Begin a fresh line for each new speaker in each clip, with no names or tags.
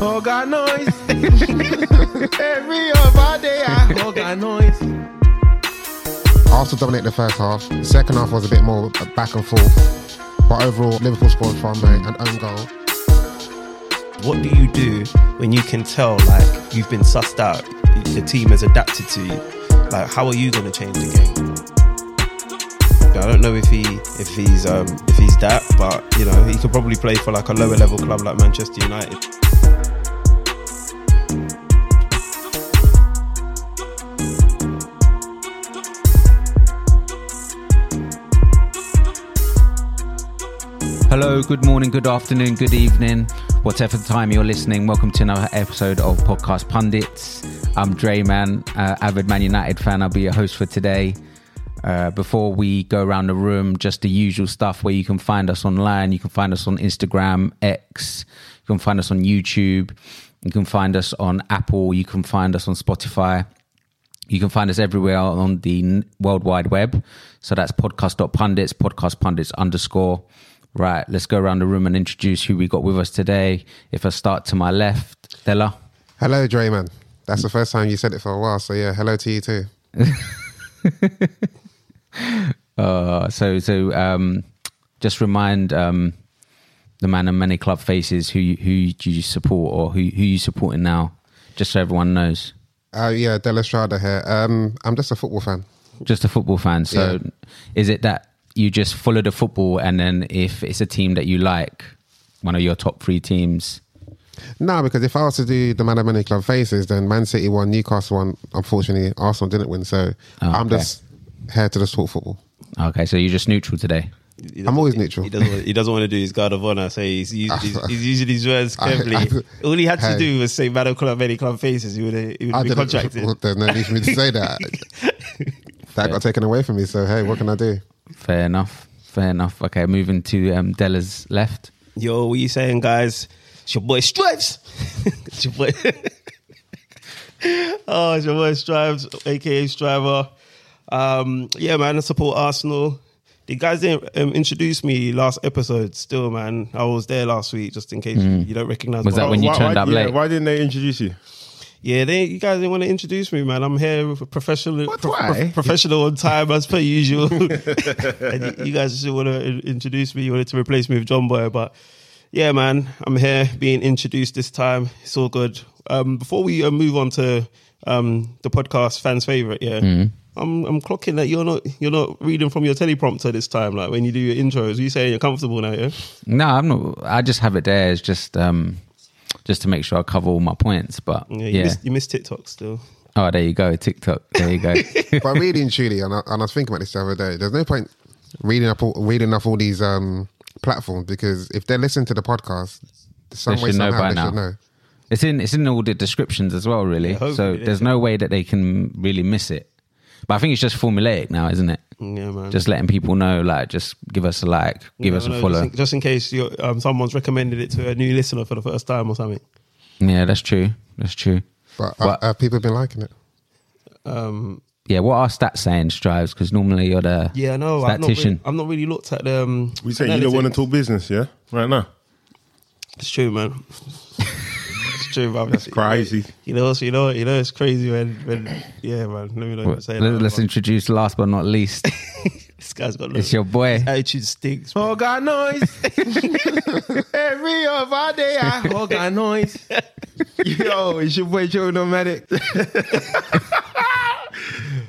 Oga noise. Every other day I Oga noise.
Arsenal dominated the first half. Second half was a bit more back and forth. But overall, Liverpool scored from a, an own goal.
What do you do when you can tell like you've been sussed out, the team has adapted to you? Like, how are you going to change the game? I don't know if he if he's um, if he's that, but you know he could probably play for like a lower level club like Manchester United.
Hello, good morning, good afternoon, good evening, whatever time you're listening. Welcome to another episode of Podcast Pundits. I'm Dre Man, uh, avid Man United fan. I'll be your host for today. Uh, before we go around the room, just the usual stuff where you can find us online. You can find us on Instagram, X. You can find us on YouTube. You can find us on Apple. You can find us on Spotify. You can find us everywhere on the n- World Wide Web. So that's podcast.pundits, podcastpundits underscore. Right, let's go around the room and introduce who we got with us today. If I start to my left, Della.
Hello, Drayman. That's the first time you said it for a while. So, yeah, hello to you too.
Uh, so, so um, just remind um, the man in many club faces who you, who do you support or who who you supporting now, just so everyone knows.
Uh, yeah, Della Strada here. Um, I'm just a football fan.
Just a football fan. So, is it that you just follow the football, and then if it's a team that you like, one of your top three teams,
No, because if I was to do the Man of Many Club faces, then Man City won, Newcastle won. Unfortunately, Arsenal didn't win. So,
Oh,
I'm
okay.
just here to just talk football.
okay, so you're just neutral today.
He
I'm always
doesn't-
neutral.
He doesn't, want, he doesn't want to do his guard of honor, so he's, he's, he's, he's using his words
I-
carefully.
I-
All he had to
Hey.
do was say "Man of club, any club faces." He would he would be
didn't-
contracted.
well, there's no need for me to say that. that got taken away from me. So, hey, what can I do?
Fair enough. Fair enough. Okay, moving to um, Della's left.
Yo, what you saying, guys? It's your boy Stripes. it's your boy. oh, it's your boy Stripes, aka Striver. Um, yeah, man, I support Arsenal. The guys didn't um, introduce me last episode. Still, man, I was there last week. Just in case you don't recognize.
Mm. Was
my-
that when you turned up
yeah,
late?
Why didn't they introduce you?
Yeah, they, you guys didn't want to introduce me, man. I'm here with a professional,
What,
pro-
why?
pro- professional on time as per usual. and you, you guys just didn't want to in- introduce me. You wanted to replace me with John Boy, but yeah, man, I'm here being introduced this time. It's all good. Um, before we uh, move on to um, the podcast, fans' favorite, yeah. I'm, I'm clocking that you're not you're not reading from your teleprompter this time. Like when you do your intros, you saying you're comfortable now, yeah?
No, I'm not. I just have it there. It's just um, just to make sure I cover all my points. But yeah,
Yeah, you, Miss, you miss TikTok still.
oh, there you go, TikTok. There you go.
but really and truly, and I, and I was thinking about this the other day. There's no point reading up all, reading up all these um, platforms because if they're listening to the podcast, some
They
way
should know
somehow
by
they
now.
should know.
it's in it's in all the descriptions as well, really.
hopefully
so
they
there's no way that they can really miss it. But I think it's just formulaic now, isn't it?
Yeah, man.
Just letting people know, like, just give us a like, give
No,
us a
no,
follow.
Just in, just in case you're, um, someone's recommended it to a new listener for the first time or something.
yeah, that's true. That's true.
But uh,
But-
uh, people have been liking it.
Um,
Yeah, what are stats saying, Strives? Because normally you're the
yeah, no, I'm not,
statistician.
really, I'm not really looked at them.
We say you don't want to talk business, yeah? Right now.
It's true, man. it's true, man. That's
Crazy.
You know, so you know, you know, it's crazy when, when yeah, man. Let me know. What, say
Let-
that,
let's
man.
introduce last but not least.
This guy's got.
it's
no-
your boy.
attitude stinks. man.
Oga noise. Every other day I Oga noise. Yo, it's your boy Joe Nomadic.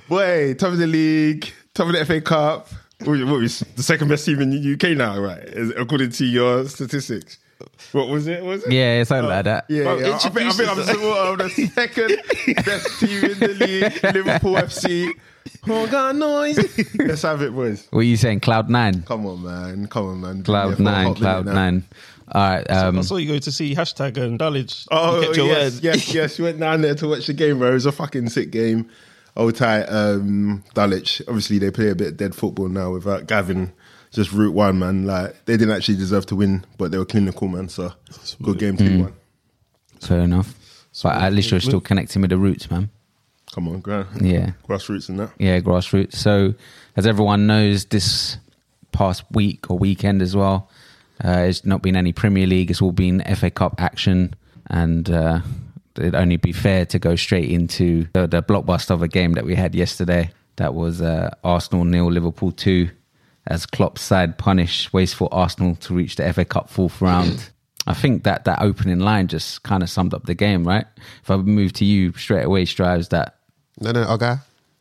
Boy, top of the league, top of the FA Cup. What, we- what, we- the second best team in the UK now, right? Is- According to your statistics. What was it? Was it?
Yeah, something like that.
Yeah,
Bro,
yeah. I think, I think I'm,
introduce
still on the second best team in the league, Liverpool FC.
Oga noise.
Let's have it, boys.
What are you saying? Cloud nine.
Come on, man. Come on, man. Been there
Cloud
for a
nine.
hot
Cloud
minute now.
nine. All right. Um,
I saw you go to see hashtag and Dalage.
Oh
you kept your
yes,
word.
yes, yes. We went down there to watch the game, bro. It was a fucking sick game. Old tight um, Dulwich. Obviously, they play a bit of dead football now without Gavin. Just route one, man. Like they didn't actually deserve to win, but they were clinical, man. So good game, three
Hmm.
one.
fair enough. But at least you're still connecting with the roots, man.
Come on, grand.
Yeah.
Grassroots and that.
Yeah, grassroots. So, as everyone knows, this past week or weekend as well, uh, it's not been any Premier League. It's all been FA Cup action. and uh, it'd only be fair to go straight into the, the blockbuster of a game that we had yesterday. That was uh, Arsenal nil, Liverpool two, as Klopp's side punish wasteful Arsenal to reach the FA Cup fourth round. I think that that opening line just kind of summed up the game, right? If I move to you straight away, Strives, that
No, no, okay.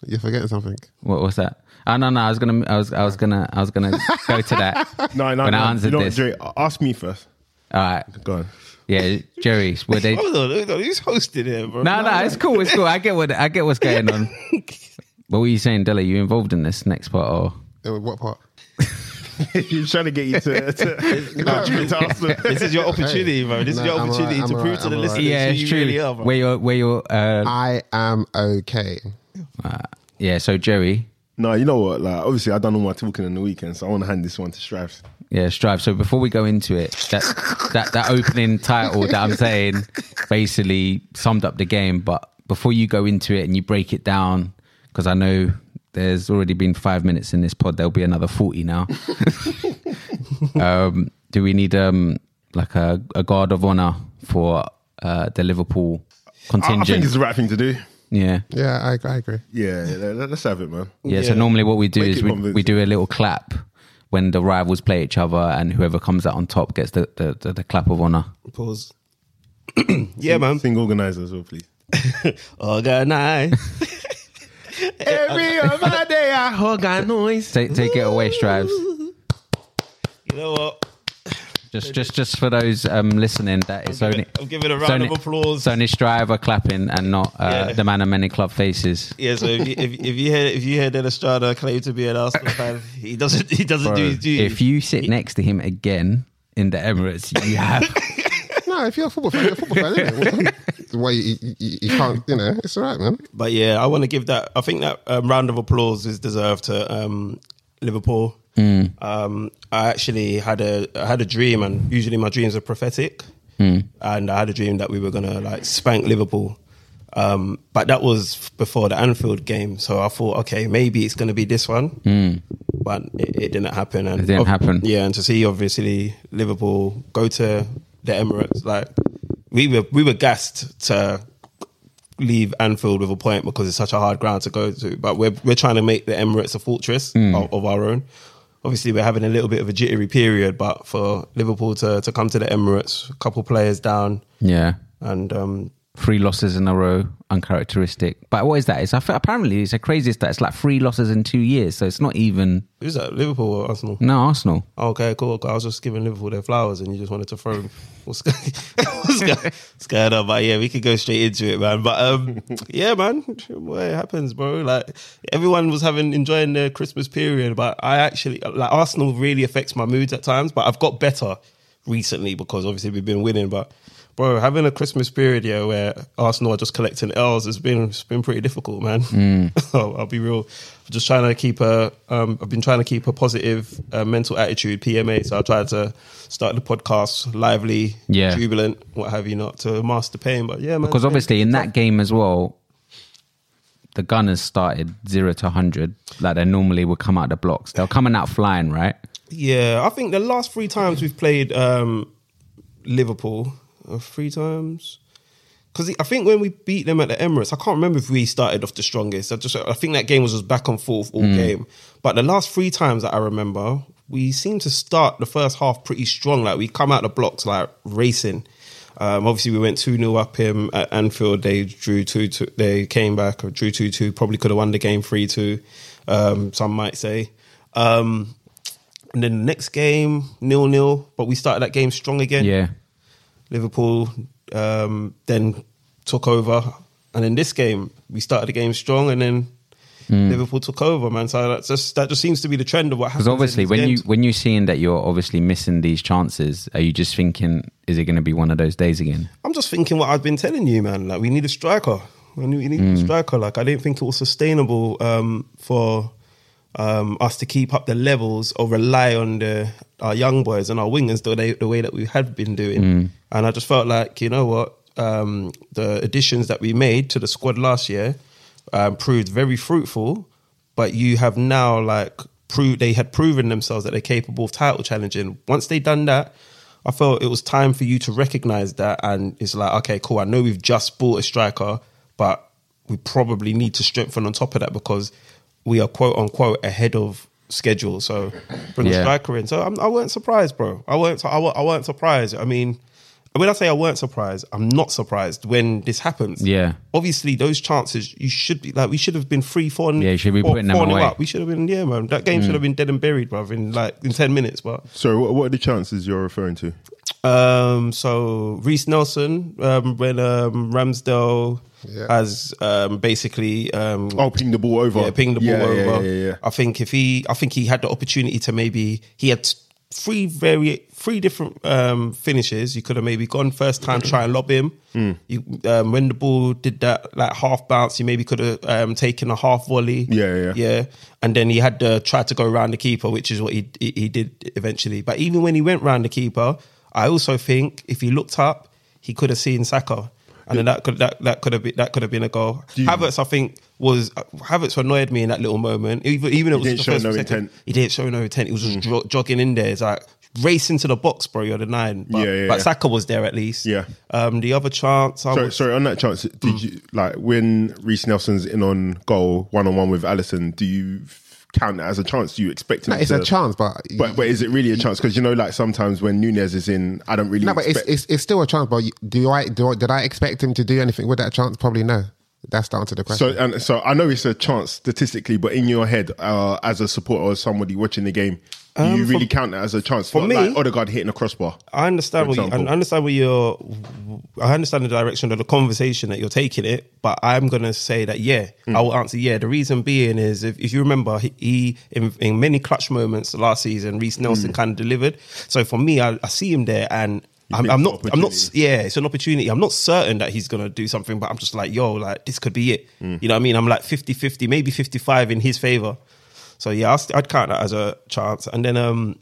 You're forgetting something.
what was that? Oh no, no, I was gonna, I was, I was gonna, I was gonna go to that.
No, no,
when
no.
I answered
you know what,
this,
Dre, ask me first.
all right,
Go on.
yeah, Jerry, were they?
Hold on, hold on, who's hosting here, bro?
No, no, it's cool. It's cool. I get what I get. What's going on? what were you saying, Della? You involved in this next part, or
Uh, What part?
You're trying to get you to, to, to Arsenal.
This is your opportunity, bro. This
No,
is your
I'm
opportunity
alright,
to
I'm
prove
alright,
to the
I'm alright.
listeners who you really are, bro.
Where your where your uh,
I am okay.
yeah. So Jerry,
No, you know what? Like, obviously, I done all my talking in the weekend, so I want to hand this one to Stripes.
yeah, strive. So before we go into it, that that that opening title that I'm saying basically summed up the game. But before you go into it and you break it down, because I know there's already been five minutes in this pod, there'll be another forty now. um, do we need um like a, a guard of honor for uh, the Liverpool
I, I think
contingent?
it's the right thing to do.
yeah.
Yeah, I, I agree.
Yeah, yeah, let- let's have it, man.
Yeah,
Yeah.
so normally what we do
Make
is
it
we,
convincing.
we do a little clap when the rivals play each other, and whoever comes out on top gets the, the, the, the clap of honor.
Pause. yeah, man. Oh,
Sing organizer as well, please.
Organize.
Every other day I hug a noise.
Take, take it away, Strives.
You know what?
Just just just for those um, listening, that is
I'm
only.
giving- I'm giving a
it's
round
only-
of applause.
it's only Striver clapping and not uh,
Yeah.
the man of many club faces.
Yeah, so if you, if, if you hear if you hear that Estrada claim to be an Arsenal fan, he doesn't he doesn't do his duty.
If you sit next to him again in the Emirates, you have.
No, if you're a football fan, you're a football fan, innit? Why you, you, you you can't, you know, it's all right, man.
But yeah, I want to give that. I think that um, round of applause is deserved to um, Liverpool.
Hmm.
Um, I actually had a I had a dream, and usually my dreams are prophetic.
Hmm.
And I had a dream that we were gonna like spank Liverpool, um, but that was before the Anfield game. So I thought, okay, maybe it's gonna be this one, but it, it didn't happen. And
Hmm. It didn't
ob-
happen.
Yeah, and to see obviously Liverpool go to the Emirates, like we were we were gassed to leave Anfield with a point because it's such a hard ground to go to. But we're we're trying to make the Emirates a fortress of, of our own. Obviously, we're having a little bit of a jittery period, but for Liverpool to, to come to the Emirates, a couple players down,
Yeah.
and um,
Three losses in a row, uncharacteristic. But what is that? It's, I fe- apparently, it's a crazy stat. It's like three losses in two years. So it's not even.
who's that? uh, Liverpool or Arsenal?
No, Arsenal.
Okay, cool. I was just giving Liverpool their flowers, and you just wanted to throw what's, what's, go- what's going on. But yeah, we could go straight into it, man. But um, yeah, man, boy, it happens, bro. Like everyone was having enjoying their Christmas period, but I actually like Arsenal really affects my moods at times. But I've got better recently because obviously we've been winning. But bro, having a Christmas period here where Arsenal are just collecting L's has been it's been pretty difficult, man.
Mm.
I'll, I'll be real. I'm just trying to keep a. Um, I've been trying to keep a positive uh, mental attitude, PMA. So I tried to start the podcast lively,
Yeah.
jubilant, what have you not, to master pain. But yeah, man,
Because obviously in that game as well, the Gunners started zero to hundred like they normally would come out the blocks. They're coming out flying, right?
yeah, I think the last three times we've played um, Liverpool, uh, three times. Because I think when we beat them at the Emirates, I can't remember if we started off the strongest. I just I think that game was just back and forth all game. But the last three times that I remember, we seem to start the first half pretty strong. Like we come out the blocks like racing. Um, obviously, we went 2 0 up him at Anfield. They drew 2 2. They came back or drew 2 2. Probably could have won the game 3 2, um, some might say. Um, and then the next game, nil nil. But we started that game strong again.
Yeah.
Liverpool um, then took over, and in this game we started the game strong, and then
Hmm.
Liverpool took over, man. So that's just that just seems to be the trend of what happens.
Because
in
obviously
these
when
games.
you when you're seeing that you're obviously missing these chances, are you just thinking, is it gonna be one of those days again?
I'm just thinking what I've been telling you, man. Like we need a striker. We need, we need
Hmm.
a striker. Like I didn't think it was sustainable um, for um, us to keep up the levels or rely on the our young boys and our wingers the way, the way that we had been doing.
Hmm.
And I just felt like you know what um, the additions that we made to the squad last year um, proved very fruitful. But you have now like proved they had proven themselves that they're capable of title challenging. Once they done that, I felt it was time for you to recognize that. And it's like, okay, cool. I know we've just bought a striker, but we probably need to strengthen on top of that because we are quote unquote ahead of schedule. So bring
Yeah.
a striker in. So I'm, I weren't surprised, bro. I weren't. I, wa- I weren't surprised. I mean, when I say I weren't surprised, I'm not surprised when this happens.
Yeah.
Obviously, those chances you should be like we should have been free four.
Yeah, you should be
four-
putting them
four nil
away. Mm.
Up. We should have been yeah, man. That game should have been dead and buried, bro. In like in ten minutes, but
Sorry, what, what are the chances you're referring to?
um, so Reese Nelson um, when um, Ramsdale
Yeah.
has um, basically um,
Oh, ping the ball over.
yeah, ping the ball
Yeah, yeah,
over.
Yeah, yeah,
I think if he, I think he had the opportunity to maybe he had three very three different um, finishes. You could have maybe gone first time, try and lob him.
Mm.
You, um, when the ball did that like half bounce, you maybe could have um, taken a half volley.
Yeah, yeah, yeah.
yeah. And then he had to try to go around the keeper, which is what he he he did eventually. But even when he went round the keeper, I also think if he looked up, he could have seen Saka. And then that could that, that could have been that could have been a goal. Havertz, I think, was Havertz annoyed me in that little moment. Even, even it was
didn't
the
show
first
no
second-
intent. Mm.
He didn't show no intent. He was just jo- jogging in there. It's like race into the box, bro. You're the nine. But,
Yeah, yeah,
but
yeah.
Saka was there at least.
Yeah.
Um, the other chance, I
Sorry,
was,
sorry, on that chance, did you like when Reese Nelson's in on goal one on one with Allison? Do you f- count that as a chance? Do you expect him?
No, it's
to-
a chance, but
but, but is it really a chance? Because you know, like sometimes when Nunez is in, I don't really.
no, but it's,
expect-
it's it's still a chance. But you- do I do I, did I expect him to do anything with that chance? Probably no. That's the answer to the question.
so and so. I know it's a chance statistically, but in your head, uh, as a supporter or somebody watching the game, do you really count that as a chance? For
me-
like Odegaard hitting a crossbar.
I understand
for
what you, I
example.
understand what you're. I understand the direction of the conversation that you're taking it, but I'm gonna say that yeah,
Hmm.
I will answer yeah. The reason being is if, if you remember, he, he in, in many clutch moments last season, Reese
Hmm.
Nelson kind of delivered. So for me, I, I see him there, and I'm,
picked
I'm
the
not. I'm not.
opportunity.
Yeah, it's an opportunity. I'm not certain that he's gonna do something, but I'm just like yo, like this could be it.
Mm.
You know what I mean? I'm like 50-50, maybe 55 in his favor. So yeah, I'd, I'd count that as a chance, and then um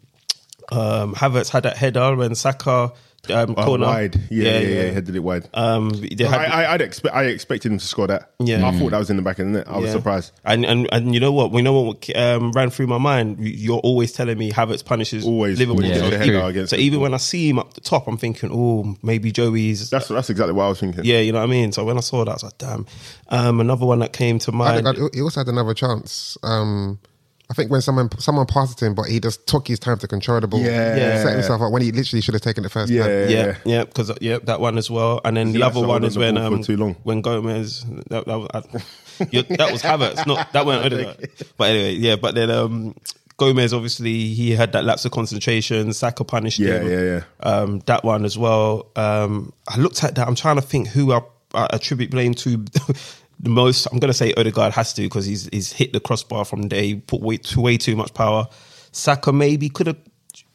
um, Havertz had that header when Saka um,
Uh,
corner
wide, yeah, yeah, yeah, headed it wide.
Um, they had-
I, I, I'd expect. I expected him to score that.
Yeah.
I thought that was in the back of the net. I was
yeah.
surprised.
and and and you know what? We know what um, ran through my mind. You- You're always telling me Havertz punishes
Always,
Liverpool.
always
So
get a
even-
header against
so even when I see him up the top, I'm thinking, oh, maybe Joey's.
That's that's exactly what I was thinking.
yeah, you know what I mean. So when I saw that, I was like, "Damn!" Um, another one that came to
I
mind.
think I'd- he also had another chance. Um, I think when someone someone passed him, but he just took his time to control the ball.
Yeah.
Yeah.
set himself up when he literally should have taken it first.
Yeah.
time.
yeah, yeah, because yeah, that one as well, and then the
like
other
someone
one
on
is
the
when
ball for
um,
too long?
when Gomez that, that was I, you- that was Havertz, not that weren't Odegaard. But anyway, yeah, but then um, Gomez obviously he had that lapse of concentration. Saka punished
Yeah,
him.
yeah, yeah.
Um, that one as well. Um, I looked at that. I'm trying to think who I, I attribute blame to. The most I'm going to say Odegaard has to because he's he's hit the crossbar from there. He put way too way too much power. Saka maybe could have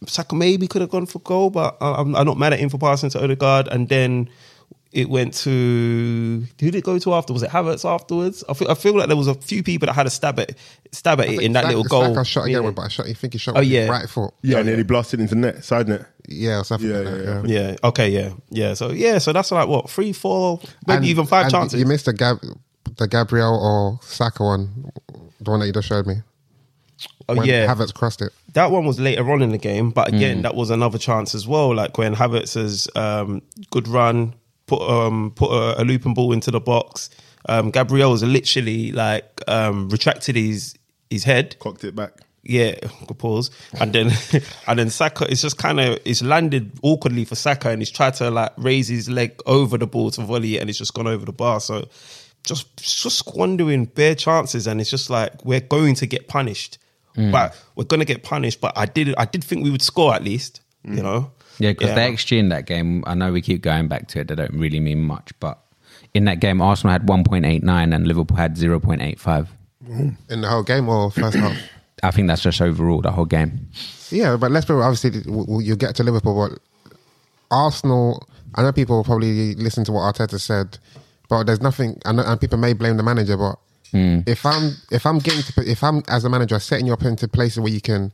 Saka maybe could have gone for goal, but I- I'm, I'm not mad at him for passing to Odegaard. And then it went to who did it go to after? Was it Havertz afterwards? I feel, I feel like there was a few people that had a stab at stab at it in that
Saka-
little goal.
Saka shot again,
Yeah.
with- but I, shot, I think he shot
Oh,
with
yeah.
his right foot.
Yeah, and then he blasted into net, side net.
Yeah, or something
Yeah,
like that.
yeah, yeah.
yeah.
Yeah. Okay. Yeah. Yeah. So yeah. So that's like what three, four, maybe
And-
even five
and
chances.
You missed the Gab, the Gabriel or Saka one, the one that you just showed me.
oh
When
yeah.
Havertz crossed it.
that one was later on in the game, but again,
Mm.
that was another chance as well. Like when Havertz's um, good run put um, put a, a looping ball into the box. Um, Gabriel was literally like um, retracted his his head.
cocked it back.
Yeah, good pause. And then and then Saka it's just kind of it's landed awkwardly for Saka and he's tried to like raise his leg over the ball to volley it and it's just gone over the bar. So just just squandering bare chances and it's just like we're going to get punished.
Mm.
But we're gonna get punished. But I did I did think we would score at least, you know.
Mm. Yeah, because they XG in that game, I know we keep going back to it. They don't really mean much, but in that game, Arsenal had 1.89 and Liverpool had 0.85.
In the whole game or first half?
I think that's just overall the whole game.
Yeah, but let's be real, obviously w- w- you get to Liverpool, but Arsenal. I know people will probably listen to what Arteta said, but there's nothing. I know, and people may blame the manager, but if I'm if I'm getting to, if I'm as a manager setting you up into places where you can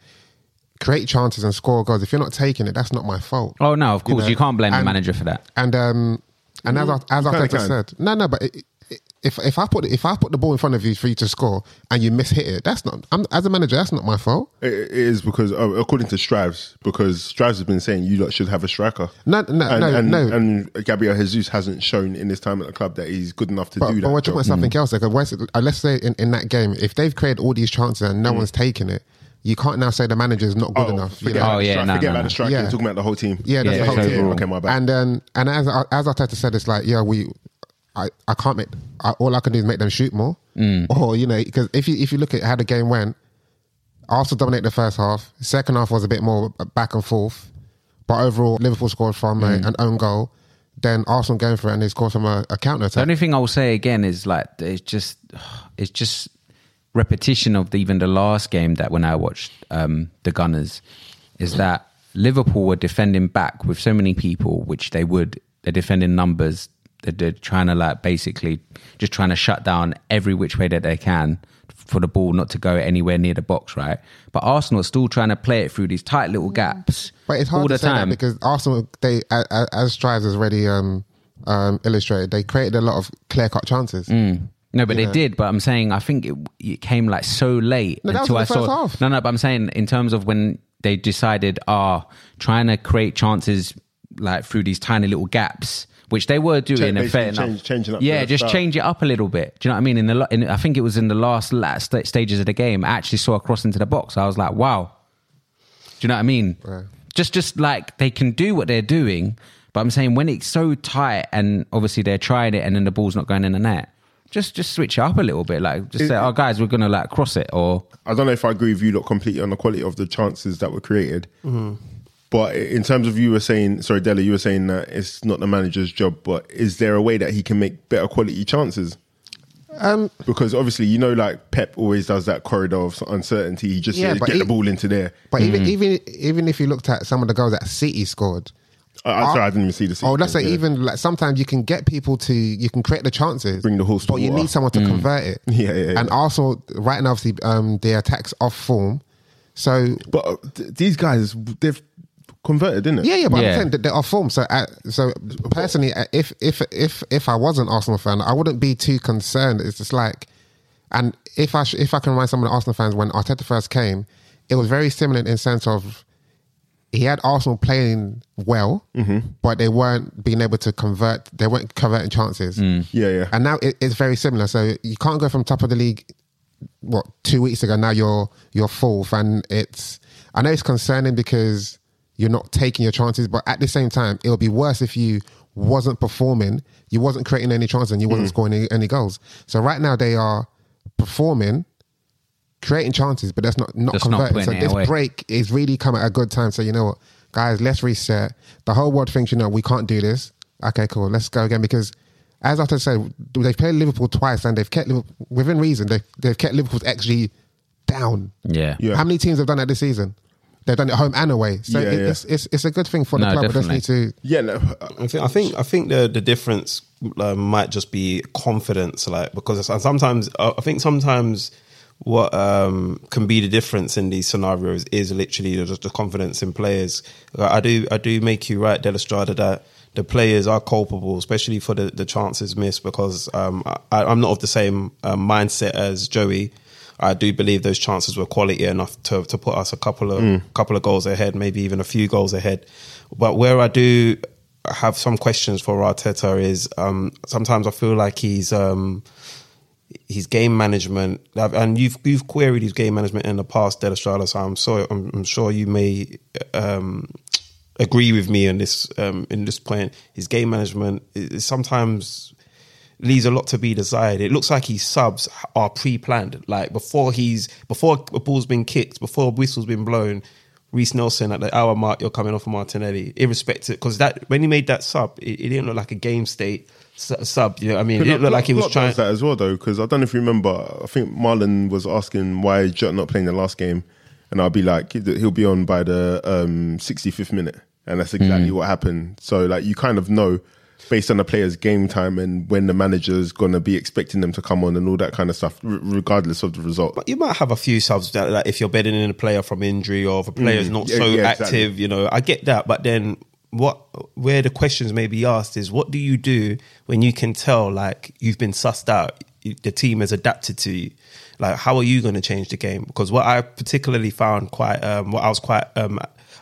create chances and score goals, if you're not taking it, that's not my fault.
Oh, no, of course. You,
know,
can't blame the
and-
manager for that.
And um, and as Ar- as
Hmm. kinda
Arteta
can.
said, no, no, but it, it, if if I put if I put the ball in front of you for you to score and you miss hit it, that's not. I'm, as a manager, that's not my fault.
It, it is because uh, according to Strives, because Strives has been saying you lot should have a striker.
No, no,
and,
no,
and,
no.
And Gabriel Jesus hasn't shown in his time at the club that he's good enough to
But,
do that.
but we're talking
job. Mm.
about something else. Like, West, uh, let's say in, in that game, if they've created all these chances and no one's taking it, you can't now say the manager's not good
Mm. Oh,
enough. you
Forget,
know?
about,
Oh,
the
yeah,
stri-
no,
forget
no,
about
no.
the striker.
Yeah.
You're talking about the whole team.
Yeah, that's
Yeah,
the whole
yeah,
team.
overall. Okay, my bad.
And then, and as as Arteta said, it's like, yeah, we, I, I can't make. I, all I can do is make them shoot more,
Mm.
or you know, because if you if you look at how the game went, Arsenal dominated the first half. Second half was a bit more back and forth, but overall, Liverpool scored from
Mm.
a, an own goal. Then Arsenal going for it and they scored from a, a counter
The
attack.
only thing I'll say again is like it's just it's just repetition of the, even the last game that when I watched um, the Gunners is that Liverpool were defending back with so many people, which they would they're defending numbers. They're, they're trying to like basically just trying to shut down every which way that they can for the ball not to go anywhere near the box, right? But Arsenal are still trying to play it through these tight little gaps
Mm. But it's hard
all
to
the
say that
time.
because Arsenal, they a- a- as Strives has already um, um, illustrated, they created a lot of clear cut chances.
Mm.
No, but they did. But I'm saying I think it, it came like so late
No, that was
until
in the
I saw.
first half.
No, no. But I'm saying in terms of when they decided, ah, trying to create chances like through these tiny little gaps, which they were doing. and fair
basically
enough,
change- changing up
Yeah,
the
just
style.
change it up a little bit. Do you know what I mean? In the lo- in, I think it was in the last last sta- stages of the game. I actually saw a cross into the box. I was like, wow. Do you know what I mean? Just, just like they can do what they're doing, but I'm saying when it's so tight and obviously they're trying it and then the ball's not going in the net, just, just switch it up a little bit. Like, just say, "Oh, guys, we're gonna like cross it," or
I don't know if I agree with you lot completely on the quality of the chances that were created.
Mm-hmm.
But in terms of you were saying, sorry, Della, you were saying that it's not the manager's job, but is there a way that he can make better quality chances?
Um,
Because obviously, you know, like Pep always does that corridor of uncertainty. He just
Yeah,
says,
but
get the
he-
ball into there.
But even
Mm.
even even if you looked at some of the goals that City scored,
I, I'm sorry, I didn't even see the.
or let's say
Yeah.
oh, even like sometimes you can get people to you can create the chances,
Bring the horse to
but you
water. Mm.
need someone to convert it.
Yeah, yeah, yeah.
And Arsenal right now, obviously, um, the attacks off form, so
But uh, th- these guys, they've converted, didn't it?
yeah, yeah. But
Yeah.
I'm saying that they're off form. So uh, so personally, uh, if if if if I was an Arsenal fan, I wouldn't be too concerned. It's just like, and if I sh- if I can remind some of the Arsenal fans when Arteta first came, it was very similar in sense of he had Arsenal playing well, but they weren't being able to convert. They weren't converting chances.
Yeah, yeah.
And now it, it's very similar. So you can't go from top of the league. What two weeks ago? Now you're you're fourth, and it's. I know it's concerning because you're not taking your chances, but at the same time, it would be worse if you wasn't performing, you wasn't creating any chances, and you
Mm.
wasn't scoring any, any goals. So right now they are performing, creating chances, but that's not not
That's not
converting. so
putting it
this
away.
break is really come at a good time. So you know what, guys, let's reset. The whole world thinks you know we can't do this. Okay, cool. Let's go again because, as I said, they've played Liverpool twice and they've kept Liverpool, within reason. They've they've kept Liverpool's xG down.
yeah,
Yeah.
How many teams have done that this season? They've done it home and away. So
Yeah,
it-
yeah.
It's, it's it's a good thing for the
No,
club. We just
definitely.
need to
Yeah, no, uh,
I think I think I think the the difference uh, might just be confidence, like because sometimes uh, I think sometimes what um, can be the difference in these scenarios is literally just the confidence in players. Like, I do I do make you right, Delestrada, that the players are culpable, especially for the, the chances missed, because um, I, I'm not of the same um, mindset as Joey. I do believe those chances were quality enough to, to put us a couple of couple of goals ahead, maybe even a few goals ahead. But where I do have some questions for Arteta is um, sometimes I feel like he's um, his game management, and you've you've queried his game management in the past, Del Estrada. So I'm sorry, I'm, I'm sure you may um, agree with me on this um, in this point. His game management is is sometimes leaves a lot to be desired. It looks like his subs are pre-planned, like before he's before a ball's been kicked, before a whistle's been blown. Reese Nelson at the hour mark, you're coming off of Martinelli, irrespective, because that when he made that sub, it, it didn't look like a game state su- sub. You know what I mean? It didn't look like he was
Klopp
trying.
does that as well, though, because I don't know if you remember. I think Marlon was asking why is Jota not playing the last game, and I'll be like, he'll be on by the um, 65th minute, and that's exactly what happened. So, like, you kind of know based on the player's game time and when the manager's gonna be expecting them to come on and all that kind of stuff, r- regardless of the result.
But you might have a few subs that, like, if you're bedding in a player from injury or if a player's not
Mm. Yeah,
so
yeah,
active,
exactly.
you know, I get that. But then what where the questions may be asked is what do you do when you can tell like you've been sussed out you- the team has adapted to you like how are you going to change the game because what i particularly found quite um what i was quite um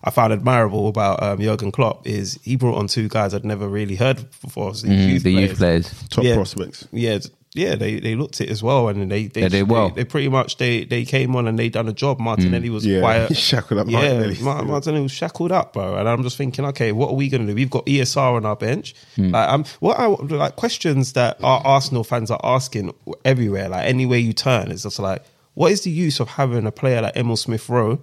I found admirable about um, Jurgen Klopp is he brought on two guys I'd never really heard before. so
Mm, the youth players.
Top
Yeah.
prospects.
Yeah, th- yeah, they, they looked it as well, and they they,
They did well.
They, pretty much they they came on and they done a job. Martinelli was
Yeah.
quiet,
Shackled up
Yeah,
Martinelli.
Mar- Martinelli was shackled up, bro. And I'm just thinking, okay, what are we gonna do? We've got ESR on our bench.
Hmm.
Like, um, what I like questions that our Arsenal fans are asking everywhere, like anywhere you turn, it's just like, what is the use of having a player like Emil Smith Rowe?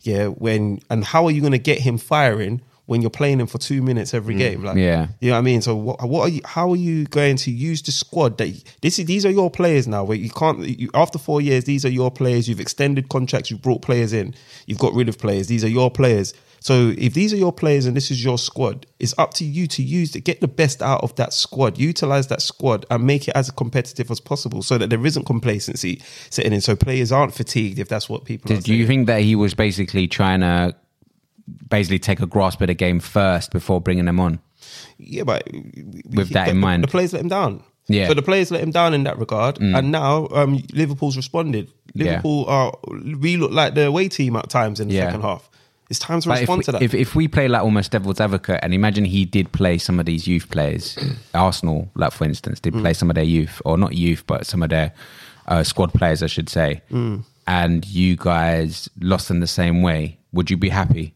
Yeah, when and how are you gonna get him firing? When you're playing him for two minutes every game, like
Hmm. Yeah.
you know what I mean? So what, what are you, how are you going to use the squad that this is, these are your players now where you can't you, after 4 years these are your players you've extended contracts you've brought players in you've got rid of players these are your players. So if these are your players and this is your squad it's up to you to use to get the best out of that squad utilize that squad and make it as competitive as possible so that there isn't complacency sitting in so players aren't fatigued if that's what people are
Did you
saying.
think that he was basically trying to basically take a grasp at the game first before bringing them on?
yeah, but
With that
the,
in
the-
mind.
the players let him down.
Yeah. Mm.
so the players let him down in that regard, and now um, Liverpool's responded.
Yeah.
Liverpool are we look like the away team at times in the
Yeah.
second half. It's time to
But if
respond
we,
to that.
If, if we play like almost devil's advocate, and imagine he did play some of these youth players, Arsenal, like for instance, did play some of their youth, or not youth, but some of their uh, squad players, I should say, and you guys lost in the same way, would you be happy?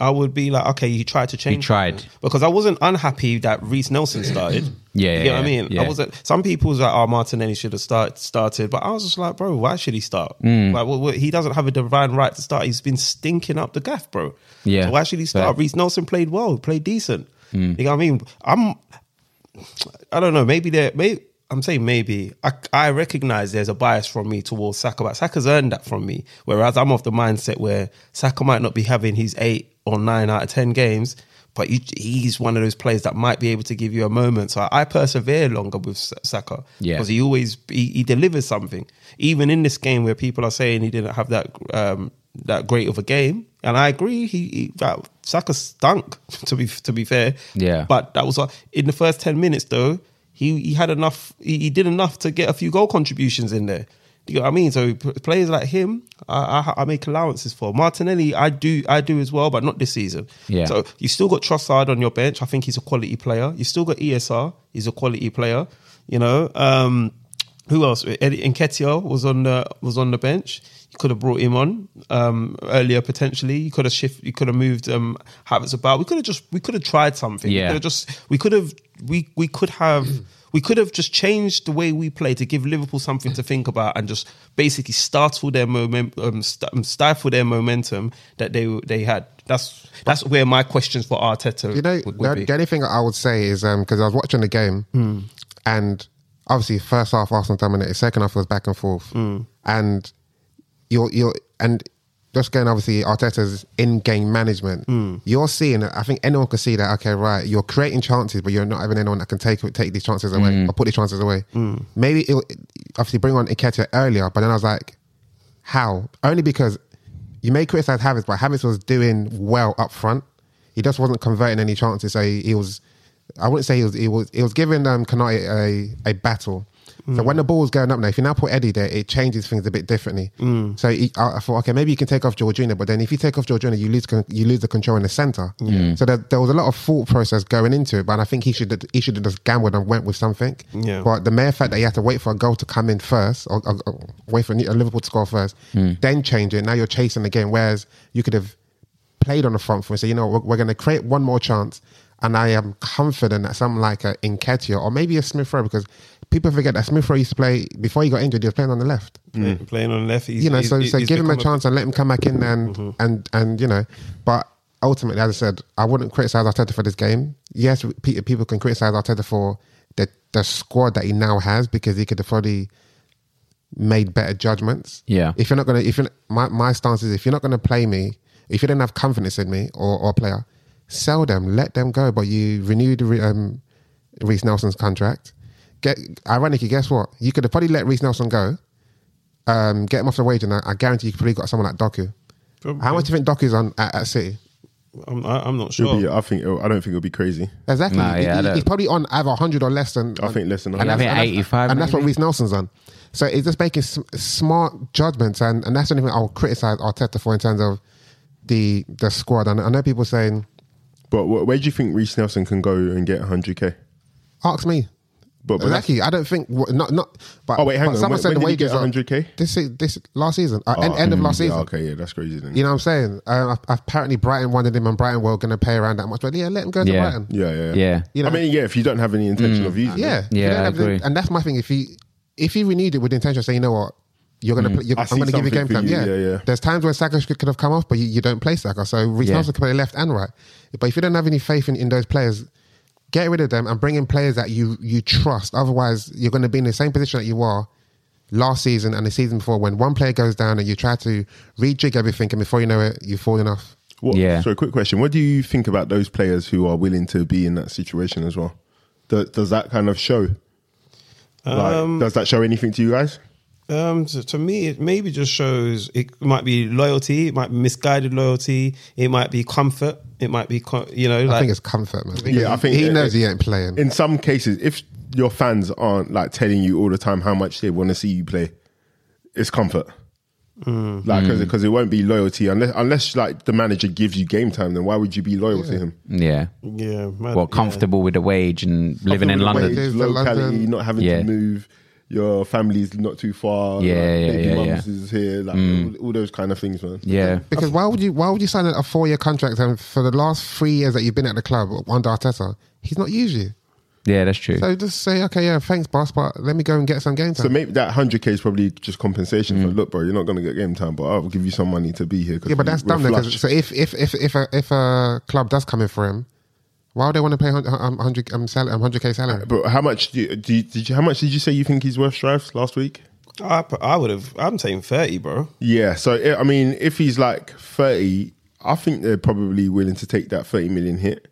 I would be like, okay, you tried to change.
You tried.
something. because I wasn't unhappy that Reese Nelson started.
Yeah,
you
yeah,
get what I
yeah,
mean.
yeah.
I wasn't. Some people was like, "Oh, Martinelli should have start, started," but I was just like, "Bro, why should he start?
Mm.
Like, well, well, he doesn't have a divine right to start. He's been stinking up the gaff, bro.
Yeah.
so why should he start?
Fair. Mm.
Reese Nelson played well, played decent. You know what I mean? I'm I don't know. Maybe there. Maybe I'm saying maybe. I, I recognize there's a bias from me towards Saka, but Saka's earned that from me. Whereas I'm of the mindset where Saka might not be having his eight or nine out of ten games, but you, he's one of those players that might be able to give you a moment. So I, persevere longer with S- Saka
Yeah.
because he always he, he delivers something. Even in this game where people are saying he didn't have that um, that great of a game, and I agree, he, he that Saka stunk to be to be fair.
Yeah.
But that was uh, in the first 10 minutes, though, he, he had enough, he, he did enough to get a few goal contributions in there. You know what I mean? So p- players like him, I, I, I make allowances for. Martinelli, I do, I do as well, but not this season.
Yeah.
So you still got Trossard on your bench. I think he's a quality player. You still got ESR. He's a quality player. You know, um, who else? Eddie Nketiah was on the was on the bench. You could have brought him on um, earlier potentially. You could have shift. You could have moved um, Havertz about. We could have just we could have tried something. We
Yeah.
could have just we could have we we could have. We could have just changed the way we play to give Liverpool something to think about, and just basically startle their moment, um, st- um, stifle their momentum that they they had. That's that's where my questions for Arteta
You know,
would, would
the,
be.
the only thing I would say is because I was watching the game, and obviously first half Arsenal dominated, second half was back and forth, and you're you're and just going obviously Arteta's in-game management. You're seeing, I think anyone can see that. Okay, right, you're creating chances, but you're not having anyone that can take take these chances away
Hmm.
or put these chances away. Maybe it'll, obviously bring on Iketia earlier, but then I was like, how? Only because you may criticize Havertz, but Havertz was doing well up front. He just wasn't converting any chances. So he, he was, I wouldn't say he was, he was, he was giving um, Kanate a, a battle. So when the ball was going up now, if you now put Eddie there, it changes things a bit differently. So he, I, I thought, okay, maybe you can take off Jorginho, but then if you take off Jorginho, you lose con- you lose the control in the center. So there, there was a lot of thought process going into it, but I think he should he should have just gambled and went with something.
Yeah.
But the mere fact that you have to wait for a goal to come in first, or, or, or wait for a Liverpool to score first, then change it. Now you're chasing the game, whereas you could have played on the front foot and say, you know, we're, we're going to create one more chance. And I am confident that someone like a Inketia or maybe a Smith Rowe, because people forget that Smith Rowe used to play before he got injured, he was playing on the left.
Play-
Mm.
playing on the left. He's,
You know,
he's-
so, so
he's
give him a
become Mm-hmm.
chance and let him come back in and, and, and, you know, but ultimately, as I said, I wouldn't criticize Arteta for this game. Yes, pe- people can criticize Arteta for the, the squad that he now has because he could have probably made better judgments.
Yeah.
If you're not gonna, if you're my my stance is, if you're not gonna play me, if you don't have confidence in me or, or a player, sell them, let them go. But you renewed Re- um, Reese Nelson's contract. Get ironically, guess what? You could have probably let Reese Nelson go, um, get him off the wage, and I, I guarantee you probably got someone like Doku.
Probably.
How much do you think Doku's on at, at City?
I'm, I, I'm not
It'll
sure.
be, I think it'll, I don't think it'll be crazy.
Exactly.
Nah, yeah, I
He- he-
don't-
he's probably on either 100 or less than.
I think less than
I
a
think
hundred.
and that's-
85.
and that's what
maybe.
Reese Nelson's on. So it's just making s- smart judgments, and, and that's the only thing I'll criticize Arteta for in terms of the the squad. And I know people saying,
But wh- where do you think Reece Nelson can go and get 100k?
"Ask me."
But, but that's-
Exactly. I don't think wh- not not. But
Oh, wait, hang
but
on.
Someone
When-
said
when
the
did he
wages
get
are-
100K?
This is- this last season, uh,
oh,
end, end of
mm,
last
yeah,
season.
okay, yeah, that's crazy. Then.
You know what I'm saying? Um, a- apparently, Brighton wanted him, and Brighton were going to pay around that much. But yeah, let him go to
Yeah.
Brighton.
yeah, yeah,
Yeah. Mm.
You know-
I mean, yeah, if you don't have any intention of using,
Yeah,
it.
If you
Yeah,
don't
I
have the-
agree.
and that's my thing. If he if he renewed it with the intention of saying, you know what, you're
Hmm.
gonna, play, you're,
I
I'm
see
gonna give you game
something for
time.
you.
Yeah.
Yeah, yeah.
There's times where Saka could could have come off, but you, you don't play Saka, so Reece
Yeah.
Nelson can play left and right. But if you don't have any faith in, in those players, get rid of them and bring in players that you you trust. Otherwise, you're going to be in the same position that you are last season and the season before when one player goes down and you try to rejig everything, and before you know it, you've fallen off.
What,
Yeah.
So, a quick question: What do you think about those players who are willing to be in that situation as well? Does, does that kind of show? Like,
Um,
does that show anything to you guys?
Um, to, to me, it maybe just shows it might be loyalty, it might be misguided loyalty, it might be comfort, it might be co- you know,
I
like
think it's comfort, man.
Yeah, I think
he
it-
knows
it-
he ain't playing.
In some cases, if your fans aren't like telling you all the time how much they want to see you play, it's comfort.
Mm.
Like,
Mm.
because it won't be loyalty unless unless like the manager gives you game time. Then why would you be loyal to him?
Yeah.
yeah, man,
Well,
yeah.
comfortable with the wage and living in
Wage,
London.
Wage.
locality,
London.
not having
Yeah.
to move. Your family's not too far.
Yeah,
like,
yeah,
baby
yeah,
mums
yeah.
is here. Like all, all those kind of things, man.
Yeah.
Because why would you why would you sign a four year contract and for the last three years that you've been at the club under Arteta, he's not used you.
Yeah, that's true.
So just say, okay, yeah, thanks, boss, but let me go and get some game time.
So maybe that hundred k is probably just compensation
Mm.
for look, bro. You're not gonna get game time, but I'll give you some money to be here. 'cause
yeah, but
we-
that's
we're
dumb. though, 'cause-
flush."
so if if if if a, if a club does come in for him, why would they want to pay hundred um hundred k salary?
But how much do you, do you, did you? How much did you say you think he's worth, Strives, last week?
I, put- I would have. I'm saying thirty, bro.
Yeah. So eh, i I mean, if he's like thirty, I think they're probably willing to take that thirty million hit.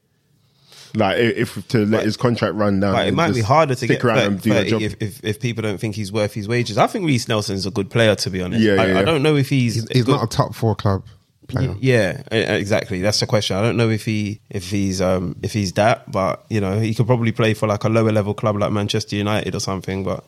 Like i- if, if to let
Like-
his contract run down,
Like it
and
might be
just
harder to
stick
get
around
thir-
and do your
30
job.
if, if if people don't think he's worth his wages. I think Reece Nelson's a good player, to be honest.
Yeah,
I,
yeah,
I
yeah.
don't know if he's
He's
good-
not a top four club player.
Yeah, e- exactly. That's the question. I don't know if he if he's um if he's that, but you know he could probably play for like a lower level club like Manchester United or something. But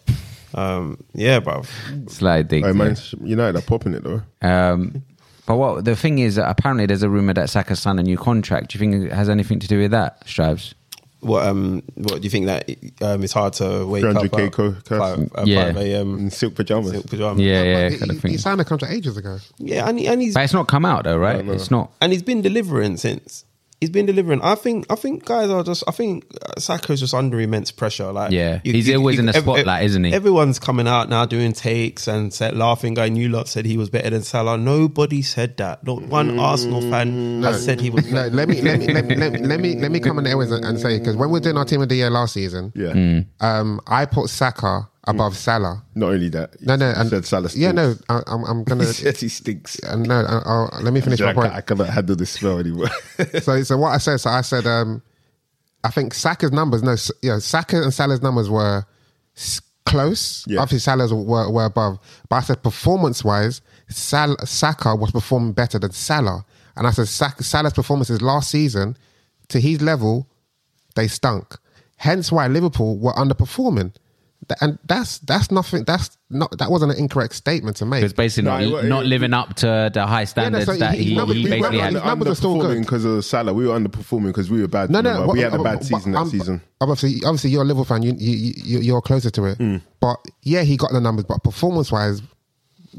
um yeah, bro.
Slight dig.
Oh, man, United are popping it though.
Um, but what the thing is, that apparently there's a rumor that Saka signed a new contract. Do you think it has anything to do with that, Strives?
What um what do you think that um it's hard to wake up
300K
at
co-
five,
curse.
at
Yeah.
five a.m.
In silk pajamas.
Mm. silk pajamas.
Yeah, yeah,
He-
kind of
he,
thing.
he signed a contract ages ago.
yeah, and, he, and he's
But it's not come out though, right?
No, no.
It's not.
and he's been delivering since. He's been delivering. I think. I think guys are just. I think uh, Saka's just under immense pressure. Like,
Yeah. He's always in the
ev- ev-
spotlight, isn't he?
Everyone's coming out now doing takes and said, laughing. Guy, you lot said he was better than Salah. Nobody said that. Not one
Mm,
Arsenal fan has said he was.
No, let me let me let me let me let me, let me come on the airways and, and say because when we were doing our team of the year last season,
yeah.
Mm.
Hmm.
um, I put Saka above Salah.
Not only that.
No, no,
he said Salah
Yeah,
stinks.
no, I, I'm, I'm gonna.
He said he stinks.
uh, no, I, I'll, let me finish
Yeah, I,
my
ca- I
point.
cannot handle this smell anymore.
So, so what I said, so I said, um, I think Saka's numbers, no, S- you know, Saka and Salah's numbers were s- close.
Yeah.
Obviously, Salah's were, were above, but I said performance wise, Sal- Saka was performing better than Salah, and I said Sak- Salah's performances last season to his level, they stunk. Hence, why Liverpool were underperforming. Th- And that's that's nothing. That's not that wasn't an incorrect statement to make.
It's basically not,
No, it- it-
not living up to the high
no,
standards
so
that
he-
he,
no, but
he
we-
basically
we-
had.
we- numbers are still good.
because of Salah. We were underperforming because we were bad.
No,
you
no,
know, but
what-
Mm, we had a
what-
bad
what-
season that
I'm-
season.
Obviously, obviously, you're a Liverpool fan. You, you, you you're closer to it.
Mm.
But yeah, he got the numbers. But performance wise,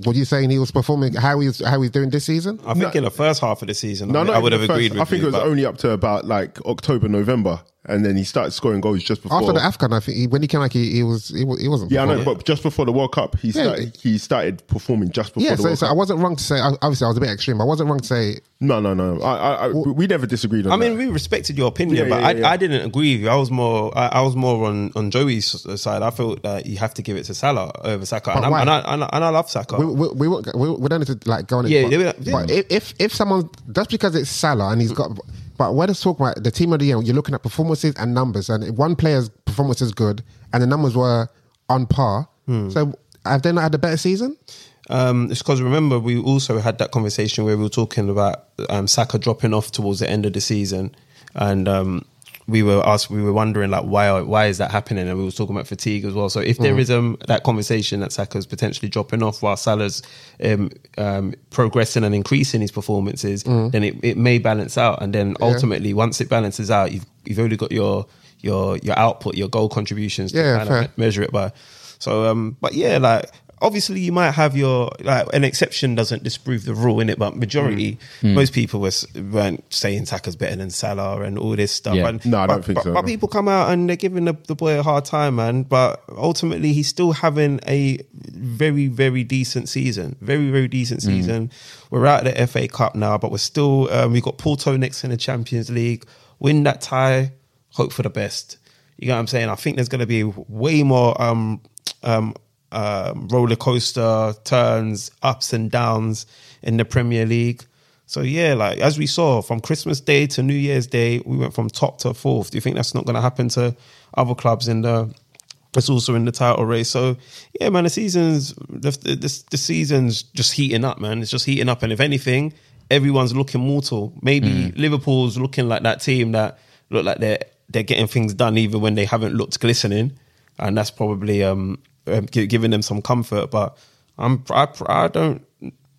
were you saying he was performing how he's how he's doing this season?
I think in the first half of the season,
No,
I,
not
I would
even
have
the
agreed
first.
with
I think
you,
it was
but-
only up to about like October, November, and then he started scoring goals just before.
After the Afcon, I think he, when he came back, he, he was he, wa- he wasn't.
yeah, I know,
performing.
but just before the World Cup, he started. He started performing just before
yeah.
the
So,
World
so I
Cup.
wasn't wrong to say. Obviously, I was a bit extreme. I wasn't wrong to say.
No, no, no. I, I, I we never disagreed on.
I mean,
that.
we respected your opinion,
Yeah,
but
yeah,
I,
yeah.
I didn't agree with you. I was more, I, I was more on, on Joey's side. I felt that you have to give it to Salah over Saka, and, I'm-
why?
and, I, and I and I love Saka.
We, we, we, won't- we, we don't need to like go on it.
Yeah,
but,
yeah, yeah.
but if, if if someone just because it's Salah and he's got, but we're just talking about the team of the year. You're looking at performances and numbers, and if one player's performance is good, and the numbers were on par. So have they not had a better season?
Um, it's because remember we also had that conversation where we were talking about um, Saka dropping off towards the end of the season, and um, we were asked, we were wondering like why why is that happening, and we were talking about fatigue as well. So if
Mm.
there is um, that conversation that Saka's potentially dropping off while Salah's um, um, progressing and increasing his performances,
Mm.
then it, it may balance out, and then ultimately once it balances out, you've you've only got your your your output, your goal contributions to
Yeah,
kind
fair.
of measure it by. So, um, but yeah, like obviously you might have your like an exception doesn't disprove the rule in it, but majority, most people were s- weren't saying Saka's better than Salah and all this stuff.
Yeah.
And,
No, I
but-
don't think
but-
so,
But
no.
people come out and they're giving the, the boy a hard time, man. But ultimately, he's still having a very very decent season, very very decent season. We're out of the FA Cup now, but we're still um, we've got Porto next in the Champions League. Win that tie, hope for the best. You know what I'm saying? I think there's going to be way more um, um, um, roller coaster turns, ups and downs in the Premier League. So yeah, like as we saw from Christmas Day to New Year's Day, we went from top to fourth. Do you think that's not going to happen to other clubs in the? It's also in the title race. So yeah, man, the season's the the, the season's just heating up, man. It's just heating up, and if anything, everyone's looking mortal. Maybe Liverpool's looking like that team that look like they're they're getting things done even when they haven't looked glistening, and that's probably um, um gi- giving them some comfort. But I'm I, I don't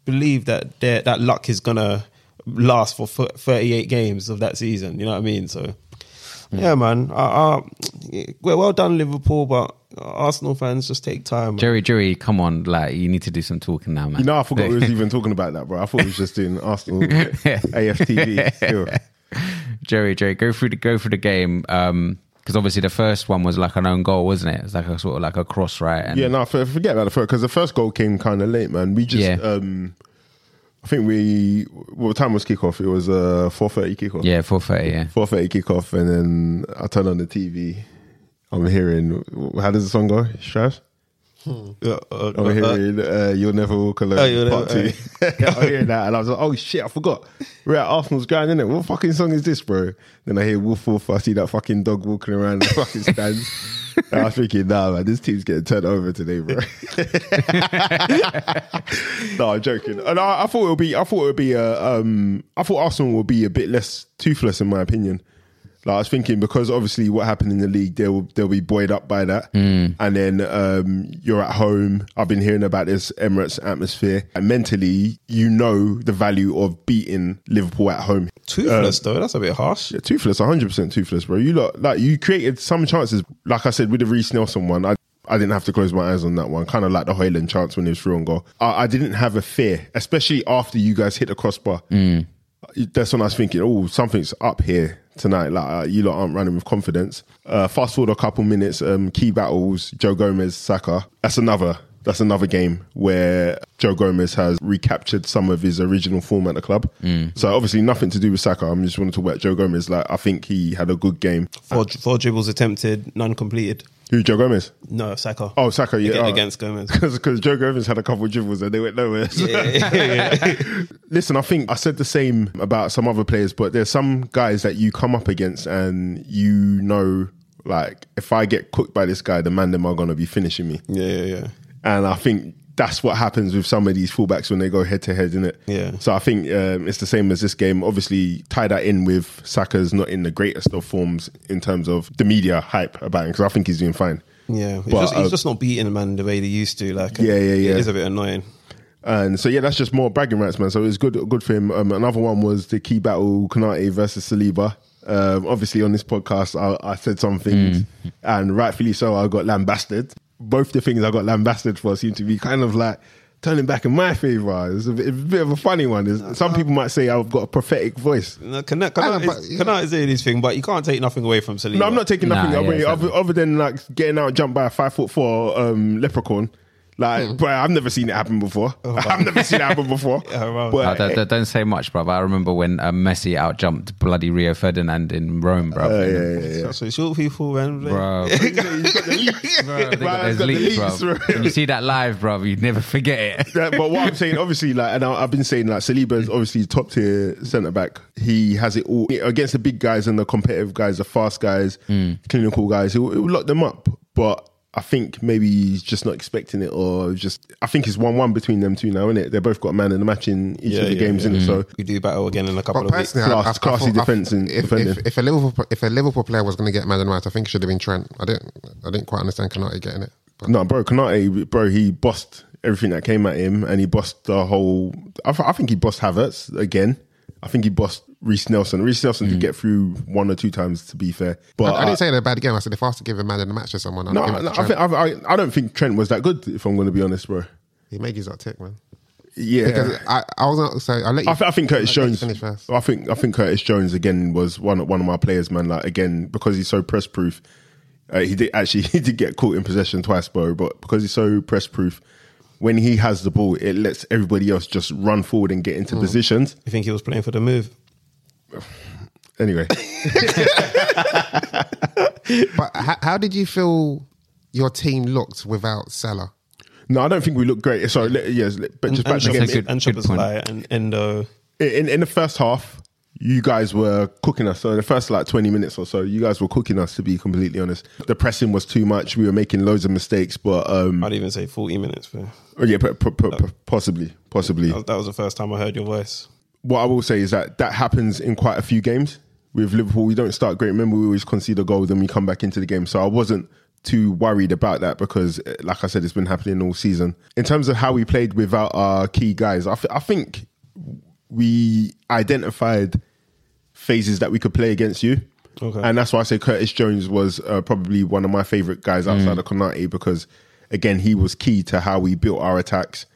believe that their- that luck is gonna last for thir- 38 games of that season. You know what I mean? So yeah, man. Uh, uh, well, well done Liverpool, but Arsenal fans just take time.
Jerry, Jerry, come on, like you need to do some talking now, man.
You know, I forgot we was even talking about that, bro. I thought we was just doing Arsenal AFTV still.
Jerry, Jerry, go through the go through the game. Um, because obviously the first one was like an own goal, wasn't it? It's like a sort of like a cross, right? And
Yeah, no, for- forget about the first because the first goal came kind of late, man. We just,
Yeah.
um, I think we, what time was kickoff? It was uh, four thirty kickoff.
yeah, four thirty. Yeah,
four thirty kickoff, and then I turn on the TV. I'm hearing, how does the song go, Strauss?
Uh, uh,
I'm
uh,
hearing uh, "You'll Never Walk Alone"
Oh, You'll
part
Never-
two. I'm hearing that, and I was like, "Oh shit, I forgot." We're at Arsenal's ground, innit? What fucking song is this, bro? Then I hear Wolf Wolf. I see that fucking dog walking around the fucking stands. And I was thinking, nah, man, this team's getting turned over today, bro. no, I'm joking. And I, I thought it would be, I thought it would be, a, um, I thought Arsenal would be a bit less toothless, in my opinion. Like I was thinking, because obviously what happened in the league, they'll they'll be buoyed up by that, and then um, you're at home. I've been hearing about this Emirates atmosphere, and mentally, you know the value of beating Liverpool at home.
Toothless though, that's a bit harsh.
uh, Yeah, toothless, 100% toothless, bro. You lot, like, you created some chances. Like I said, with the Reese Nelson one, I, I didn't have to close my eyes on that one. Kind of like the Hoyland chance when he was through on goal. I, I didn't have a fear, especially after you guys hit the crossbar. That's when I was thinking, oh, something's up here tonight. Like, uh, you lot aren't running with confidence. Uh, fast forward a couple minutes, um, key battles, Joe Gomez, Saka. That's another. That's another game where Joe Gomez has recaptured some of his original form at the club. So obviously nothing to do with Saka. I'm just wanting to work Joe Gomez. Like I think he had a good game.
Four, four dribbles attempted, none completed.
Who Joe Gomez?
No, Saka.
Oh Saka, yeah.
Again-
all right.
against Gomez.
because Joe Gomez had a couple of dribbles and they went nowhere. So- Listen, I think I said the same about some other players, but there's some guys that you come up against and you know, like, if I get cooked by this guy, the man them are going to be finishing me.
Yeah, yeah, yeah.
And I think that's what happens with some of these fullbacks when they go head to head, isn't it?
Yeah.
So I think um, it's the same as this game. Obviously, tie that in with Saka's not in the greatest of forms in terms of the media hype about him, because I think he's doing fine.
Yeah, he's,
But,
just, he's
uh,
just not beating man the way they used to. Like,
Yeah, yeah, yeah.
It is a bit annoying.
And so yeah, that's just more bragging rights, man. So it's good, good for him. Um, another one was the key battle, Kanate versus Saliba. Um, obviously, on this podcast, I, I said some things,
Mm.
and rightfully so, I got lambasted. Both the things I got lambasted for seem to be kind of like turning back in my favor. It's a bit, it's a bit of a funny one. It's, some people might say I've got a prophetic voice.
No, Kana,
I
Kana,
know, but-
is, Kana is doing his thing, but you can't take nothing away from Saliba.
No, I'm not taking
Nah,
nothing
yeah,
away
exactly.
other, other than like getting out jumped by a five foot four um, leprechaun. Like, bro, I've never seen it happen before. I've never seen it happen before.
Yeah, well.
Uh, don't, don't- don't say much, bro. But I remember when uh, Messi outjumped bloody Rio Ferdinand in Rome, bro.
Oh, yeah, yeah, yeah.
So it's your people, man.
Bro, Bro, they got
Right,
those
it's got the
leaks,
leaks,
bro.
bro.
When you see that live, bro, you'd never forget it.
Yeah, but what I'm saying, obviously, like, and I, I've been saying, like, Saliba is obviously top tier centre back. He has it all against
Mm.
the big guys and the competitive guys, the fast guys, clinical guys. He will, he will lock them up. But I think maybe he's just not expecting it, or just I think it's one-one between them two now, isn't it? They both got a man in the match in each
Yeah,
of the
yeah,
games,
yeah.
innit? So
Mm.
We do battle again in a couple
But
of weeks.
personally, I-
Class-
I, I,
classy
thought- I-
defense in
if,
defending.
if, if a Liverpool if a Liverpool player was going to get Man of the Match, I think it should have been Trent. I didn't I didn't quite understand Canate getting it. But
No, bro, Kanate, bro, he bossed everything that came at him, and he bossed the whole. I, th- I think he bossed Havertz again. I think he bossed Reese Nelson. Reese Nelson could get through one or two times, to be fair.
Mm.
But
I, I didn't
uh,
say they're a bad game. I said if I was to give a man in the match to someone, I'd
no.
give it
I,
to
no, I,
Trent.
think, I, I- I don't think Trent was that good. If I'm going to be honest, bro.
he made his up tick, man.
Yeah,
Because I, I wasn't. So I let you.
I, th- I think Curtis
let you
Jones.
finish first.
I think I think Curtis Jones again was one one of my players, man. Like again because he's so press proof. Uh, he did actually he did get caught in possession twice, bro. But because he's so press proof, when he has the ball, it lets everybody else just run forward and get into
Mm.
positions.
You think he was playing for the move?
Anyway,
But how, how did you feel your team looked without Salah?
no, I don't think we look great. Sorry, let, yes, let- but just
Mm,
back
And
to
That's
the game.
a good-
Chopper's- and
good
Chopper's
point.
lie and Endo.
in in the first half, you guys were cooking us. So in the first like twenty minutes or so, you guys were cooking us. To be completely honest, the pressing was too much. We were making loads of mistakes, but um,
I'd even say 40 minutes. But
Oh, yeah, p- p- p- p- possibly, possibly.
that was, that was the first time I heard your voice.
What I will say is that that happens in quite a few games with Liverpool. We don't start great. Remember, we always concede a goal, then we come back into the game. So I wasn't too worried about that because, eh, like I said, it's been happening all season. In terms of how we played without our key guys, I, th- I think we identified phases that we could play against you.
Okay.
And that's why I say Curtis Jones was uh, probably one of my favorite guys outside of Konate because, again, he was key to how we built our attacks.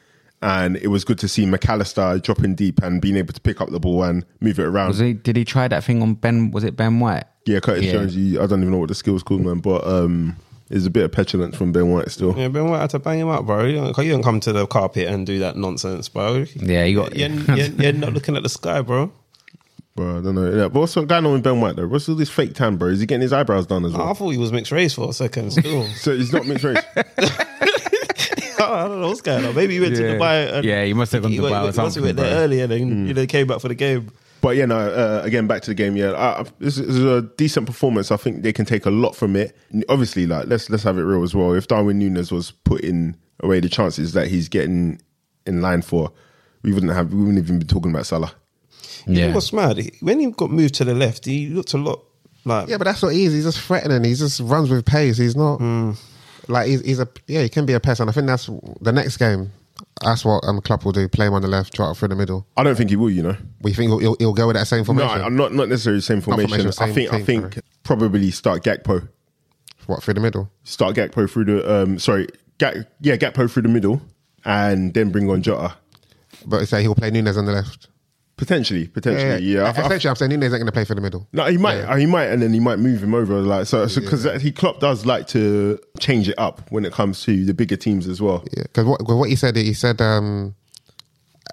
And it was good to see McAllister dropping deep and being able to pick up the ball and move it around.
Was he? Did he try that thing on Ben? Was it Ben White?
Oh. yeah, Curtis
Yeah.
Jones, he, I don't even know what the skill's called, man, but um, there's a bit of petulance from Ben White still.
Yeah, Ben White had to bang him up, bro. You don't, you don't come to the carpet and do that nonsense, bro.
Yeah, you got-
You're, you're, you're not looking at the sky, bro.
Bro, I don't know. Yeah, but what's going on with Ben White, though? What's all this fake tan, bro? Is he getting his eyebrows done as well?
I thought he was mixed race for a second still.
So he's not mixed race.
I don't know what's going on. Maybe he went
Yeah.
to Dubai. And
Yeah, he must have gone to
went-
Dubai or
must have
something,
went there
bro. Mm.
earlier, then you know, came back for the game.
But yeah, no. Uh, again, back to the game. Yeah, I, I- this is a decent performance. I think they can take a lot from it. And Obviously, like let's let's have it real as well. If Darwin Nunes was putting away the chances that he's getting in line for, we wouldn't have we wouldn't even be talking about Salah.
You know what's mad? He- When he got moved to the left, he looked a lot like.
Yeah, but that's what he is. He's just threatening. He just runs with pace. He's not like he's, he's a yeah. He can be a pest, and I think that's the next game. That's what um Klopp will do. Play him on the left, try out through the middle.
I don't think he will. You know,
We think he'll, he'll, he'll go with that same
no,
formation.
I'm not not necessarily the same
formation,
formation. I
same
think I
team,
think
sorry.
probably start Gakpo,
what through the middle?
start Gakpo through the um sorry, Gak, yeah Gakpo through the middle, and then bring on Jota
But say he'll play Nunes on the left. E-,
potentially potentially. Yeah, I- I-
Essentially, I'm saying Nunes ain't going to play for the middle.
No, he might. He might, and then he might move him over. Like so, because he Klopp does like to change it up when it comes to the bigger teams as well.
Yeah, because what 'cause what he said, he said, um,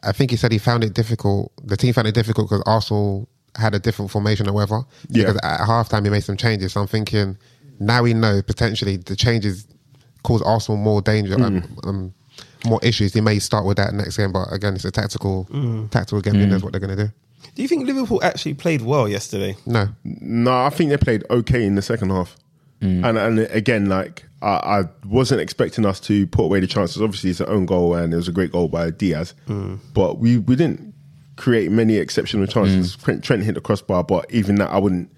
I think he said he found it difficult. The team found it difficult because Arsenal had a different formation or whatever.
Yeah.
Because at halftime he made some changes. So I'm thinking now we know potentially the changes cause Arsenal more danger, um, um, more issues. They may start with that next game, but again, it's a tactical tactical game. That's what they're going to do.
Do you think Liverpool actually played well yesterday?
No,
No, I think they played okay in the second half, and and again, like I, I wasn't expecting us to put away the chances. Obviously, it's an own goal, and it was a great goal by Diaz, but we we didn't create many exceptional chances. Trent, Trent hit the crossbar, but even that, I wouldn't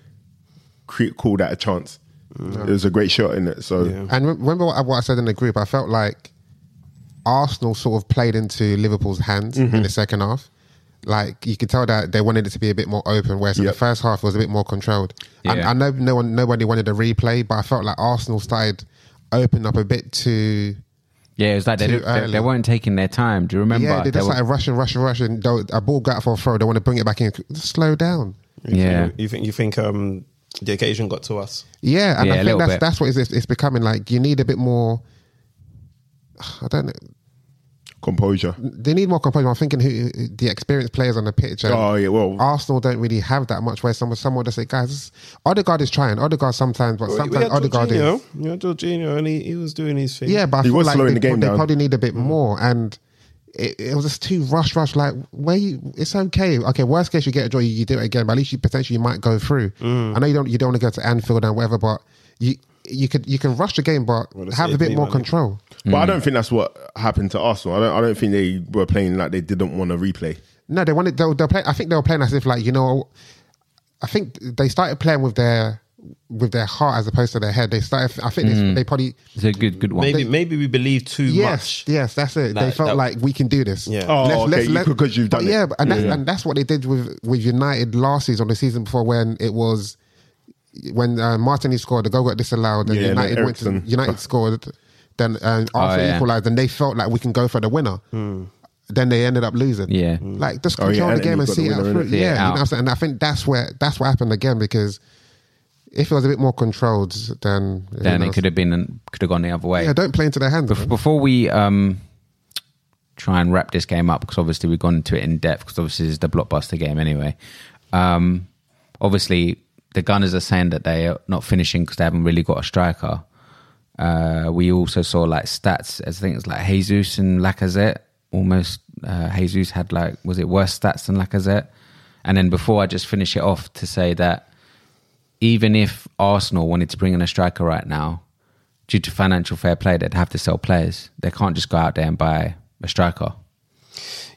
cre- call that a chance. It was a great shot in it. So
Yeah.
And re- remember what I, what I said in the group? I felt like Arsenal sort of played into Liverpool's hands
Mm-hmm.
in the second half. Like you could tell that they wanted it to be a bit more open, whereas in the
Yep.
first half it was a bit more controlled. And
Yeah.
I know no one, nobody wanted a replay, but I felt like Arsenal started opening up a bit too.
Yeah, it was like they,
Too
didn't- they,
early.
they weren't taking their time. Do you remember?
yeah, they
They
just
were-
started rushing, rushing, rushing. Though A ball got out for a throw. They want to bring it back in. Just slow down.
yeah.
You think you think um, the occasion got to us?
Yeah, and
Yeah, a
I think
little
that's
bit.
that's what it's, it's becoming. Like you need a bit more. I don't know.
composure.
they need more composure. I'm thinking who who- the experienced players on the pitch. and
Oh, yeah, well-
Arsenal don't really have that much. Where someone someone just say, guys, Odegaard is trying. Odegaard sometimes, but
We
sometimes
had
Odegaard
Jorginho.
is.
You had Jorginho and he, he was doing his thing.
Yeah, but I
He
feel
was
like
slowing
they,
the game
they
down.
probably need a
Mm.
bit more. And it, it was just too rush, rush. Like where you, it's okay. Okay, worst case you get a draw,
Mm.
you, you do it again. But at least you potentially you might go through. I know you don't you don't want to go to Anfield and whatever, but you you could you can rush the game, but
Well, that's
have
it,
a bit
me,
more
man.
control.
But I don't think that's what happened to Arsenal. I don't. I don't think they were playing like they didn't want to replay.
No, they wanted. They were, they were playing. I think they were playing as if like you know. I think they started playing with their with their heart as opposed to their head. They started. I think they, they probably.
It's a good, good one.
Maybe maybe we believe too
Yes,
much.
yes, that's it. they
Like,
felt
that-
like we can do this.
Yeah.
Oh, okay, you- 'cause you've done
but
it.
Yeah, but- and that's, and that's what they did with with United last season, or the season before, when it was when uh, Martinelli scored, the goal got disallowed, and
Yeah, and
United
then
went to,
Eriksen.
United scored. Then um, Arsenal
Oh, yeah. Hmm.
equalised, and they felt like we can go for the winner. Then they ended up losing.
Yeah. Mm.
like just
Oh, yeah,
control
and
the game
you
and
got the
see it out
winner,
through.
innit?
Yeah,
Yeah,
you know
out.
what I'm saying? and I think that's where that's what happened again because if it was a bit more controlled, then who
then it
knows?
could have been could have gone the other way.
yeah, don't play into their hands.
Bef-
man.
Before we um, try and wrap this game up, because obviously we've gone into it in depth, because obviously this is the blockbuster game anyway. Um, obviously, the Gunners are saying that they are not finishing because they haven't really got a striker. Uh, we also saw like stats, I think it's like Jesus and Lacazette. Almost, uh, Jesus had like, was it worse stats than Lacazette? And then before I just finish it off to say that even if Arsenal wanted to bring in a striker right now, due to financial fair play, they'd have to sell players. They can't just go out there and buy a striker.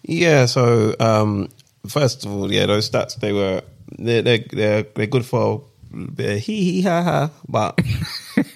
Yeah. So um, first of all, yeah, those stats they were they they they're, they're good for a bit of hee hee ha ha, but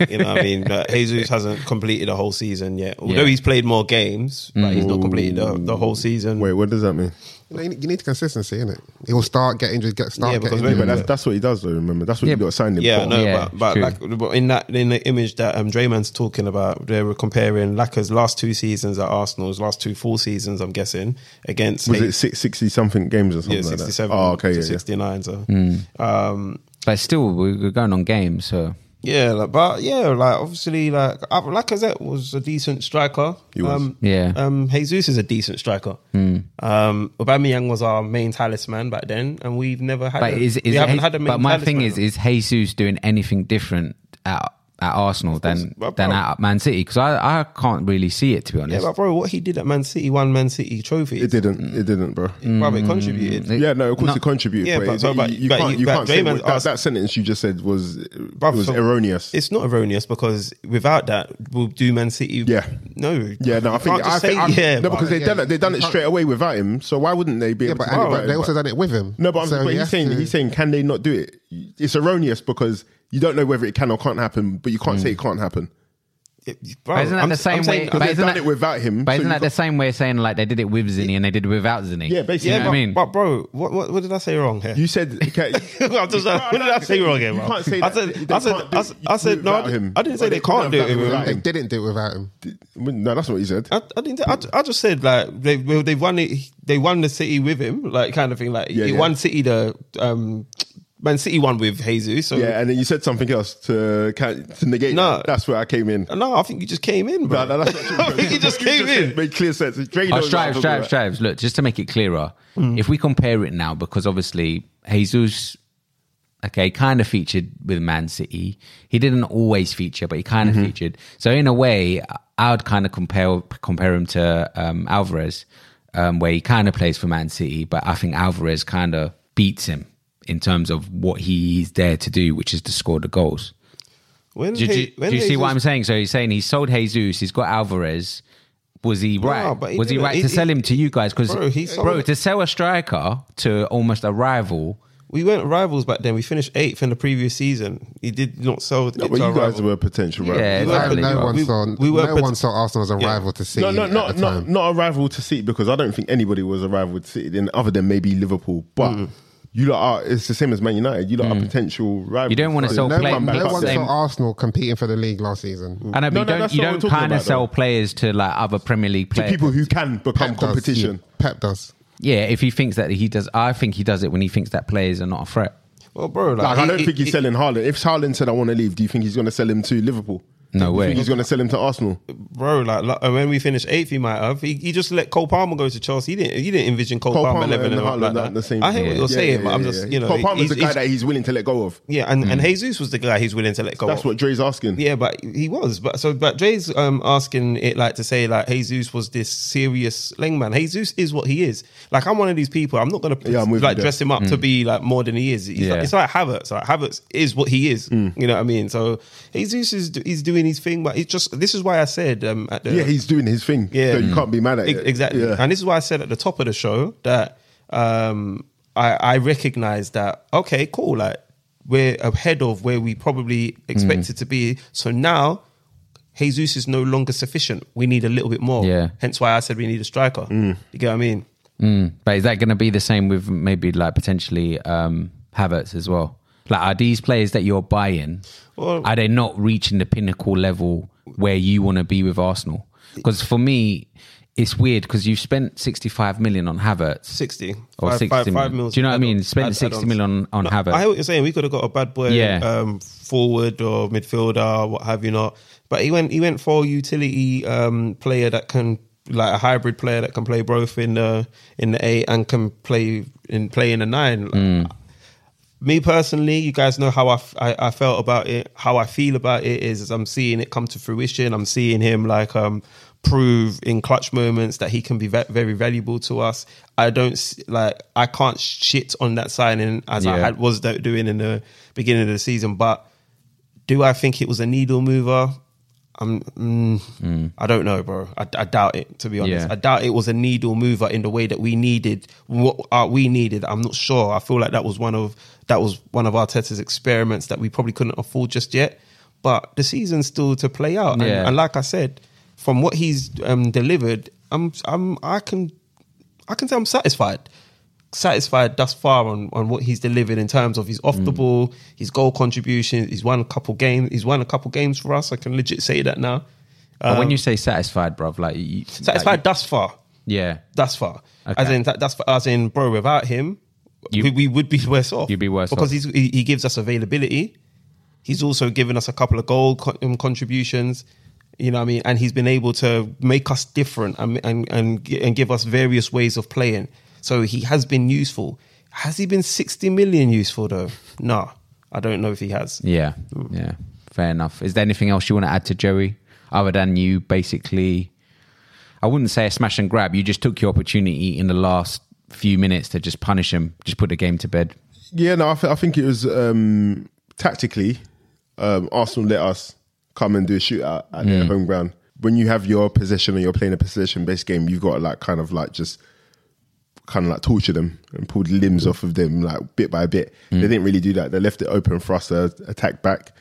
you know what I mean. But Jesus hasn't completed a whole season yet. Although
Yeah.
he's played more games, but he's not completed the, the whole season.
Wait, what does that mean?
You, know, you need- you need consistency, innit? He will start, get injured, get start,
Yeah,
get
because
Wait,
injured.
but that's, that's what he does, though. Remember, that's what
Yeah,
you got signed him
Yeah,
for.
no,
Yeah,
but, but
true.
like but in that in the image that um Draymond's talking about, they were comparing Laka's last two seasons at Arsenal's last two full seasons, I'm guessing, against
Was
Hay-
it six, 60 something games or something
yeah,
like
sixty
that?
seven
Oh, okay, yeah,
to
yeah.
sixty nine. So
Hmm.
um
But still, we- we're going on games, so
yeah, like, but yeah, like obviously, like uh, Lacazette was a decent striker.
He was.
Um,
Yeah. Hmm.
Um, Jesus is a decent striker. Um, Aubameyang was our main talisman back then, and we've never had.
But
a-
is, is
we
it-
haven't had a main
But my thing
talisman.
is, is Jesus doing anything different at at Arsenal than
Well,
than
bro.
at Man City? Because I I can't really see it to be
yeah,
honest.
but bro, what he did at Man City won Man City trophies.
It didn't. It didn't, bro.
Hmm.
Bruv, it contributed.
It-
Yeah, no, of course
No.
it contributed.
Yeah,
but,
but-
it's-
but- but-
you, you
but
can't,
you-
you
but
can't say
Draymond
what- that,
asked-
that sentence you just said was
Bruv,
was
so-
erroneous.
It's not erroneous because without that, we'll do Man City.
Yeah.
No.
Yeah, no, I
You can't
think
just
I think
say,
I-
yeah,
no,
but-
because they done
yeah,
it. They done it straight away without him. So why wouldn't they be
yeah,
able
but,
to do
and-
it
but
without
they
him?
also done it with him.
No, but, I'm,
So
but
you
he's
have
saying
to-
he's saying can they not do it? It's erroneous because you don't know whether it can or can't happen, but you can't say it can't happen.
It-
But isn't that
I'm-
the same
I'm
way?
saying-
but
they've
isn't
done
that-
it without him,
But
so
isn't
you
that the
got-
same way of saying like they did it with Zinny and they did it without Zinny?
Yeah, basically.
You know
yeah,
what
but,
I mean?
but bro, what, what, what did I say wrong here?
You said okay,
I'm just like, what did I say wrong here,
You
bro?
can't say
I
that.
said,
They
I said,
can't do
I
it
said, I said no, I
without him.
didn't, I didn't say
But
they
they
can't
couldn't
do
have
it
done it
without Uh,
without
They
him.
didn't do it without him.
no, that's not what he said.
I, I didn't. I, I just said like they well, they won it. They won the city with him, like kind of thing. Like
Yeah,
he
yeah.
won city the um, Man City won with Jesus. So
Yeah, and then you said something else to can, to negate.
No.
that. that's where I came in.
no, I think you just came in, bro.
No, no, that's not true,
I think you just came in.
said Made clear sense. Dre
Oh,
knows what I'm
strives,
talking
strives,
about.
strives. Look, just to make it clearer, if we compare it now, because obviously Jesus, okay, kind of featured with Man City. He didn't always feature, but he kind of featured. So in a way, I would kind of compare compare him to um, Alvarez, um, where he kind of plays for Man City, but I think Alvarez kind of beats him in terms of what he's there to do, which is to score the goals.
When
Do,
he-
do,
when
do you see
Jesus-
what I'm saying? So he's saying he sold Jesus. He's got Alvarez. Was he right?
but he
was he
didn't.
right
He-
to
he-
sell him to you guys? Because
Bro,
bro,
he sold it.
to sell a striker to almost a rival.
We weren't rivals back then. We finished eighth in the previous season. He did not sell it
No, but
to our
you guys
rival.
were potential rivals.
Yeah,
We were-
No,
exactly.
no
bro.
one
We-
saw
we were
no
pot-
one saw Arsenal as a
Yeah.
rival to see.
No, no,
at
not,
the time.
not, not a rival to City because I don't think anybody was a rival to City then, other than maybe Liverpool. But
Mm.
you lot are, it's the same as Man United. You lot are potential rivals.
You don't want to
Like,
sell
No
come
players.
one,
back
no
up
one
there.
saw Arsenal competing for the league last season.
I know, but
No,
you
no,
don't,
that's
you
not what I'm
don't
talking
kind of
about,
sell
though.
players to like other Premier League
to
players.
people who can become
Pep does.
competition.
Pep does.
yeah, if he thinks that he does, I think he does it when he thinks that players are not a threat.
Well, bro, like,
Like, I don't
he-
think
he-
he's selling Haaland. If Haaland said, I want to leave, do you think he's going to sell him to Liverpool?
No
You
way.
think he's going to sell him to Arsenal.
bro. Like, like when we finished eighth, he might have. He, he just let Cole Palmer go to Chelsea. He didn't. He didn't envision Cole,
Cole
Palmer,
Palmer
leveling
and
him up
Haaland
like
are
that.
the same
I hear
thing.
what you're
Yeah,
saying,
yeah,
but I'm
yeah,
just
yeah.
you know.
Cole Palmer's
he's-
the guy
he's-
that he's willing to let go of.
yeah, and, and Jesus was the guy he's willing to let go.
That's
of.
what Dre's asking.
Yeah, but he was. But so, but Dre's um, asking it like to say like Jesus was this serious lang man. Jesus is what he is. Like I'm one of these people. I'm not gonna
Yeah, I'm with you
like
there.
dress him up to be like more than he is. He's
Yeah.
like, it's like Havertz. Like Havertz is what he is.
Mm.
You know what I mean? So Jesus is he's doing his thing, but it's just this is why I said um, at the
Yeah, he's doing his thing.
Yeah.
So you can't be mad at
E-
it.
Exactly.
Yeah.
And this is why I said at the top of the show that um, I, I recognize that, okay, cool, like we're ahead of where we probably expected
Mm.
to be. So now Jesus is no longer sufficient. We need a little bit more.
Yeah.
Hence why I said we need a striker. You get what I mean?
Mm. But is that going to be the same with maybe like potentially um, Havertz as well? Like, are these players that you're buying,
Well-
are they not reaching the pinnacle level where you want to be with Arsenal? Because for me, it's weird because you've spent 65 million on Havertz
60.
or
Five-
60
five-
million.
five mils
Do you know what I mean?
add-ons-
Spent
add-
60
add-ons.
million on, on
No,
Havertz.
I hear what you're saying. We could have got a bad boy
Yeah.
um, forward or midfielder, what have you not. But he went he went for a utility um, player that can like a hybrid player that can play both in the in the eight and can play in play in the nine. Me personally, you guys know how I, f- I- I felt about it. How I feel about it is, is I'm seeing it come to fruition. I'm seeing him like um prove in clutch moments that he can be ve- very valuable to us. I don't s- like I can't shit on that signing as I
Yeah.
had was do- doing in the beginning of the season, but do I think it was a needle mover? I'm, mm, I don't know, bro. I, I doubt it. To be honest,
Yeah.
I doubt it was a needle mover in the way that we needed what uh, we needed. I'm not sure. I feel like that was one of that was one of Arteta's experiments that we probably couldn't afford just yet. But the season's still to play out, and,
Yeah.
and like I said, from what he's um, delivered, I'm, I'm, I can, I can say I'm satisfied satisfied thus far on, on what he's delivered in terms of his off
Mm.
the ball, his goal contribution. He's won a couple games. He's won a couple games for us. I can legit say that now.
But when you say satisfied, bruv, like you,
um, Satisfied
like
thus far.
you- yeah,
Thus far.
Okay.
As in that, that's as in bro. Without him,
You-
we, we would be worse off.
You'd be worse
because
off.
he's, he, he gives us availability. He's also given us a couple of goal co- um, contributions. You know what I mean? And he's been able to make us different and and and, gi- and give us various ways of playing. So he has been useful. Has he been sixty million useful though? Nah, I don't know if he has.
yeah, yeah. Fair enough. Is there anything else you want to add to Joey other than you basically? I wouldn't say a smash and grab. You just took your opportunity in the last few minutes to just punish him, just put the game to bed.
Yeah, no, I, th- I think it was um, tactically, um, Arsenal let us come and do a shootout at their home ground. When you have your possession and you're playing a possession based game, you've got to like kind of like just kind of like torture them and pull the limbs off of them like bit by bit. They didn't really do that. They left it open for us to attack back.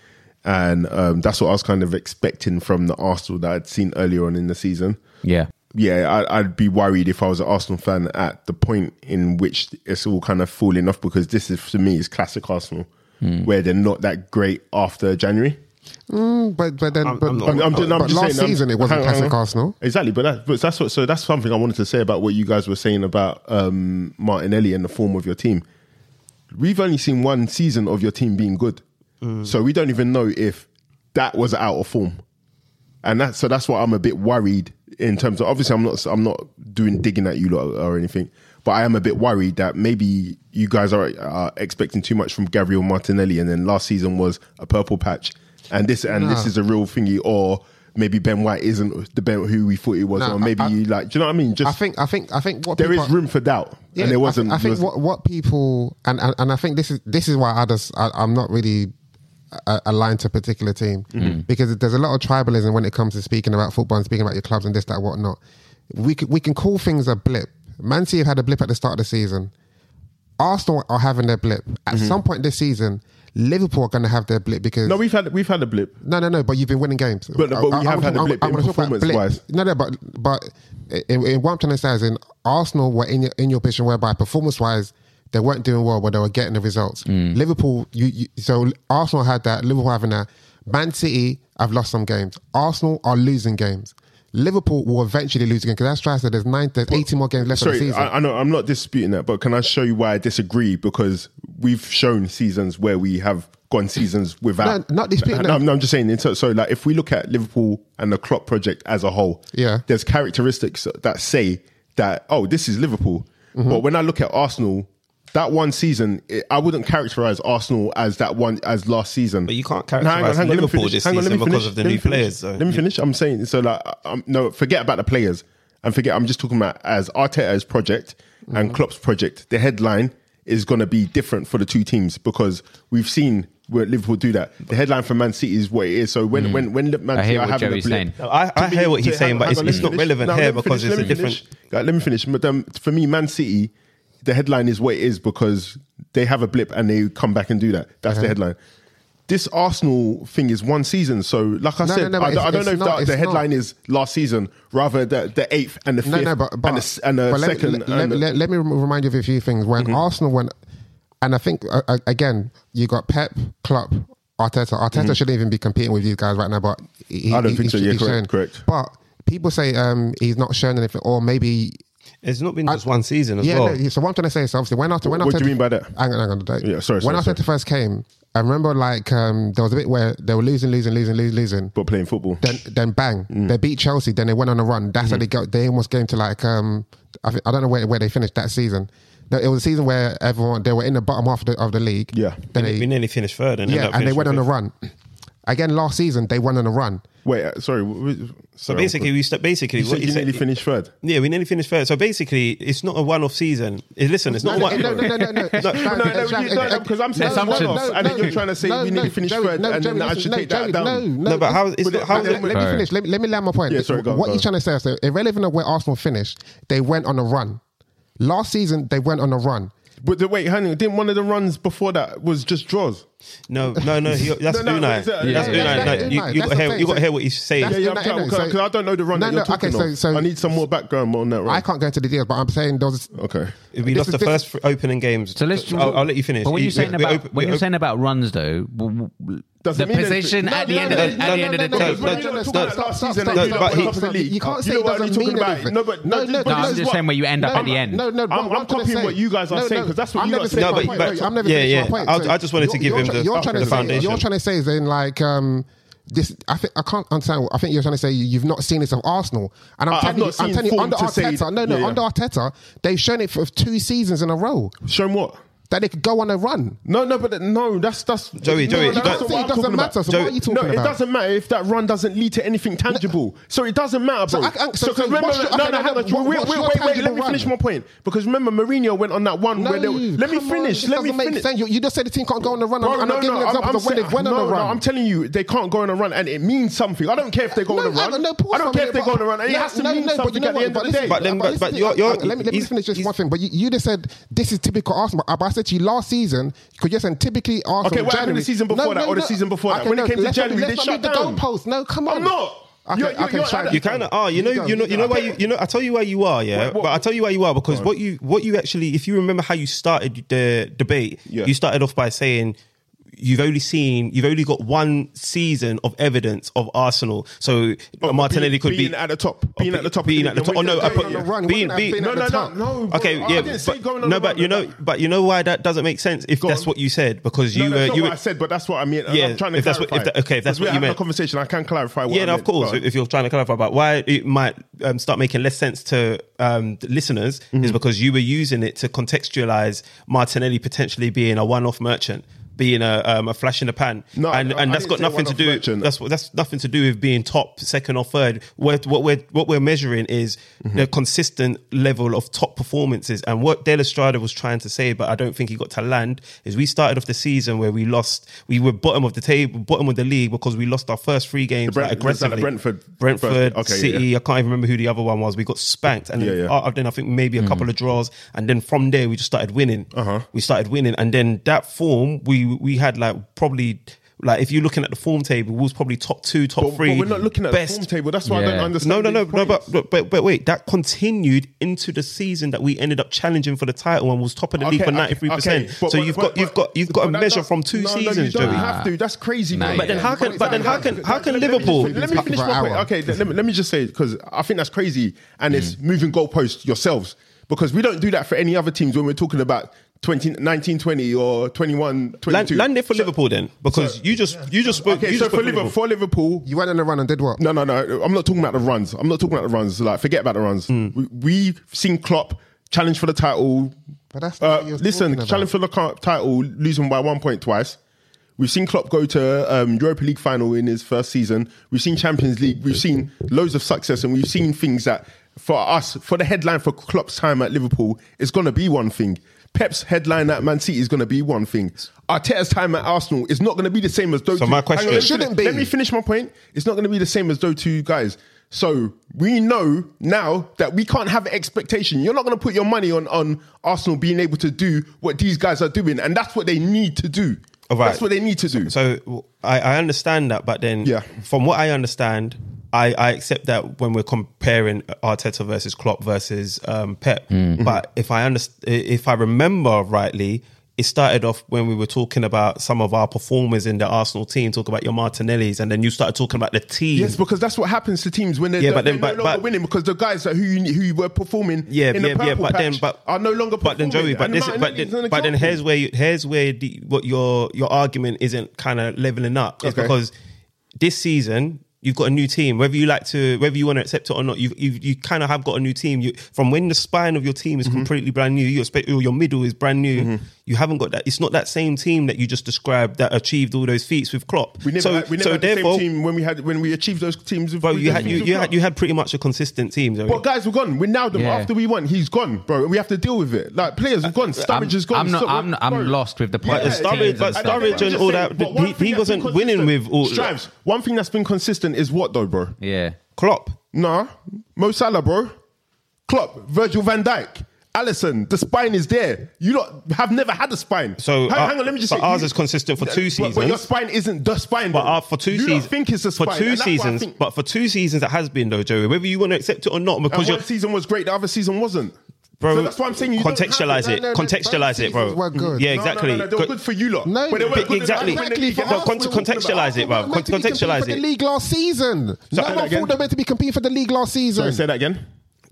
And um, that's what I was kind of expecting from the Arsenal that I'd seen earlier on in the season
Yeah,
yeah, I, I'd be worried if I was an Arsenal fan at the point in which it's all kind of falling off because this is to me is classic Arsenal, where they're not that great after January.
Mm, but but then
I'm-
but,
I'm not-
but,
I'm- I'm ju- I'm
but
just
last
saying, I'm-
season it wasn't
hang on, hang
classic
on.
Arsenal.
Exactly, but, that, but that's what. So that's something I wanted to say about what you guys were saying about um, Martinelli and the form of your team. We've only seen one season of your team being good,
Mm.
so we don't even know if that was out of form, and that's so that's why I'm a bit worried in terms of. Obviously, I'm not. I'm not doing digging at you lot or anything, but I am a bit worried that maybe you guys are, are expecting too much from Gabriel Martinelli, and then last season was a purple patch, and this and this
Nah.
is a real thingy, or maybe Ben White isn't the Ben who we thought he was,
Nah,
or maybe
I- I-
you like, do you know what I mean?
I
Just
think I think I think what
there
people
is room for doubt, and there wasn't.
I, thi- I think
was-
what what people and, and and I think this is this is why I just I, I'm not really uh, aligned to a particular team because there's a lot of tribalism when it comes to speaking about football and speaking about your clubs and this that whatnot. We c- we can call things a blip. Man City have had a blip at the start of the season. Arsenal are having their blip. At some point this season, Liverpool are going to have their blip because
no, we've had we've had a blip.
no, no, no. But you've been winning games.
But- but we have
wanna
had a
talk-
blip in
wanna talk about
performance wise.
No, no. But but in, in what I'm trying to say is, in Arsenal were in your, in your position whereby performance wise they weren't doing well, but they were getting the results. Liverpool, you, you so Arsenal had that. Liverpool having that. Man City have lost some games. Arsenal are losing games. Liverpool will eventually lose again because that's try said there's nine, there's 80 more games left of the
Sorry,
season.
I, I know I'm not disputing that, but can I show you why I disagree? Because we've shown seasons where we have gone seasons without.
No, not disputing
No,
that.
I'm- no, I'm just saying. in ter- So, like, if we look at Liverpool and the Klopp project as a whole,
Yeah.
there's characteristics that say that oh, this is Liverpool.
Mm-hmm.
But when I look at Arsenal, that one season, it, I wouldn't characterize Arsenal as that one as last season.
But you can't
No, hang on,
characterize
hang on, let me
Liverpool
finish.
this
Hang on, let
season
me
because
finish.
of the
Let me
new
finish.
players. So,
Let me
yeah.
finish. I'm saying so. Like, um, no, forget about the players and forget. I'm just talking about as Arteta's project
Mm.
and Klopp's project. The headline is going to be different for the two teams because we've seen where Liverpool do that. The headline for Man City is what it is. So when
Mm.
when when the Man
I
City
hear
are
what
having
Jerry's
a blip,
saying.
No, I- I
to be-
hear what he's
to-
saying,
hang
but
on,
it's-
hang on,
it's
let me
not
finish.
relevant
No,
here
let me
because it's
finish, let
a
me finish.
different-
Like, let me finish. But um, for me, Man City, the headline is what it is because they have a blip and they come back and do that. That's the headline. This Arsenal thing is one season, so like I
No,
said,
no, no, but
I, don't- I
it's-
don't know
it's
if
not-
the- the
it's
headline
not.
is last season rather the, the eighth and the fifth
No, no, but, but
and the, s- and the
but let me-
second.
Let,
and Mm-hmm. the-
let- let me rem- remind you of a few things. When Arsenal went, and I think uh, uh, again, you got Pep, Klopp, Arteta. Arteta shouldn't even be competing with you guys right now, but he,
Mm-hmm. I don't
he-
think so.
he's-
Yeah,
he's
correct,
shown.
correct.
But people say um, he's not shown anything, or maybe
It's not been just one season as
yeah.
well.
no, so what I'm trying to say is obviously when after when
What
after
do you mean by that?
Hang on, hang on. don't-
Yeah, sorry,
When
sorry,
Arteta
sorry.
first came, I remember like um, there was a bit where they were losing, losing, losing, losing, losing.
but playing football,
then then bang,
Mm.
they beat Chelsea. Then they went on a run. That's how they got. They almost came to like um, I, thi- I don't know where, where they finished that season. No, it was a season where everyone they were in the bottom half of the, of the league.
Yeah.
then
We
they,
nearly finished third, and
yeah,
ended up
and they
finishing
went on a
fifth.
run. Again, last season they went on a run.
wait, uh, sorry. what was- sorry
So basically, we st- basically
you
what
said
you
you
said-
nearly finished third.
Yeah, we nearly finished third. So basically, it's not a one-off season. Eh, Listen, it's not a
No,
one.
no, no, no, no, no.
No,
No, no, no,
Exactly.
you don't know, because I'm saying
No,
one
no,
off, and then you're trying to say
no,
we need to
no,
finish
Joey,
third,
no,
and
Joey,
then I
listen,
should
no,
take that
Joey,
down.
No, no,
No, but how- it's
but
not- how-
let, let, let me
Sorry.
finish. Let me, let me land my point.
Yeah, sorry, go on,
what
go
you're
on.
trying to say is that irrelevant of where Arsenal finished, they went on a run. Last season, they went on a run.
But the, wait, hang on, didn't one of the runs before that was just draws?
No, no, no. he- That's
No, no,
Unai.
it's, uh,
That's Unai.
yeah, yeah,
No,
yeah,
you- You got
Unai. That's
to
what
hear.
I'm
You got to
saying.
hear what he's saying.
That's
Yeah, yeah,
No,
I'm trying
no,
because
so-
I don't know the run
No,
that
no,
you're talking
okay, so-
of.
so-
I need some more background on that run.
I can't go into the details, but I'm saying there was
Okay.
We
This
lost
is
the
diff-
first fr- opening games.
So let's.
I'll, I'll let you finish.
But when
You-
you're saying
we- we
about
open-
when
we
you're
open-
saying about runs though, w- w-
Doesn't
the
mean anything.
position
No,
at the
no,
end
no,
of the-
no,
at the end of the
no,
day.
because when
No, no,
you're
no,
talking about
stop,
last
stop,
season,
stop,
you
No,
know
but
what
he-
top of the league.
you can't
You
say
know
it
what I
doesn't
mean?
mean
Talking about-
anything.
No, but
No,
no,
no,
but
I'm
this is
just
what-
saying where you end up at
no,
the end.
No, no,
I'm-
what
I'm copying
trying to
what
say-
you guys are saying, 'cause that's what
I'm
you
never
lot
finished
said.
my
No,
point,
but-
wait,
but-
I'm never
yeah,
finished
yeah.
my point.
I'll- I'll just wanted to
you're-
give
you're
him
try-
the-
You're
the
trying to say,
foundation.
you're trying to say is in like um, this. I think I can't understand. I think you're trying to say you- you've not seen this of Arsenal, and I'm
I've
telling you,
not
I'm
seen
telling you,
form
under
to say-
Arteta, no, no,
Yeah, yeah.
under Arteta, they've shown it for two seasons in a row
Show him what?
that they could go on a run.
No, no, but that- no, that's that's
Joey,
no,
Joey, you
that's
can't
not what
say it
I'm
doesn't
talking
matter, so
about.
what are you
no,
talking
it
about?
doesn't matter if that run doesn't lead to anything tangible. So it doesn't matter,
So
bro.
I- I- so-
So, 'cause
so
remember,
what's your-
no,
okay,
no,
no,
hang on.
what's
Wait, wait,
your
wait, wait, Let me
tangible
finish
run?
my point because remember, Mourinho went on that one
No,
where they let me
come on,
finish.
this
Let me
doesn't make
finish.
sense. You, you just said the team can't go on a run. I'm, I'm not giving examples of when
saying-
they've went
no,
on a run.
No, I'm telling you, they can't go on a run, and it means something. I don't care if they go on
No,
a run.
no, pause
I don't
for a
care if they
minute,
go on
but-
a run. It has to mean
but
something
you know
at the
what?
end
But
of the
listen,
day.
But then- but-
listen,
but you're- you're-
let me, let me
he's-
finish just
he's-
one thing. But you, you just said this is typical Arsenal. But I said to you last season because you're saying typically Arsenal.
Okay, what
January,
happened the season before that or the season before that? When it came to
let's not-
January,
let's
they
not
shut
leave
down.
The goalpost. No, come on.
I'm not.
Okay,
You're- you're-
okay,
you're-
Shai,
you
You kind of are. You know,
go,
you know, you know
go.
why you, you know. I tell you why you are, yeah.
Wait, what-
but I tell you why you are because what you what you actually, if you remember how you started the debate,
Yeah.
you started off by saying you've only seen, you've only got one season of evidence of Arsenal. So Martinelli
being-
could
being
be Oh,
at the top. Being at the top.
being at the
And
top. Oh
when
no,
you're
I put
going on a
run,
being,
wouldn't that
being,
been
No,
at
no,
the
no,
top.
no. bro.
Okay,
I
yeah,
didn't say
but,
going on
no,
a
but
run.
you know, but you know why that doesn't make sense if
Go
that's
on.
what you said because you
no,
were
that's not
you
what
were-
I said, but that's what I mean. and
Yeah,
I'm trying to
if that's what-
clarify.
if that- okay, if that's
Because we're
what you
having a
meant.
conversation. I can clarify. What
yeah,
I
no, of
meant,
course.
but-
If you're trying to clarify about why it might um, start making less sense to um, the listeners,
Mm-hmm.
is because you were using it to contextualize Martinelli potentially being a one-off merchant, being a, um, a flash in the pan,
No,
and
I- I
and that's
didn't
got
say
nothing to
one-off
do.
merchant.
That's what that's nothing to do with being top, second, or third. What what we're what we're measuring is
Mm-hmm.
the consistent level of top performances, and what De La Strada was trying to say, but I don't think he got to land. Is we started off the season where we lost, we were bottom of the table, bottom of the league because we lost our first three games
Brent-
like,
was that
aggressively.
Brentford?
Brentford,
First- okay,
City.
yeah, yeah.
I can't even remember who the other one was. We got spanked, and then,
Yeah, yeah.
uh, then I think maybe a couple of draws, and then from
Uh-huh.
there we just started winning. We started winning, and then that form we we had like probably Like if you're looking at the form table, Wolves probably top two, top
But, but
three.
we're not looking at
best.
the form table. That's why I
Yeah.
don't
No,
understand.
no, no,
these
no.
points.
But, but but but wait, that continued into the season that we ended up challenging for the title and was top of the league
Okay,
for
okay,
ninety three percent.
okay,
So
but- but-
you've
but-
got you've got you've
but-
got to
but that
measure
does-
from two
no,
seasons.
No, you don't
Joey.
have to. That's crazy.
Nah,
bro.
But then
how can- but then how can- how can Liverpool-
Let me finish my
Hour.
point. Okay, th- let me, let me just say because I think that's crazy, and it's moving goalposts yourselves because we don't do that for any other teams when we're talking about 20, 19, 20 or 21, 22.
Land, land it for
So-
Liverpool then, because you just you just spoke.
Okay,
you
so
just
for
spoke
Liverpool, for Liverpool,
You went on a run and did what?
no, no, no. I'm not talking about the runs. I'm not talking about the runs. Like, forget about the runs.
Hmm.
We, we've seen Klopp challenge for the title.
But that's not
uh,
what you're
listen,
talking about.
challenge for the cu- title, losing by one point twice. We've seen Klopp go to um, Europa League final in his first season. We've seen Champions League. We've seen loads of success, and we've seen things that for us, for the headline for Klopp's time at Liverpool, is going to be one thing. Pep's headline at Man City is going to be one thing. Arteta's time at Arsenal is not going to be the same as those.
So
two-
my
Hang on,
question-
let me
Shouldn't
finish-
be.
Let me finish my point. It's not going to be the same as those two guys. So we know now that we can't have expectation. You're not going to put your money on on Arsenal being able to do what these guys are doing, and that's what they need to do.
All right.
That's what they need to do.
So w- I, I understand that, but then
Yeah.
from what I understand, I, I accept that when we're comparing Arteta versus Klopp versus um, Pep. But if I understand, if I remember rightly, it started off when we were talking about some of our performers in the Arsenal team, talk about your Martinellis, and then you started talking about the team.
Yes, because that's what happens to teams when they're,
Yeah, but
they're
then-
no
but-
longer
but-
winning because the guys that who you, who were performing
yeah,
in
yeah,
the
yeah,
purple
but
patch
then, but
are no longer
But then,
performing.
Joey, but
And
this,
Martin
but
Lee's
then,
an
but then,
example.
here's where you, here's where the, what your your argument isn't kind of leveling up. It's
Okay.
because this season you've got a new team. Whether you like to, whether you want to accept it or not, you you, you kind of have got a new team. You from when the spine of your team
Mm-hmm.
is completely brand new, your spe- your middle is brand new. You haven't got that. It's not that same team that you just described that achieved all those feats with Klopp.
we never,
so
had, we never
so
had the
therefore.
same team when we had when we achieved those teams. with-
Bro,
with
you
those
had you,
teams with
you
Klopp.
had you had pretty much a consistent team. Zoe.
But guys, we're gone. We're now them
Yeah.
after we won. He's gone, bro. We have to deal with it. Like players have gone. Sturridge is gone.
I'm not-
So-
I'm not- I'm
bro.
lost with the point
of Sturridge,
teams and
but
stuff,
Sturridge
bro.
I'm just
all that-
but one
he- he
thing that's
wasn't
been
winning
consistent-
with all-
Strives. One thing that's been consistent is what though, bro?
Yeah.
Klopp,
Nah, Mo Salah, bro. Klopp, Virgil Van Dijk, Allison. The spine is there. You lot have never had a spine.
So,
hang,
uh,
hang on, let me just.
but
say,
ours
you-
is consistent for two
But, but your
seasons.
spine isn't the spine.
But
bro.
uh, for two
you lot
seasons,
think it's the spine.
for two
and that's why I
seasons,
think-
but for two seasons it has been though, Joey. Whether you want to accept it or not,
and
because you're
one season was great, the other season wasn't.
bro.
so that's why I'm saying you don't have
contextualize it,
no, no, no,
contextualize
both
it, bro.
seasons were good.
Yeah,
No,
exactly.
No, no, no, they were good for you lot.
No,
but they weren't
but
good
exactly.
enough
Exactly.
for
For
us
us,
to
cont-
talk about.
contextualize it, bro.
We're meant to be
Contextualize
competing for
it.
the league last season.
say
no
that
one
again.
thought they were meant to be competing for the league last season.
Sorry, say that again.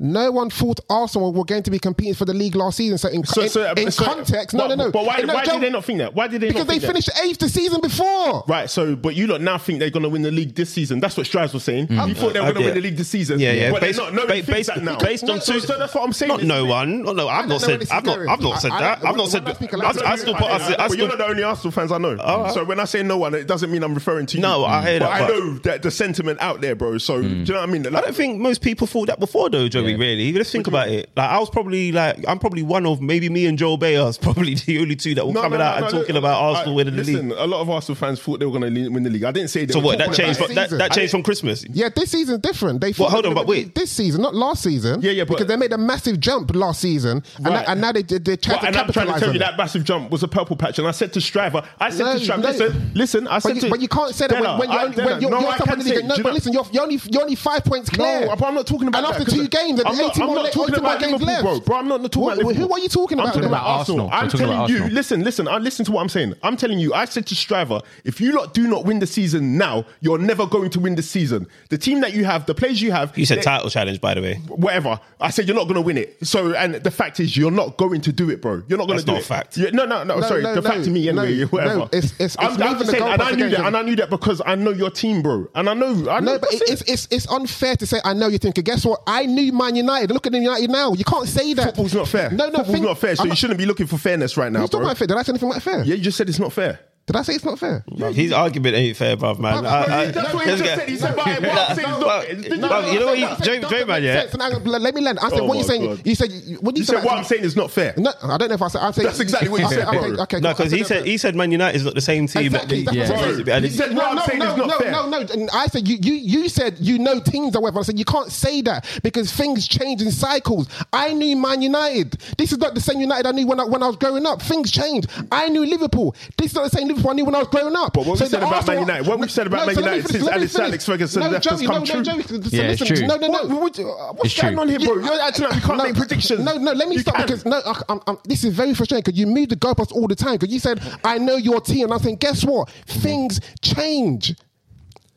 No one thought Arsenal were going to be competing for the league last season. So in,
So, so,
in, in
so- uh,
context, no,
but-
no, no.
But why,
And no,
why
Joe,
did they not think that? Why did they
Because
not
they
think that?
finished eighth the season before.
Right, so but you lot now think they're going to win the league this season. That's what Strives was saying.
Mm.
You thought they were
Uh,
going to
yeah.
win the league this season.
Yeah, yeah.
But
Based-
they're not. No,
ba-
they think
based-
that now.
based on
No, so,
two-
so that's what I'm saying.
Not
is-
no one. No, no, I've
I
not
don't know
said.
what
I've
this
not.
is
I've not
going.
said
I- I
that.
don't-
I've not
when
said
I
that.
speak
I-
aloud,
I know
I
you-
still
I
put
know,
us.
but
I
you're
still
not the only Arsenal fans I know. So when I say no one, it doesn't mean I'm referring to you.
No, I hear
But
that,
I
but-
know that the sentiment out there, bro. So do you know what I mean?
I don't think most people thought that before, though, Joey.
Yeah.
Really, let's think about it. Like, I was probably like, I'm probably one of maybe me and Joel Bayers, probably the only two that were coming out and
no,
talking
no.
about Arsenal
I-
winning the
listen,
league.
A lot of Arsenal fans thought they were going to win the league. I didn't say they
So
were
what? That
talking
changed.
about
But
it.
that,
season.
that changed from Christmas.
Yeah, this season's different. They
Well, hold on,
they-
but wait.
This season, not last season.
Yeah, yeah, but-
because they made a massive jump last season, and,
Right.
that, and now they did. They're trying
Well, and
to
I'm trying to
capitalize
tell
on
you
it.
that massive jump was a purple patch, and I said to Striver, I said
No,
to Striver,
no.
listen, listen, I said
But you,
to
but you can't say that when,
Della,
when you're,
I-
only,
Della,
when you're,
no,
you're
I
top
can
of the
say
league.
it.
No,
Do you
but
know-
listen, you're, you're only you're only five points clear.
No, but I'm not talking about
And
that,
after
'cause
two games, and
I'm not-
80
I'm
more
not
left-
talking
80 more
about
games
Liverpool,
left.
bro. Bro, I'm not talking
Who-
about Liverpool.
Who are you talking
I'm
about?
talking about Arsenal.
Arsenal.
I'm
I'm talking
telling
about
you,
Arsenal.
listen, listen, I listen to what I'm saying. I'm telling you, I said to Striver, if you lot do not win the season now, you're never going to win the season. The team that you have, the players you have,
You said
they-
title challenge, by the way.
whatever. I said you're not going to win it. So, and the fact is, you're not going to do it, bro. You're not going
That's
to do
not a
it.
fact.
You- no, no, no,
No,
Sorry,
no,
the
no,
fact to me
no,
anyway.
no,
whatever.
it's- it's- it's
I'm, I'm
moving
just
the
saying, and I
goalposts
knew that,
again.
and I knew that because I know your team, bro, and I know. I know
No, but it, it's, it's it's unfair to say I know you think. Guess what? I knew Man United. Look at Man United now. You can't say that.
football's not fair.
No, no,
football's
think-
not fair. So
I'm
you
not-
shouldn't be looking for fairness right now,
Who's talking
bro.
about fair? Did I say anything about fair?
Yeah, you just said it's not fair.
Did I say it's not fair?
His argument ain't fair, bruv, man.
Bruv,
I- I-
that's what he
this
just
guy-
said. He said, "But I- what I'm saying is
Nah,
not-
bruv,
did you
bruv,
not
you know what?
say
He,
that?
Dray, Dray, man, yeah.
Let me land. I said,
Oh
what are you
my
saying?
God.
You said, what do you, say
You said
about-
what I'm saying is not fair.
No, I don't know if I said. I said
That's exactly what you
I
said,
I
bro.
No,
okay, cool, I
because he
that-
said he said Man United is not the same team. that
Exactly,
they-
that's
what I
Yeah.
said. Bro, he said- what I'm
no,
saying
no,
is not
no,
fair.
no, no. And I said you, you, you said you know teams or whatever. I said you can't say that because things change in cycles. I knew Man United. This is not the same United I knew when I, when I was growing up. Things change. I knew Liverpool. This is not the same was funny when I was growing up.
But what
So
we said
the
about Man
Arsenal-
United, what we've said about Man
so let me
United
finish,
since
let me
Alex-
finish.
Alex Ferguson
no,
left has
Joey,
come
no,
true.
No, Joey, so
Yeah, it's
listen,
true.
No, no, no.
What- what- uh, what's
It's
going
true.
on here, bro?
Yeah,
You're acting like we can't
no,
make predictions.
No, no, let me
You
stop
can.
because no, I, I'm, I'm, this is very frustrating because you move the goalposts all the time because you said I know your team and I think guess what things change.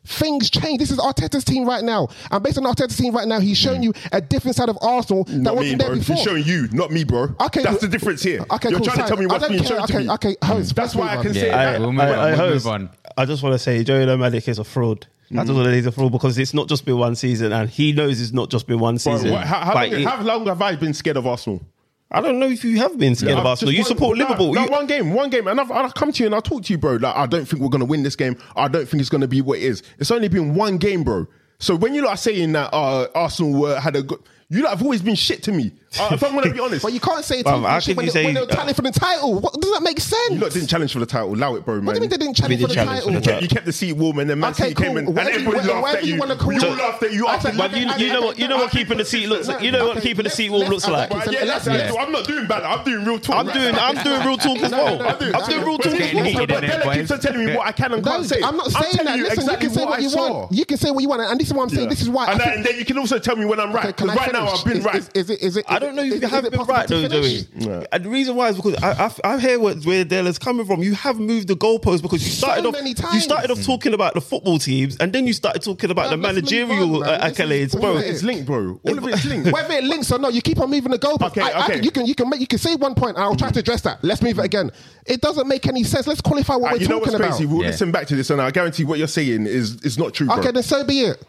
Things change. This is Arteta's team right now, and based on Arteta's team right now, he's shown you a different side of Arsenal that
Not me,
wasn't there
bro.
before.
He's showing you, not me, bro.
Okay,
that's
look-
the difference here.
Okay,
You're
cool,
trying
sorry.
to tell me
I
what's
don't
being
care.
shown to
Okay,
me.
okay, Hoes,
That's
let's
why
move
I can
on.
say
Yeah.
that.
We'll move on, we'll
host-
move on.
I just want to say Joey Malik is a fraud. That's what he's a fraud because it's not just been one season, and he knows it's not just been one
Bro,
season.
what- how, how,
Like,
long,
it-
how long have I been scared of Arsenal?
I don't know if you have been scared
I've
of Arsenal.
just
You
won-
support
no,
Liverpool.
No,
You-
one game, one game. And I've, I've come to you and I'll talk to you, bro. Like, I don't think we're going to win this game. I don't think it's going to be what it is. It's only been one game, bro. So when you lot are saying that uh, Arsenal were, had a good. You lot have always been shit to me. Uh, if I'm going to be honest.
But you can't say it
Bruv, how
when,
can you
they-
say-
when they're challenging for the title. What, does that make sense?
You lot didn't challenge for the title. Allow it, bro, man.
what do you mean they didn't challenge
We
for the
did challenge for
title?
the
You kept, you kept the seat warm and then Man
Okay,
City
cool.
came in and
Whatever you-
everybody laughed
whatever
at
you
you.
wanna call
you
it.
all laughed at you
I
after
said,
But
that.
I
you,
think-
you know what you know what
I think-
keeping the seat looks like. You know what
okay,
keeping the
let's-
seat warm
let's-
looks
okay,
like.
so
But yeah,
let's-
that's,
let's-
that's, I'm not doing bad. I'm doing real talk.
I'm
right
doing
now.
I'm doing real talk as
No, no,
well.
no, no,
I'm
no,
doing
no,
real
no,
talk.
no,
as
no,
well.
no,
no, no,
But Dele keeps
no,
on telling me what I can and
No,
can't say.
I'm not
I'm
saying
telling
that.
you
Listen,
exactly
you can say
what,
what,
I
you
saw.
want. You can say what you want, and this is what I'm saying.
Yeah.
This is why.
And,
I
that-
think-
and then you can also tell me when I'm right.
Okay, can
Because
I
right now
finish?
I've been
Is-
right.
Is, is it? Is it?
I don't know if
is-
you
is
have
it
been
possible
right
to
though, Joey.
finish?
And the reason why is because I, I, I hear what, where Dale is coming from. You have moved the goalposts because you started off.
many
You
times.
started off talking about the football teams, and then you started talking about the
No, let's move
managerial
on, man.
uh,
This is
accolades, bro.
bullshit.
It's linked, bro. All of it's linked.
Whether it links or not, you keep on moving the goalpost.
Okay,
I, I
okay.
can- you can you can make you can say one point, and I'll try to address that. Let's move it again. It doesn't make any sense. Let's qualify what
Uh,
we're
you know
talking
what's crazy?
about.
We'll
Yeah.
listen back to this, and I guarantee what you're saying is is not true, bro.
Okay, then so be it.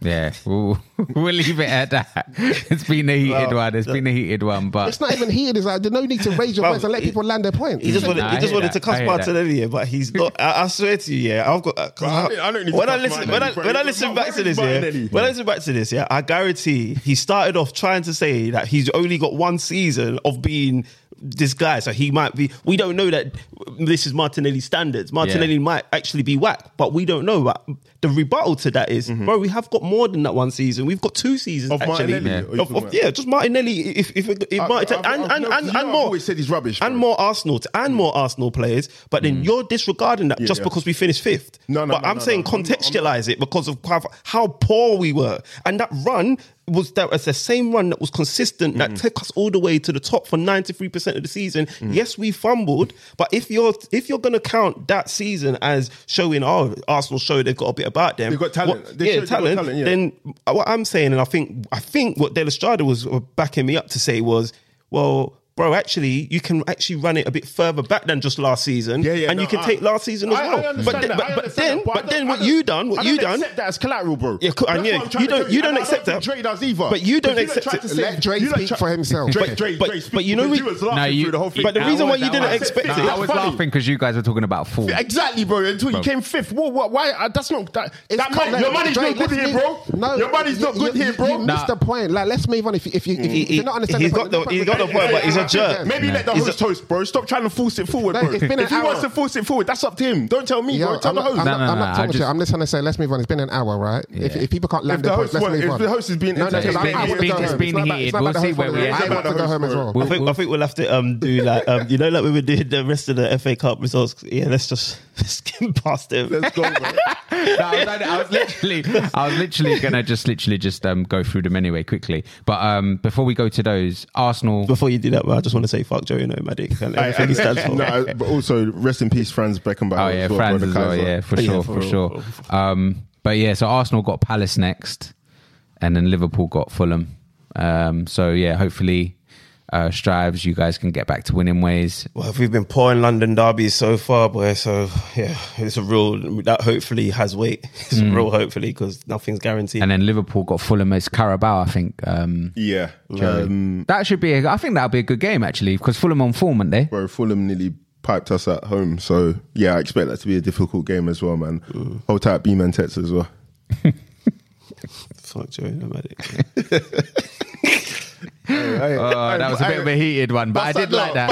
Yeah, we'll, we'll leave it at that. It's been a heated one. It's been a heated one, but
It's not even heated. It's like there's no need to raise your
Bruv,
voice and let
he-
people land their point.
He just wanted,
Nah, I
he just
hear
wanted
that.
to cuss
I hear
Barton
that.
earlier, but he's not. I, I swear to you, yeah, I've got. Uh,
I don't- I don't need to
when I
cuss
listen,
Martinelli,
when I,
bro.
when I
Where
listen
is
back to this,
Martinelli?
yeah, when I listen back to this, yeah, I guarantee he started off trying to say that he's only got one season of being this guy, so he might be. We don't know that this is Martinelli's standards. Martinelli
Yeah.
might actually be whack, but we don't know. But the rebuttal to that is,
Mm-hmm.
bro, we have got more than that one season. We've got two seasons
Of
actually.
Martinelli, Yeah. or you
Of-
talking
of-
about-
yeah, just Martinelli. If if, if,
I've-
Martin-
I've-
and
I've
and
noticed-
and,
you know,
and
I've
more.
always said he's rubbish,
And
bro. Mm.
more Arsenal t- and more Arsenal players, but then you're disregarding that just
yeah.
because we finished fifth.
No, no,
but
no,
I'm
no,
saying
no. I'm not-
contextualize it because of how, how poor we were, and that run was that was the same run that was consistent that
Mm-hmm.
took us all the way to the top for 93 percent of the season.
Mm.
Yes, we fumbled, but if you're if you're going to count that season as showing oh Arsenal show they've got a bit about them,
They've got talent.
what-
They
yeah,
showed they've got
talent,
talent, yeah.
Then and what I'm saying, and I think I think what De La Strada was uh, backing me up to say was, well, bro, actually, you can actually run it a bit further back than just last season,
Yeah, yeah,
and
no,
you can
I-
take last season as
I- I
well.
understand
but,
that,
then-
I
but, but
understand
then,
that,
but,
I don't-
then,
I
what
don't-
you done, what
I
you
don't
done,
accept that as collateral, bro.
Yeah, cool, I
That's
knew
what
it.
I'm trying
You
to
don't-
tell
you don't
And I
accept
think
that.
Dre does either.
But you don't
Because
accept
lot tried
it.
to say-
Let Dre
you lot
speak
tried-
for himself.
Dre,
But-
Dre,
but-
Dre, speak
but you know
because
we-
was laughing
you-
through the whole thing.
but the
That
reason why you
that
didn't
was-
expect
Nah,
it-
I was
That's funny.
laughing because you guys were talking about four.
Exactly, bro. Until
Bro.
you came fifth. Whoa, what, why? uh, that's not that. that
Come
money-
on, let-
your money's
Dre,
not good
let's
here, bro.
move- No,
your money's not
you-
good
you-
here, bro.
You missed the point. Like, let's move on. If, if, you, if,
He-
if you're not understanding,
he's
the
got
point,
the- he's got the
let's
point,
move
but
on.
he's a
Let's
jerk.
move on.
Maybe let the
He's
host
a-
toast, bro. Stop trying to force it forward,
No,
bro.
it's been an
If he wants
hour.
to force it forward, that's up to him. Don't tell me,
Yo,
bro. Tell
I'm
the
not,
host.
I'm not,
No, no,
I'm
no,
not
I
talking to you.
just-
I'm just trying to say, let's move on. It's been an hour, right? If,
Yeah.
if people can't land
the
their
host
points, let's
wa-
move
if
on.
the host is being
no, no,
entertained,
I'm-
it's
I
been-
wanna
it's
go
been-
it's
home.
been
not about-
heated.
it's not about
We'll
the
see
host
where
wanna
we
go
are.
home. I want to go home as well.
I think, I think we'll have to um, do like um, you know like we were doing the rest of the FA Cup results. Yeah, let's just skim past it.
Let's go, bro.
no, I, was, I was literally, I was literally gonna just literally just um, go through them anyway quickly. But um, before we go to those, Arsenal.
Before you do that, bro, I just want to say fuck Joey Nomadic and everything he stands for.
No, I- but also rest in peace, Franz Beckenbauer.
Oh yeah,
as well,
France
bro, the
as well.
Kaiser.
Yeah, for
Yeah,
sure, for,
for-
sure. Um, but yeah, so Arsenal got Palace next, and then Liverpool got Fulham. Um, so yeah, hopefully, uh, strives you guys can get back to winning ways.
Well, we've been poor in London derbies so far, boy. So yeah, it's a real that hopefully has weight. It's a real hopefully because nothing's guaranteed.
Mm. And then Liverpool got Fulham as Carabao, I think. Um,
Yeah. Um,
that should be. A, I think that'll be a good game actually because Fulham on form, aren't they?
bro, Fulham nearly piped us at home. So, yeah, I expect that to be a difficult game as well, man.
Mm.
Hold tight, B Man Tets as well.
Fuck Joey Nomadic.
Oh, that was a bit of a heated one, but I did like that.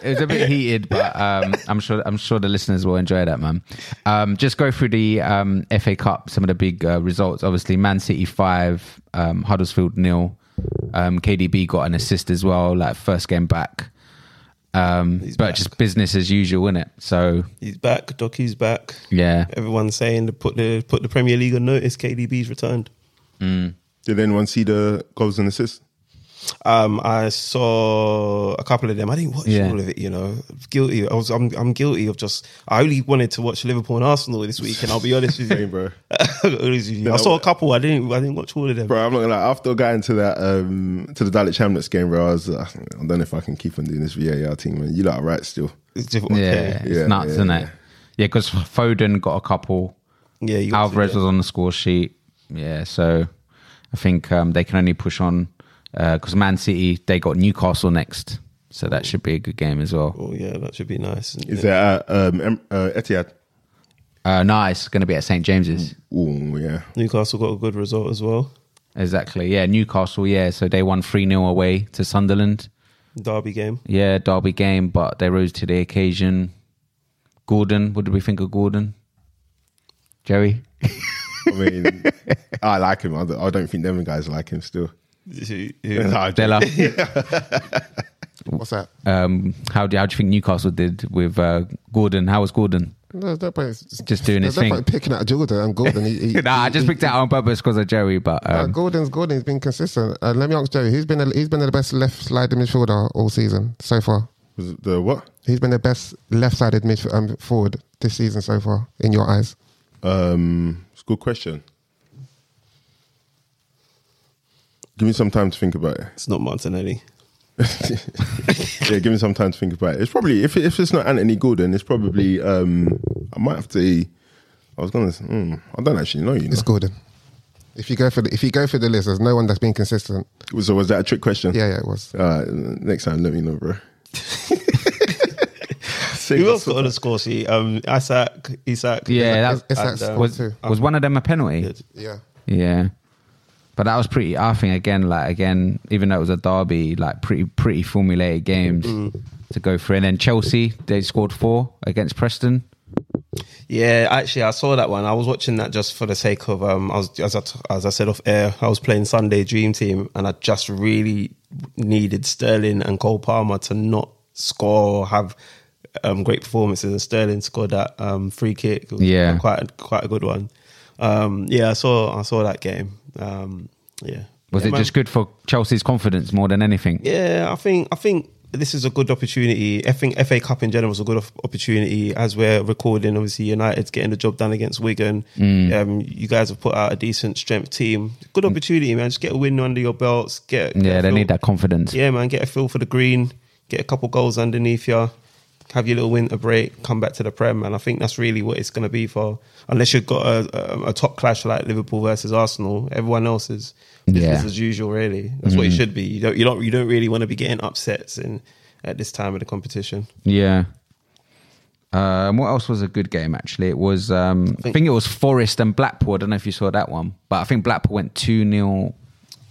it was a bit heated, but um, I'm sure I'm sure the listeners will enjoy that, man. Um, just go through the um, FA Cup, some of the big uh, results. Obviously, Man City five, um, Huddersfield nil. Um, KDB got an assist as well, like first game back. Um,
He's
but
back.
just business as usual, innit? So
He's back. Doki's back.
yeah,
Everyone's saying to put the put the Premier League on notice. KDB's returned.
Did anyone see the goals and assists?
Um, I saw a couple of them. I didn't watch
Yeah.
all of it. You know, guilty. I was. I'm. I'm guilty of just. I only wanted to watch Liverpool and Arsenal this week, and I'll be honest with
Hey,
you.
bro.
I'll be honest with you. I saw a couple. I didn't. I didn't watch all of them.
Bro, I'm not gonna lie. After I got into that um, to the Dalek Hamlets game, bro, I was uh, I don't know if I can keep on doing this VAR team, man. You lot are right still.
It's diff-
yeah,
okay.
it's
Yeah,
nuts,
yeah,
isn't it? Yeah, because Foden got a couple.
Yeah. You got to-
Alvarez was on the score sheet. Yeah, so I think um, they can only push on because Man City they got Newcastle next, so that should be a good game as well.
Oh yeah, that should be nice.
Is that uh, um, Em- uh, Etihad?
Uh, nice, going to be at St James's.
Mm.
Ooh, yeah.
Newcastle got a good result as well.
Exactly. Yeah, Newcastle. Yeah, so they won three 0 away to Sunderland.
Derby game.
Yeah, derby game, but they rose to the occasion. Gordon, what did we think of Gordon? Jerry,
I mean, I like him. I don't, I don't think them guys like him still. Nah,
Della,
What's that?
um, how do how do you think Newcastle did with uh, Gordon? How was Gordon?
No, that point is,
Just doing
there's
his
no
thing.
point picking out Jordan and Gordon. He, he,
Nah, I just
he-
picked that out on purpose because of Jerry, but
Uh,
um,
Gordon's Gordon's been consistent. Uh, let me ask Joe. He's been a, he's been the best left sided midfielder all season so far.
was it the what?
He's been the best left sided midfield um, forward this season so far. In your eyes,
Um, it's a good question. Give me some time to think about it.
It's not Martinelli.
yeah, give me some time to think about it. It's probably if if it's not Anthony Gordon, it's probably um, I might have to. I was gonna. Mm, I don't actually know. You know.
it's Gordon. If you go for the, if you go for the list, there's no one that's been consistent.
So was that a trick question?
Yeah, yeah, it was.
Uh, next time, let me know, bro. Save
Who
us
else got
for-
on the score sheet? Um, Isak, Isak.
yeah, that
it's, it's that
and,
score
um,
was
too.
was one of them a penalty.
Yeah,
Yeah, but that was pretty. I think again, like again, even though it was a derby, like pretty pretty formulated games
Mm.
to go through. And then Chelsea, they scored four against Preston.
Yeah, actually, I saw that one. I was watching that just for the sake of um. I was as I, t- as I said off air. I was playing Sunday Dream Team, and I just really needed Sterling and Cole Palmer to not score or have um great performances. And Sterling scored that um free kick. It was
Yeah.
quite a, quite a good one. Um, yeah, I saw I saw that game. Um, yeah,
Was
Yeah,
it
man.
just good for Chelsea's confidence more than anything?
Yeah, I think I think this is a good opportunity. I think FA Cup in general is a good op- opportunity as we're recording. Obviously, United's getting the job done against Wigan.
Mm.
Um, you guys have put out a decent strength team. Good opportunity, man. Just get a win under your belts. Get
Yeah,
get a
they
feel-
need that confidence.
Yeah, man. Get a feel for the green. Get a couple goals underneath you. Have your little winter break. Come back to the Prem, man. I think that's really what it's going to be for. Unless you've got a, a, a top clash like Liverpool versus Arsenal, everyone else is business
Yeah. Mm.
as usual. Really, that's what it should be. You don't, you don't, you don't really want to be getting upsets in at this time of the competition.
Yeah. Um, what else was a good game? Actually, it was. Um, I, think,
think-
it was Forest and Blackpool. I don't know if you saw that one, but I think Blackpool went two 0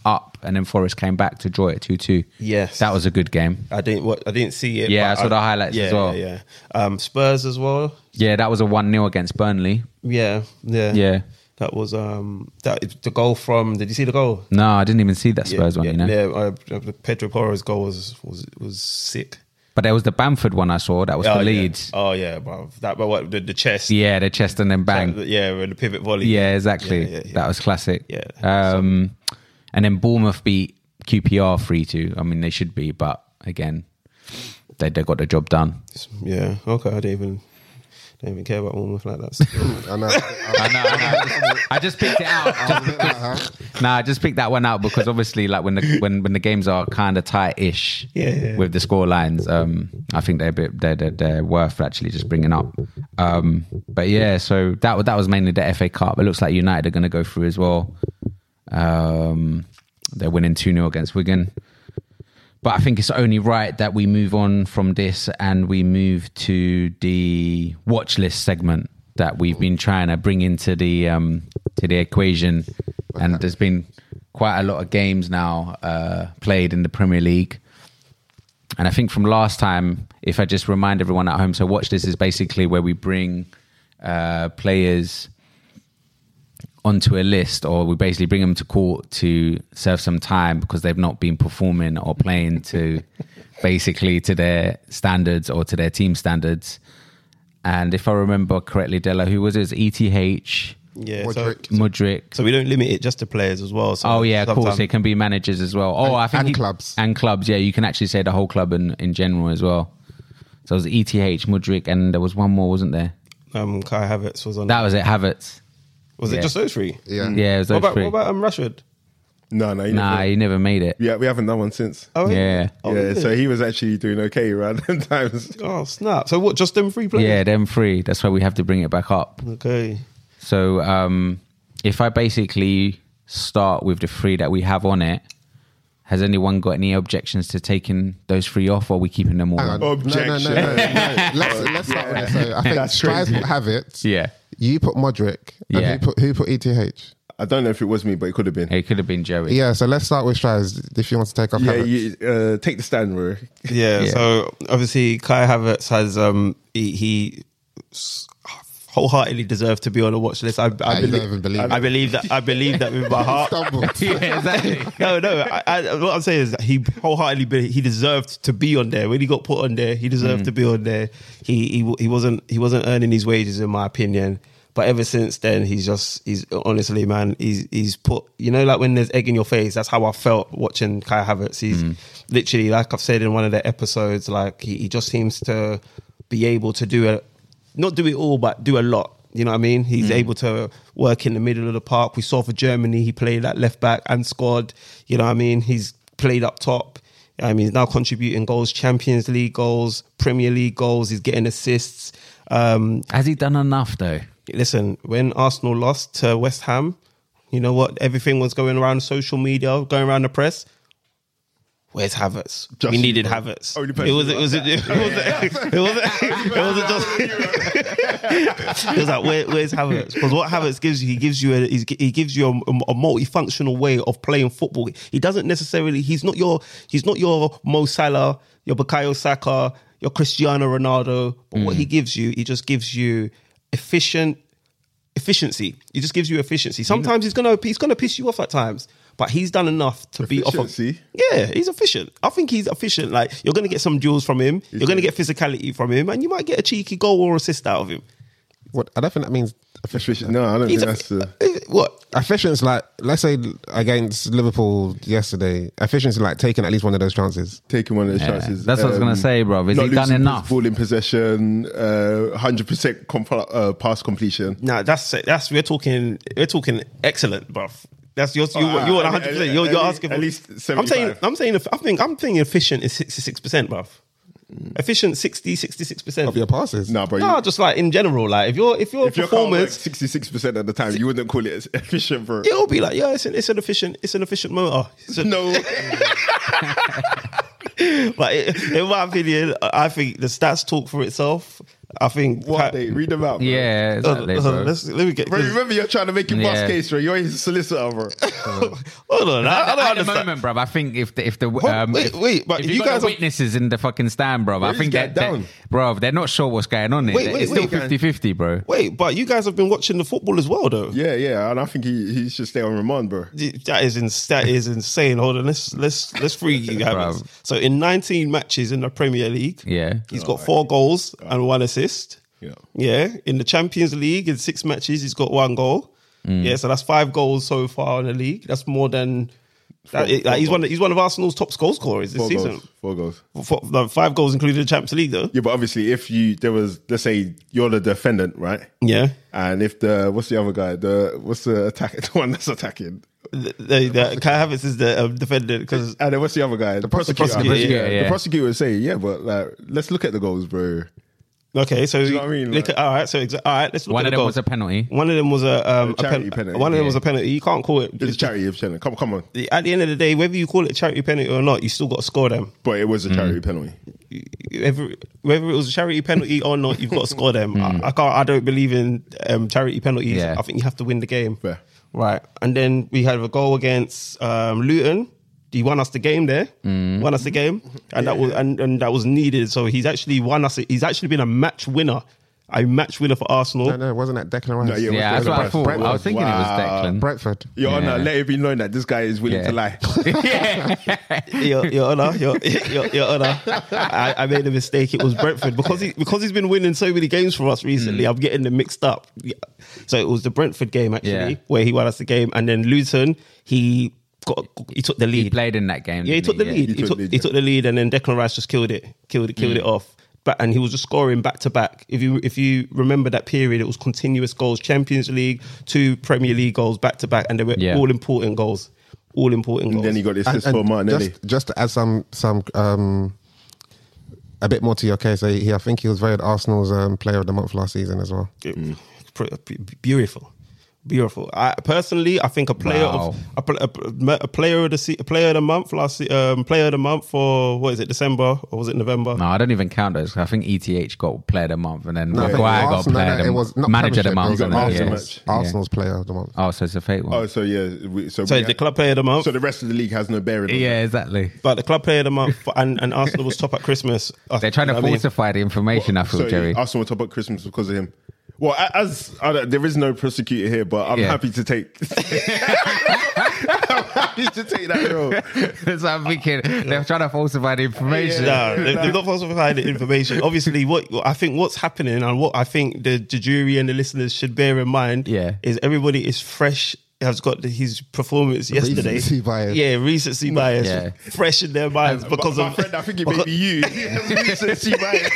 up, and then Forest came back to draw it two two.
Yes.
that was a good game.
I didn't, what, I didn't see it.
Yeah,
but
I saw the highlights
yeah,
as well.
Yeah, yeah. Um, Spurs as well.
Yeah, that was a one 0 against Burnley.
Yeah, yeah,
Yeah.
That was um that the goal from. Did you see the goal?
No, I didn't even see that Spurs one.
yeah,
you know,
yeah, uh, Pedro Porro's goal was was was sick.
but there was the Bamford one I saw. That was
oh,
for Leeds.
Yeah. Oh yeah, bro. That but what the, the chest.
Yeah. the chest and then bang.
Yeah, with the pivot volley.
Yeah, exactly.
Yeah, yeah, yeah.
That was classic.
Yeah.
Um, and then Bournemouth beat QPR three two. I mean, they should be, but again, they they got the job done.
Yeah. Okay. I don't even don't even care about Bournemouth like that.
I know. I-
I know. I, know. I just picked it out. Just because,
Uh-huh.
nah, I just picked that one out because obviously, like when the when when the games are kind of tight-ish,
Yeah, yeah.
with the score lines, um, I think they're a bit they're, they're, they're worth actually just bringing up. Um, but yeah, so that wa- that was mainly the FA Cup. It looks like United are going to go through as well. Um, they're winning two 0 against Wigan. But I think it's only right that we move on from this and we move to the watch list segment that we've been trying to bring into the um, to the equation. And there's been quite a lot of games now uh, played in the Premier League. And I think from last time, if I just remind everyone at home, so watch this is basically where we bring uh, players onto a list, or we basically bring them to court to serve some time because they've not been performing or playing to basically to their standards or to their team standards. And if I remember correctly, Della, who was E it? It was ETH,
Yeah. So,
Modric.
Mudrick.
so we don't limit it just to players as well. So
Oh yeah, of course.
sometimes-
It can be managers as well. Oh,
And-
I think
and
he-
clubs.
and clubs. Yeah, you can actually say the whole club in, in general as well. So it was E ETH, Mudrick, and there was one more, wasn't there?
Um, Kai Havertz was on.
That was it. Havertz.
was
yeah.
it just those three?
Yeah.
Yeah, it was
What
those
about,
three.
what about um, Rashford?
No, no, you
nah,
know,
he never made it.
yeah, we haven't done one since.
Oh,
Yeah.
Oh,
yeah,
really?
so he was actually doing okay around them times.
oh snap! So what? Just them three players?
Yeah, them three. That's why we have to bring it back up.
Okay.
So um, if I basically start with the three that we have on it, has anyone got any objections to taking those three off, or are we keeping them all?
Hang on.
on?
No,
Objection.
No, no, no, no. let's let's start with this. So I think
That's
Strive
crazy.
will have it.
Yeah,
You put Modric. And
Yeah.
Who put who put E ETH?
I don't know if it was me, but it could have been.
it could have been Joey.
Yeah. So let's start with Strives. If you want to take off,
yeah,
Havertz.
you, uh, take the stand, Rory.
Yeah,
Yeah.
So obviously, Kai Havertz has um he, he s- wholeheartedly deserved to be on a watch list. I, I,
you
believe,
don't even believe
I,
it.
I believe that. I believe that with my heart.
Stumbled.
yeah exactly.
No, no. I, I, what I'm saying is that he wholeheartedly be- he deserved to be on there. When he got put on there, he deserved to be on there. He, he w- he wasn't he wasn't earning his wages, in my opinion. But ever since then, he's just he's honestly, man, he's he's put you know like when there's egg in your face. That's how I felt watching Kai Havertz. He's literally like I've said in one of the episodes, like he, he just seems to be able to do a not do it all, but do a lot. You know what I mean?
Hmm.
He's able to work in the middle of the park. We saw for Germany, he played that left back and squad. You know what I mean? He's played up top. I mean, he's now contributing goals, Champions League goals, Premier League goals. He's getting assists. Um,
Has he done enough though?
listen, when Arsenal lost to West Ham, you know what? Everything was going around social media, going around the press. Where's Havertz?
Just
we
you,
needed
bro.
Havertz.
Only
It
person
was it
who
was it was it was it was just it was like where, where's Havertz? Because what Havertz gives you, he gives you a he's- he gives you a, a multifunctional way of playing football. He doesn't necessarily he's not your he's not your Mo Salah, your Bukayo Saka, your Cristiano Ronaldo. But what he gives you, he just gives you efficient efficiency. He just gives you efficiency. Sometimes he's gonna he's gonna piss you off at times, but he's done enough to be off.
Efficiency?
Yeah, he's efficient. I think he's efficient. Like you're gonna get some duels from him. you're gonna get physicality from him, and you might get a cheeky goal or assist out of him.
What I don't think that means efficient.
Efficient. No, I don't
He's
think
a, uh,
that's the.
what?
Efficient's like let's say against Liverpool yesterday. Efficient's like taking at least one of those chances.
Taking one of the
Yeah,
chances. Um,
that's what I was gonna say, bruv. Is
not
he done
losing
enough?
Ball in possession, uh, hundred percent comp- uh, pass completion.
No, that's that's we're talking we're talking excellent, bruv. That's your you
Oh,
you want
at-
100.
at-
percent You're you're
at
asking
least- at least
I'm saying
75.
I'm saying I think I'm thinking efficient is 66 percent, bruv. Efficient 60 66 percent
Of your passes.
No, bro.
No,
you,
just like in general, like if your if your
if your car works
performance,
sixty-six percent of the time, you wouldn't call it efficient, bro.
it'll be like, yeah, it's an, it's an efficient, it's an efficient motor. It's a-
No,
but it- in my opinion, I think the stats talk for itself. I think
what they read them out. Bro.
Yeah,
Hold
exactly.
on, hold on,
bro.
let's- let me get.
Bro, remember you're trying to make your boss
Yeah.
case, bro. You're his solicitor, bro.
Hold on, I, I don't
At the
understand.
moment, bruv, I think if the, if the um,
wait,
if-
wait, but
if you
you
got
guys
the
are-
witnesses in the fucking stand, bruv, I
Where's
think
this guy
that, that
down?
bruv, they're not sure what's going on.
Wait, wait,
it's still
wait, guys.
50-50, bro.
Wait, but you guys have been watching the football as well, though.
Yeah, yeah, and I think he, he should stay on remand, bro.
That is ins- that is insane. Hold on, let's let's let's free you guys.
Bruv.
So in 19 matches in the Premier League,
Yeah.
he's got four goals and one assist.
Yeah.
Yeah, in the Champions League, in six matches, he's got one goal.
Mm.
Yeah, so that's five goals so far in the league. That's more than. that-
Four-
like, he's
four
one. He's one of Arsenal's top goal scorers this
Four
season.
goals. Four goals.
Four- no, five goals, including the Champions League, though.
Yeah, but obviously, if you there was, let's say you're the defendant, right?
Yeah,
And if the what's the other guy? The what's the attack? The one that's attacking.
the, the, the, Kai Havertz is the um, defender because
And then what's the other guy? The
prosecutor.
Prosecutor,
Yeah,
yeah.
The prosecutor would say, yeah, but like, let's look at the goals, bro.
Okay, so
you know what I mean?
look at-
Like-
all right, so exa- all right, let's look
One
at
of
the
them
goal.
was a penalty.
One of them was a, um,
A charity
pen-
penalty,
One of them
yeah.
was a penalty. You can't call it
It's a charity of Shannon. Come, come on.
At the end of the day, whether you call it charity penalty or not, you still got to score them.
But it was a
Mm.
charity penalty.
Every, whether it was a charity penalty or not, you've got to score them. I, I can't. I don't believe in um, charity penalties.
Yeah.
I think you have to win the game.
Fair.
Right, and then we had a goal against um, Luton. He won us the game there. Won us the game, and that was and, and that was needed. So he's actually won us. He's actually been a match winner a match winner for Arsenal.
No, no, wasn't that Declan Rice?
No, yeah, it was
yeah, that's
Declan
what I
Rice.
thought. I
Brentford.
was thinking
Wow.
it was Declan.
Brentford.
Your
Yeah.
Honor, let it be known that this guy is willing
Yeah.
to lie.
Your, your honor, your, your, your honor. I, I made a mistake. It was Brentford because he because he's been winning so many games for us recently.
Mm.
I'm getting them mixed up. Yeah. So it was the Brentford game actually
Yeah.
where he won us the game, and then Luton he got he took the
He
lead.
played in that game.
Yeah, he
didn't
took the lead. He,
He took
took,
the lead,
he
yeah.
took the lead, and then Declan Rice just killed it, killed it, killed
Mm.
it off. But and he was just scoring back to back. If you if you remember that period, it was continuous goals, Champions League, two Premier League goals back to back, and they were
Yeah.
all important goals, all important
And
goals.
then he got this
And-
assist
and
for Martinelli.
Just, just to add some, some, um, a bit more to your case. He, he- I think he was voted Arsenal's um, Player of the Month last season as well.
Mm.
Pre- b- beautiful, beautiful. I personally, I think a player
Wow.
of a, pl- a, pl- a player of the se- a player of the month last se- um, player of the month for what is it December or was it November?
No, I don't even count those. 'cause I think ETH got player of the month, and then
I think
Maguire got
Arsenal-
player of
no,
the
it
month,
was not
manager of the
Premiership,
month.
it was
and then-
Arsenal.
yes.
Arsenal's Player of the Month.
Oh, so it's a fake one.
oh, so yeah. We, so,
So
we
the
had-
club player of the month.
so the rest of the league has no bearing. on
yeah, exactly.
but the club player of the month and, and Arsenal was top at Christmas. I-
They're trying
you
to
know what I mean?
falsify the information. I
that.
feel,
So
Jerry.
Arsenal were top at Christmas because of him. Well, a- as I don't- there is no prosecutor here, but I'm
Yeah.
happy to take. I'm happy to take that role.
so I'm thinking they're trying to falsify the information.
No, they- they've not falsified the information. Obviously, what I think what's happening and what I think the, the jury and the listeners should bear in mind
Yeah.
is everybody is fresh. Has got the, his performance yesterday.
Recency bias.
Yeah, recency bias.
Yeah.
Fresh in their minds because
my
of
friend, I think it may
because-
be you. Since you might-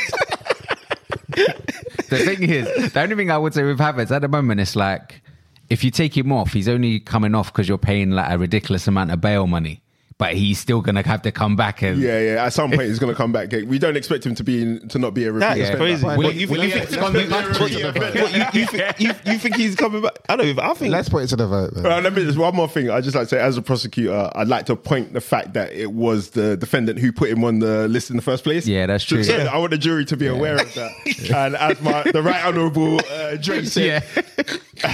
The thing is, the only thing I would say with Havertz at the moment is like, if you take him off, he's only coming off because you're paying like a ridiculous amount of bail money, but he's still gonna have to come back and.
yeah, yeah. At some point, he's going to come back. We don't expect him to be in, to not be a repeat.
That is
offender.
crazy.
Will
What,
he-
you
will
think- you
he
think-
get
what-
seconded
what-
back
what-
to
you
the vote?
you think- you- you think he's coming back? I don't even. I think
Let's put it to the vote. man.
Uh, let me, there's one more thing. I just like to say, as a prosecutor, I'd like to point the fact that it was the defendant who put him on the list in the first place.
Yeah, that's
So-
true.
so
Yeah.
I want the jury to be aware of that. And as my the right honourable uh, Drake said,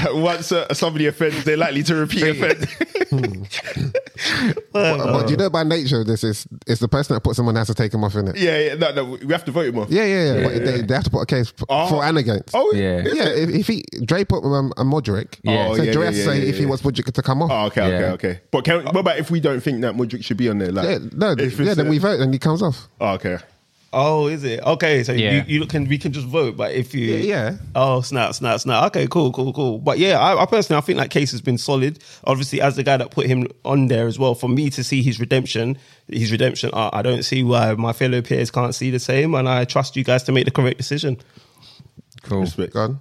once uh, somebody offends, they're likely to repeat offend.
But, but you know, by nature, this is it's the person that puts someone has to take him off in it.
yeah, yeah, no, no, we have to vote him off.
Yeah, yeah, yeah. but They, they have to put a case for,
Oh.
for and against.
Oh,
Yeah.
yeah.
yeah. If, if he Dre put um, a Modric,
Yeah.
so
Oh, yeah,
Dre
yeah,
has to
yeah,
say
yeah,
if he
yeah.
wants Modric to come off.
Oh, okay, okay,
Yeah.
okay. But can, what about if we don't think that Modric should be on there? Like,
yeah, no,
if
yeah.
it's,
Then
uh,
we vote and he comes off.
Oh, okay.
Oh, is it okay? So
Yeah.
you, you can we can just vote, but if you
Yeah, yeah.
oh snap snap snap okay cool cool cool. But yeah, I, I personally I think that case has been solid. Obviously, as the guy that put him on there as well, for me to see his redemption, his redemption, I, I don't see why my fellow peers can't see the same, and I trust you guys to make the correct decision.
Cool.
Respect.
Go on.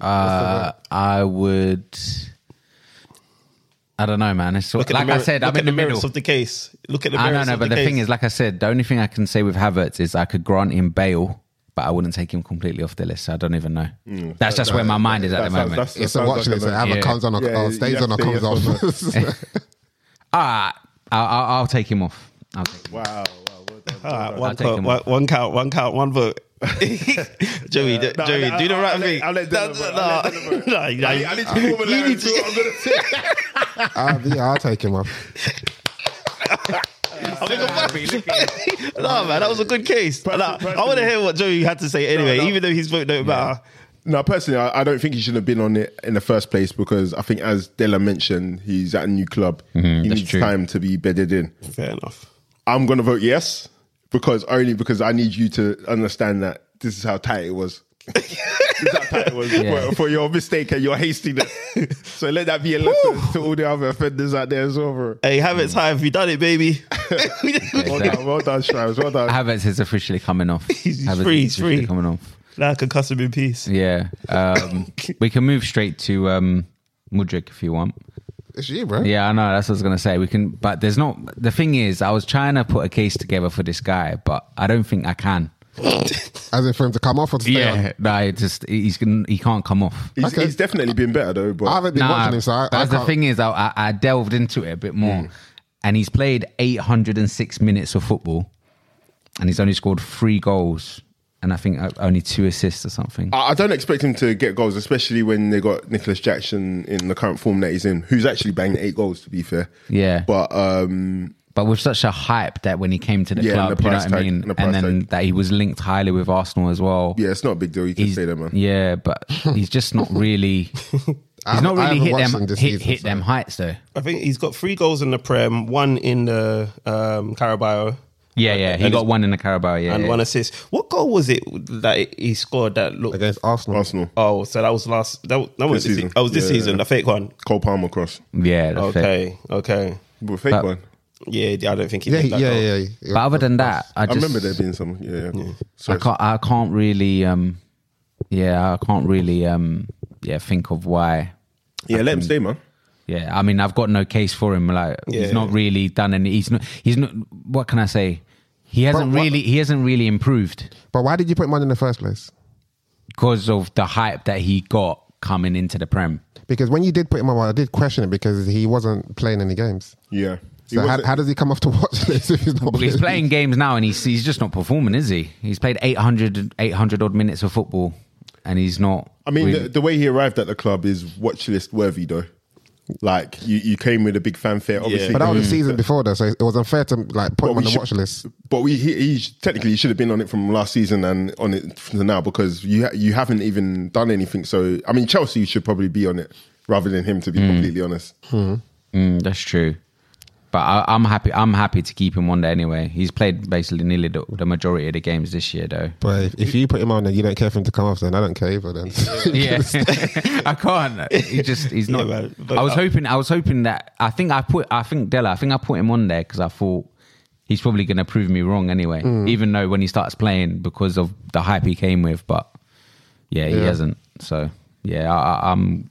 Uh, I would. I don't know, man. It's sort,
Look at
like
the merit-
I said,
look
I'm
at
in the,
merits
middle.
of the case. Look at the
I
merits
don't know,
of
but the
the, case.
thing is, like I said, the only thing I can say with Havertz is I could grant him bail, but I wouldn't take him completely off the list. So I don't even know.
Mm,
that's just where my mind is at the
that sounds-
moment.
that's-
It's a
sounds
watch
like a
list. It
vote.
either
Yeah.
comes on or,
Yeah,
or
you
stays
have
on or
to say
comes off.
All right, Ah, I'll, I'll, I'll take him off. I'll take him.
Wow, wow. Well done.
All right, one,
take
count,
him
one,
off.
one count, one count, one vote. Joey, d-
No,
Joey,
no,
do the
I'll-
right
I'll let-
thing.
I'll let
No,
Dylan vote.
no,
I'll let
no.
Dylan vote.
No, no,
I, I need to
you
formulate
need
what I'm going to say.
uh, yeah, I'll take him off.
I think I'm- no, man, that was a good case.
Person-
Nah, I
personally-
want to hear what Joey had to say anyway,
no.
even though his vote don't matter.
No, personally, I, I don't think he should have been on it in the first place because I think, as Della mentioned, he's at a new club. he
Mm-hmm, that's
needs
true.
time to be bedded in.
Fair enough.
I'm going to vote yes because only because I need you to understand that this is how tight it was. this is how tight it was for, for your mistake and your hastiness. so let that be a lesson to all the other offenders out there as well. bro.
Hey, have it time. You done it, baby.
Well
Exactly.
done, well done, Shrives. Well done.
Havertz is officially coming off.
He's
Havertz
free,
is
he's
officially
free.
Coming off.
now I can cuss him in peace.
Yeah. Um, we can move straight to um, Mudrik if you want.
It's you, bro.
Yeah, I know. That's what I was gonna say. We can, but there's not. The thing is, I was trying to put a case together for this guy, but I don't think I can.
As in for him to come off or to stay on.
no, it just he's gonna- he can't come off.
He's,
Okay.
he's definitely been better though,
I
but
haven't been
Nah,
watching him, so I, I
that's the
can't.
thing is, I, I, I delved into it a bit more, Mm. and he's played 806 minutes of football, and he's only scored three goals, and I think uh, only two assists or something.
I I don't expect him to get goals, especially when they got Nicholas Jackson in the current form that he's in, who's actually banged eight goals to be fair.
Yeah.
But um
But with such a hype that when he came to the
Yeah, and
club,
the
you know
price
what I
tag,
mean,
and the
and,
price
then
tag.
that he was linked highly with Arsenal as well.
Yeah, it's not a big deal. You can
he's,
say that, man.
yeah, but he's just not really. he's not
haven't- I
really
haven't
hit
watched
them
him this
hit,
season,
hit
so-
them heights though.
I think he's got three goals in the Prem, one in the um, Carabao.
Yeah, yeah, he
And
got
his-
one in the Carabao. Yeah,
and
yeah.
one assist. What goal was it that he scored that looked?
against Arsenal.
Arsenal,
Oh, so that was last. That, that was this
This
season.
season.
That was this
Yeah.
season. The fake one.
Cole Palmer cross.
yeah. that's it.
Okay, okay.
But fake
But-
one.
Yeah, I don't think he
Yeah,
did
yeah,
that. goal.
yeah, yeah.
But other than that, I
I
just
remember there being some. Yeah, yeah.
I
Sorry.
can't. I can't really. Um, yeah, I can't really. Um, yeah, think of why.
yeah, let him stay, man.
Yeah, I mean, I've got no case for him. Like, he's
Yeah.
not really done any. He's not. He's not. What can I say? He hasn't
But what-
really. He hasn't really improved
But why did you put him on in the first place?
because of the hype that he got coming into the prem.
Because when you did put him on, I did question it because he wasn't playing any games.
Yeah. He
So how,
wasn't-
how does he come off the watch list if he's not
Well, he's playing games now, and he's he's just not performing, is he? He's played 800, 800 odd minutes of football, and he's not.
I mean,
really-
the, the way he arrived at the club is watch list worthy, though. Like you, you came with a big fanfare, obviously. Mm.
But that was the season before, though, so it was unfair to like put him on the watch list.
But we, he, he sh- technically should have been on it from last season and on it from now because you ha- you haven't even done anything. So I mean, Chelsea should probably be on it rather than him. To be completely honest,
Hmm.
Mm, that's true. But I, I'm happy. I'm happy to keep him on there anyway. He's played basically nearly the, the majority of the games this year, though.
But if, if you put him on and you don't care for him to come off, then I don't care either. Then
Yeah, I can't. He just he's not.
man, but
I was
I-
hoping. I was hoping that. I think I put. I think Della. I think I put him on there because I thought he's probably going to prove me wrong anyway. Even though when he starts playing, because of the hype he came with, but yeah, he
Yeah.
hasn't. So yeah, I, I, I'm.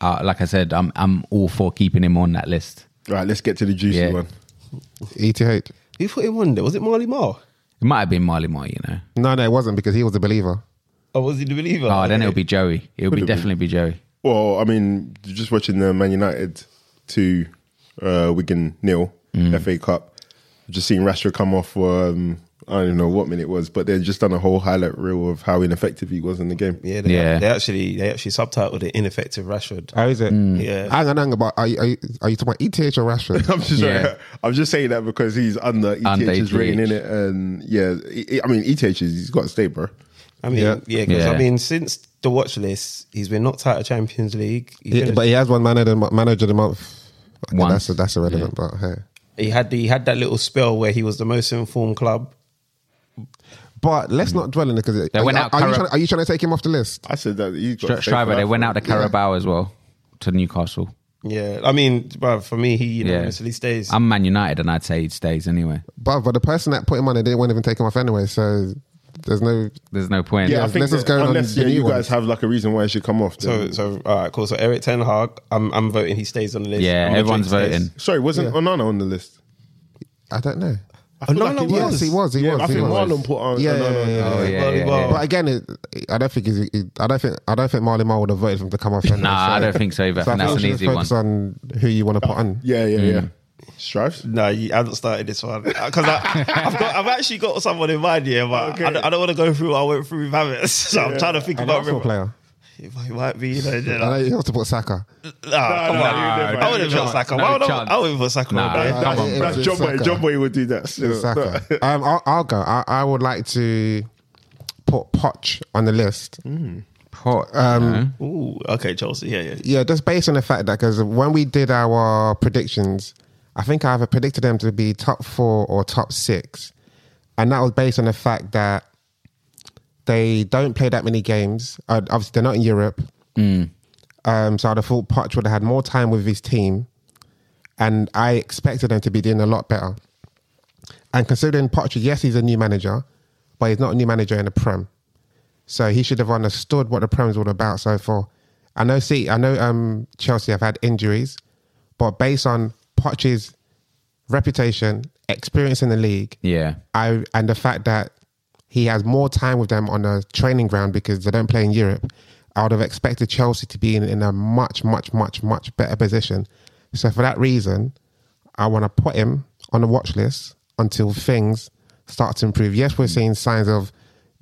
I, like I said, I'm. I'm all for keeping him on that list.
right? Let's get to the juicy
Yeah.
one.
ETH.
Who put him on there? Was it Marley Mar?
It might have been Marley Mar, you know.
No, no, it wasn't because he was a believer.
Or was he the believer?
Oh, then it'll be Joey. It'll be
Could've been.
definitely be Joey.
Well, I mean, just watching the Man United to uh, Wigan nil
Mm.
FA Cup. Just seeing Rashford come off for um, I don't know what minute it was, but they've just done a whole highlight reel of how ineffective he was in the game.
Yeah, they,
Yeah.
they actually they actually subtitled it ineffective Rashford.
How Oh, is it?
Mm.
Yeah.
Ah,
Hang on, hang on. But are you, are you, are you talking about ETH or Rashford?
I'm just
Yeah.
I'm just saying that because he's under E ETH's
Under E ETH.
rating in it, and yeah, I- I mean ETH is he's got to stay, bro.
I mean, yeah,
Yeah.
because
Yeah.
I mean, since the watch list, he's been knocked out of Champions League. He's
yeah,
been-
but he has one manager, manager of the month. Okay,
Once.
That's, that's irrelevant, but hey.
he had the, he had that little spell where he was the most informed club.
But let's not dwell on it because
Mm. They
are,
went
you-
out
are you
Cara-
trying, are you trying to take him off the list?
I said that he's got
Stri-
to stay
Striver.
for
They
that.
went out to Carabao as well to Newcastle.
Yeah, I mean, bruv, for me, he unanimously stays.
I'm Man United, and I'd say it stays anyway.
But, but the person that put him on, they didn't even take him off anyway. So there's no.
There's no point.
Yeah, I
Let's-
think
let's just
that-
go on
unless
the
yeah, you
new
guys have like a reason why he should come off. then-
so, so all right, cool. So Eric Ten Hag, I'm I'm voting he stays on the list.
Yeah,
I'm
everyone's
voting he stays.
voting.
sorry, wasn't Onana on the list?
I don't know.
feel
Onana
like
was.
Yes, he was. He
Yeah,
was.
I
he
think
was.
Marlon put on.
Yeah, yeah,
Onana on the
yeah,
list.
Oh, yeah,
Bloody
yeah,
well.
yeah.
But again, it, I don't think he's, I don't think I don't think Marlon Mar would have voted for him to come off. Anyway,
Nah, I don't think so either. I think that's
we
an
should
easy
focus on who you want to put on.
Yeah, yeah, yeah. Strives.
No, you, I haven't started this one because I've got I've actually got someone in mind here, but I, don't, I don't want to go through. what I went through with Havertz, so I'm trying to think
An
about.
Arsenal
remember-
player.
It might, it might be, you know, you
I
know,
know you have to put Saka.
nah, come
no,
on.
you never-
I would have
no
put Saka.
chance,
Why
no
would I
chance.
I wouldn't put Saka.
Nah,
on there.
Come on,
That's
it's
John Boy.
Saka.
John Boy would do that.
It's Saka. um, I'll, I'll go. I, I would like to put Poch on the list.
Pot,
Um,
Ooh, okay, Chelsea. Yeah, yeah.
Yeah, just based on the fact that because when we did our predictions, I think I either predicted them to be top four or top six, and that was based on the fact that they don't play that many games. Uh, obviously, they're not in Europe, um, so I'd have thought Poch would have had more time with his team, and I expected them to be doing a lot better. And considering Poch, yes, he's a new manager, but he's not a new manager in the Prem. So he should have understood what the Prem's all about so far. I know see I know um Chelsea have had injuries, but based on Poch's reputation, experience in the league,
Yeah.
I and the fact that he has more time with them on a training ground because they don't play in Europe, I would have expected Chelsea to be in, in a much, much, much, much better position. So for that reason, I want to put him on the watch list until things start to improve. Yes, we're seeing signs of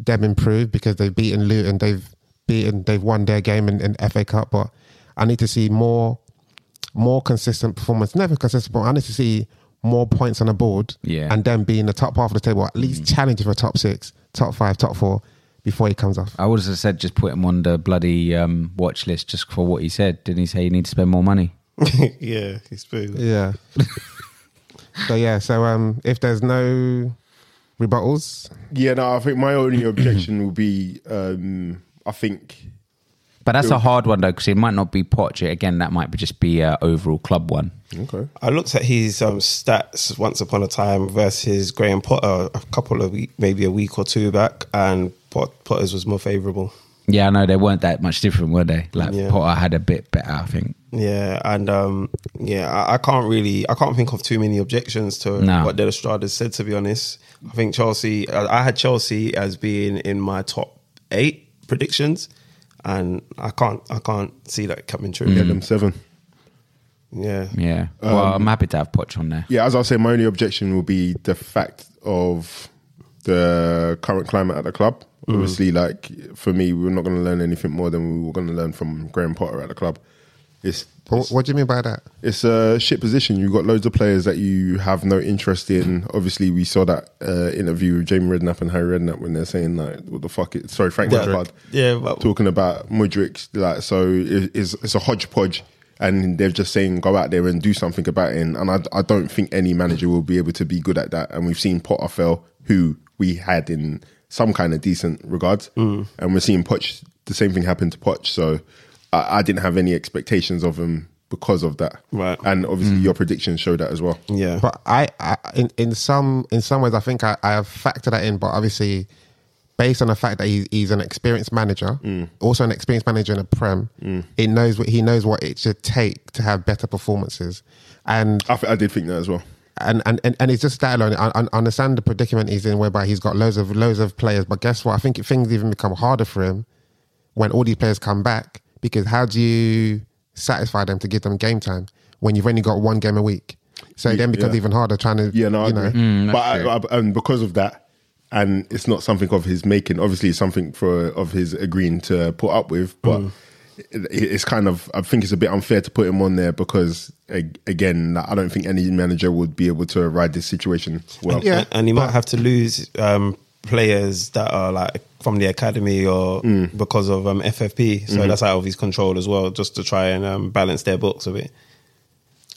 them improve because they've beaten Luton, they've beaten, they've won their game in, in FA Cup, but I need to see more more consistent performance. Never consistent, but I need to see more points on the board
Yeah.
and then be in the top half of the table, at least challenge for top six, top five, top four before he comes off.
I would have said just put him on the bloody um, watch list just for what he said. Didn't he say you need to spend more money?
yeah, it's true.
Yeah. so yeah, so um if there's no rebuttals,
Yeah, no, I think my only objection will be um, I think
But that's a hard one though, because it might not be Poch. Again, that might be just be a overall club one.
okay.
I looked at his um, stats once upon a time versus Graham Potter a couple of week, maybe a week or two back, and Pot- Potter's was more favourable.
Yeah, I know they weren't that much different, were they? Like
Yeah.
Potter had a bit better, I think.
Yeah, and um, yeah, I, I can't really, I can't think of too many objections to
No.
what Del Estrada said. To be honest, I think Chelsea. I, I had Chelsea as being in my top eight predictions, and I can't, I can't see that coming true.
Yeah, them seven.
Yeah,
Yeah. well, I'm happy to have Poch on there.
Yeah, as I say, my only objection will be the fact of the current climate at the club. Obviously, like for me, we're not going to learn anything more than we were going to learn from Graham Potter at the club. It's
wh- what, do you mean by that?
it's a shit position. You've got loads of players that you have no interest in. Obviously, we saw that uh, interview with Jamie Redknapp and Harry Redknapp when they're saying like, "What the fuck?" It, sorry, Frank
Yeah.
Lampard.
Yeah, but-
talking about Mudrick. Like, so it, it's it's a hodgepodge, and they're just saying go out there and do something about it. And I I don't think any manager will be able to be good at that. And we've seen Potter fail, who we had in some kind of decent regards,
Mm.
and we're seeing Poch. The same thing happened to Poch. So I, I didn't have any expectations of him because of that.
Right. Mm.
And obviously, your predictions show that as well.
yeah,
But I, I in, in some in some ways I think I, I have factored that in, but obviously based on the fact that he, he's an experienced manager, also an experienced manager in a prem, he knows what he knows what it should take to have better performances. And
I, th- I did think that as well.
and and and, and it's just that alone. I, I understand the predicament he's in, whereby he's got loads of loads of players. But guess what? I think things even become harder for him when all these players come back because how do you satisfy them to give them game time when you've only got one game a week? So it then becomes
yeah.
even harder trying to
Yeah, no, I
you
agree. Mm.
know.
but I, I, and because of that, and it's not something of his making. Obviously, it's something for of his agreeing to put up with. But it, it's kind of I think it's a bit unfair to put him on there because a- again, like, I don't think any manager would be able to ride this situation well.
Yeah.
and, and you might have to lose um, players that are like from the academy or
Mm.
because of um, FFP. So
Mm-hmm.
that's out of his control as well, just to try and um, balance their books a bit.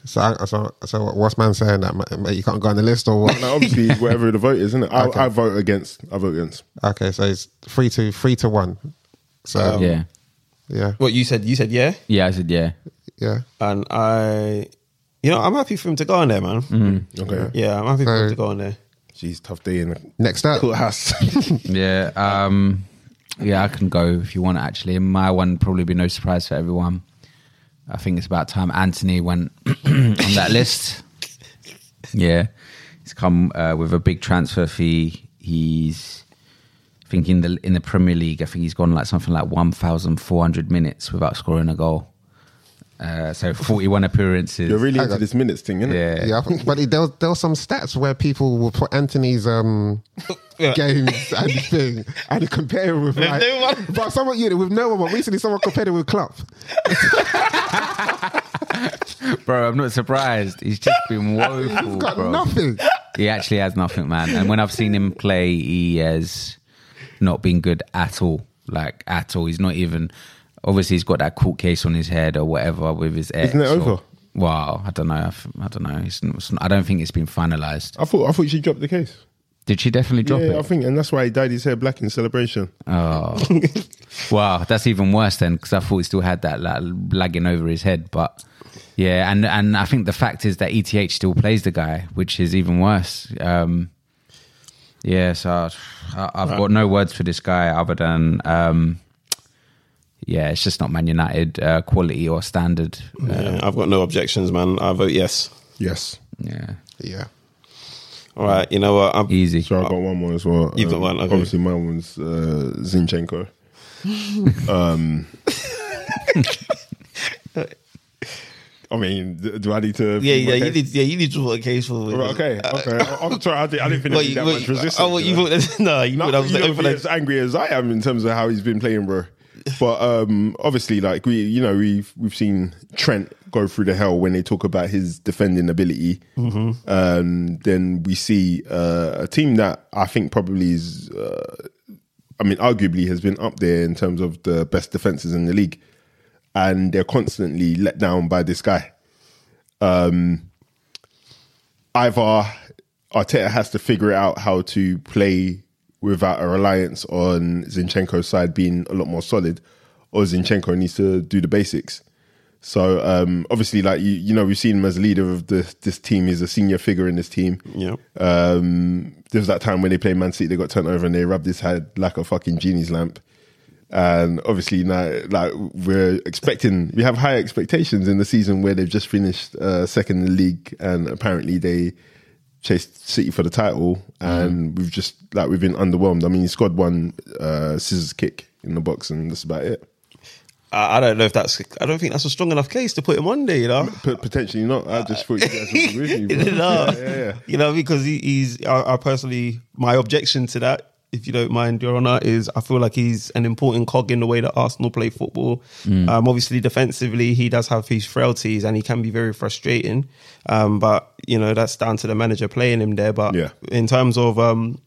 So I, so so what's man saying that mate, you can't go on the list or what?
Now, obviously, it's whatever the vote is, isn't it? I, I vote against. I vote against.
okay, so it's three to three to one. So
Um,
yeah.
yeah,
What you said? You said yeah,
Yeah, I said yeah.
yeah.
and I, you know, I'm happy for him to go on there, man.
Mm-hmm.
Okay.
Yeah, I'm happy for him
So-
to go on there.
Jeez, tough day in the
Next up,
courthouse.
Yeah. Um, yeah, I can go if you want, actually. My one probably be no surprise for everyone. I think it's about time Anthony went on that list. Yeah. He's come uh, with a big transfer fee. He's I think in the in the Premier League, I think he's gone like something like 1,400 minutes without scoring a goal. Uh, so 41 appearances.
You're really into
got-
this minutes thing, isn't it?
yeah.
Yeah, I think- but there was, there were some stats where people will put Anthony's um,
Yeah.
games and thing and compare it with like,
no one.
but someone you know, with no one. But recently, someone compared it with Klopp.
Bro, I'm not surprised. He's just been woeful.
He's got
bro.
nothing.
He actually has nothing, man. And when I've seen him play, he has not been good at all. Like at all. He's not even. Obviously, he's got that court case on his head or whatever with his ex.
Isn't it
or-
over?
Well, I don't know. I, f- I don't know. It's, n- it's, n- I don't think it's been finalized.
I thought I thought she dropped the case.
Did she definitely drop
yeah,
it?
I think, and that's why he dyed his hair black in celebration.
oh, wow. That's even worse then, because I thought he still had that like, lagging over his head. But yeah, and and I think the fact is that ETH still plays the guy, which is even worse. Um, yeah, so I, I've got no words for this guy other than um, yeah, it's just not Man United uh, quality or standard.
Yeah, I've got no objections, man. I vote yes.
Yes.
Yeah,
Yeah,
All right, you know what? I'm,
easy.
So I've got one more as well. Um,
You've got one, okay.
Obviously, my one's uh, Zinchenko. um, I mean, d- do I need to?
yeah,
plead my
yeah, you
case?
need, yeah, you need to put a case for.
Right, Okay, okay. I- I'm sorry, I didn't, I didn't think
What,
there'd be
you,
that
what,
much resistance.
oh, what, you
know?
thought that, no, you
No,
thought that was
you
the
don't be
opening.
as angry as I am in terms of how he's been playing, bro. But um, obviously, like we, you know, we've we've seen Trent go through the hell when they talk about his defending ability. Um, then we see uh, a team that I think probably is, uh, I mean, arguably has been up there in terms of the best defenses in the league, and they're constantly let down by this guy. either Arteta has to figure out how to play without a reliance on Zinchenko's side being a lot more solid, or Zinchenko needs to do the basics. So um, obviously, like you, you know, we've seen him as leader of the, this team. He's a senior figure in this team.
Yeah.
Um, there was that time when they played Man City, they got turned over and they rubbed his head like a fucking genie's lamp. And obviously now, like we're expecting, we have high expectations in the season where they've just finished uh, second in the league, and apparently they chased City for the title, and we've just like we've been underwhelmed. I mean, he scored one uh, scissors kick in the box, and that's about it.
I, I don't know if that's. I don't think that's a strong enough case to put him on there. You know.
P- potentially not. I just thought you guys would agree with me. bro.
no.
Yeah, yeah, yeah.
You know, because he, he's. I, I personally, my objection to that, if you don't mind, Your Honour, is I feel like he's an important cog in the way that Arsenal play football. Um, obviously, defensively, he does have his frailties and he can be very frustrating. Um, but you know, that's down to the manager playing him there. But
Yeah.
in terms of um,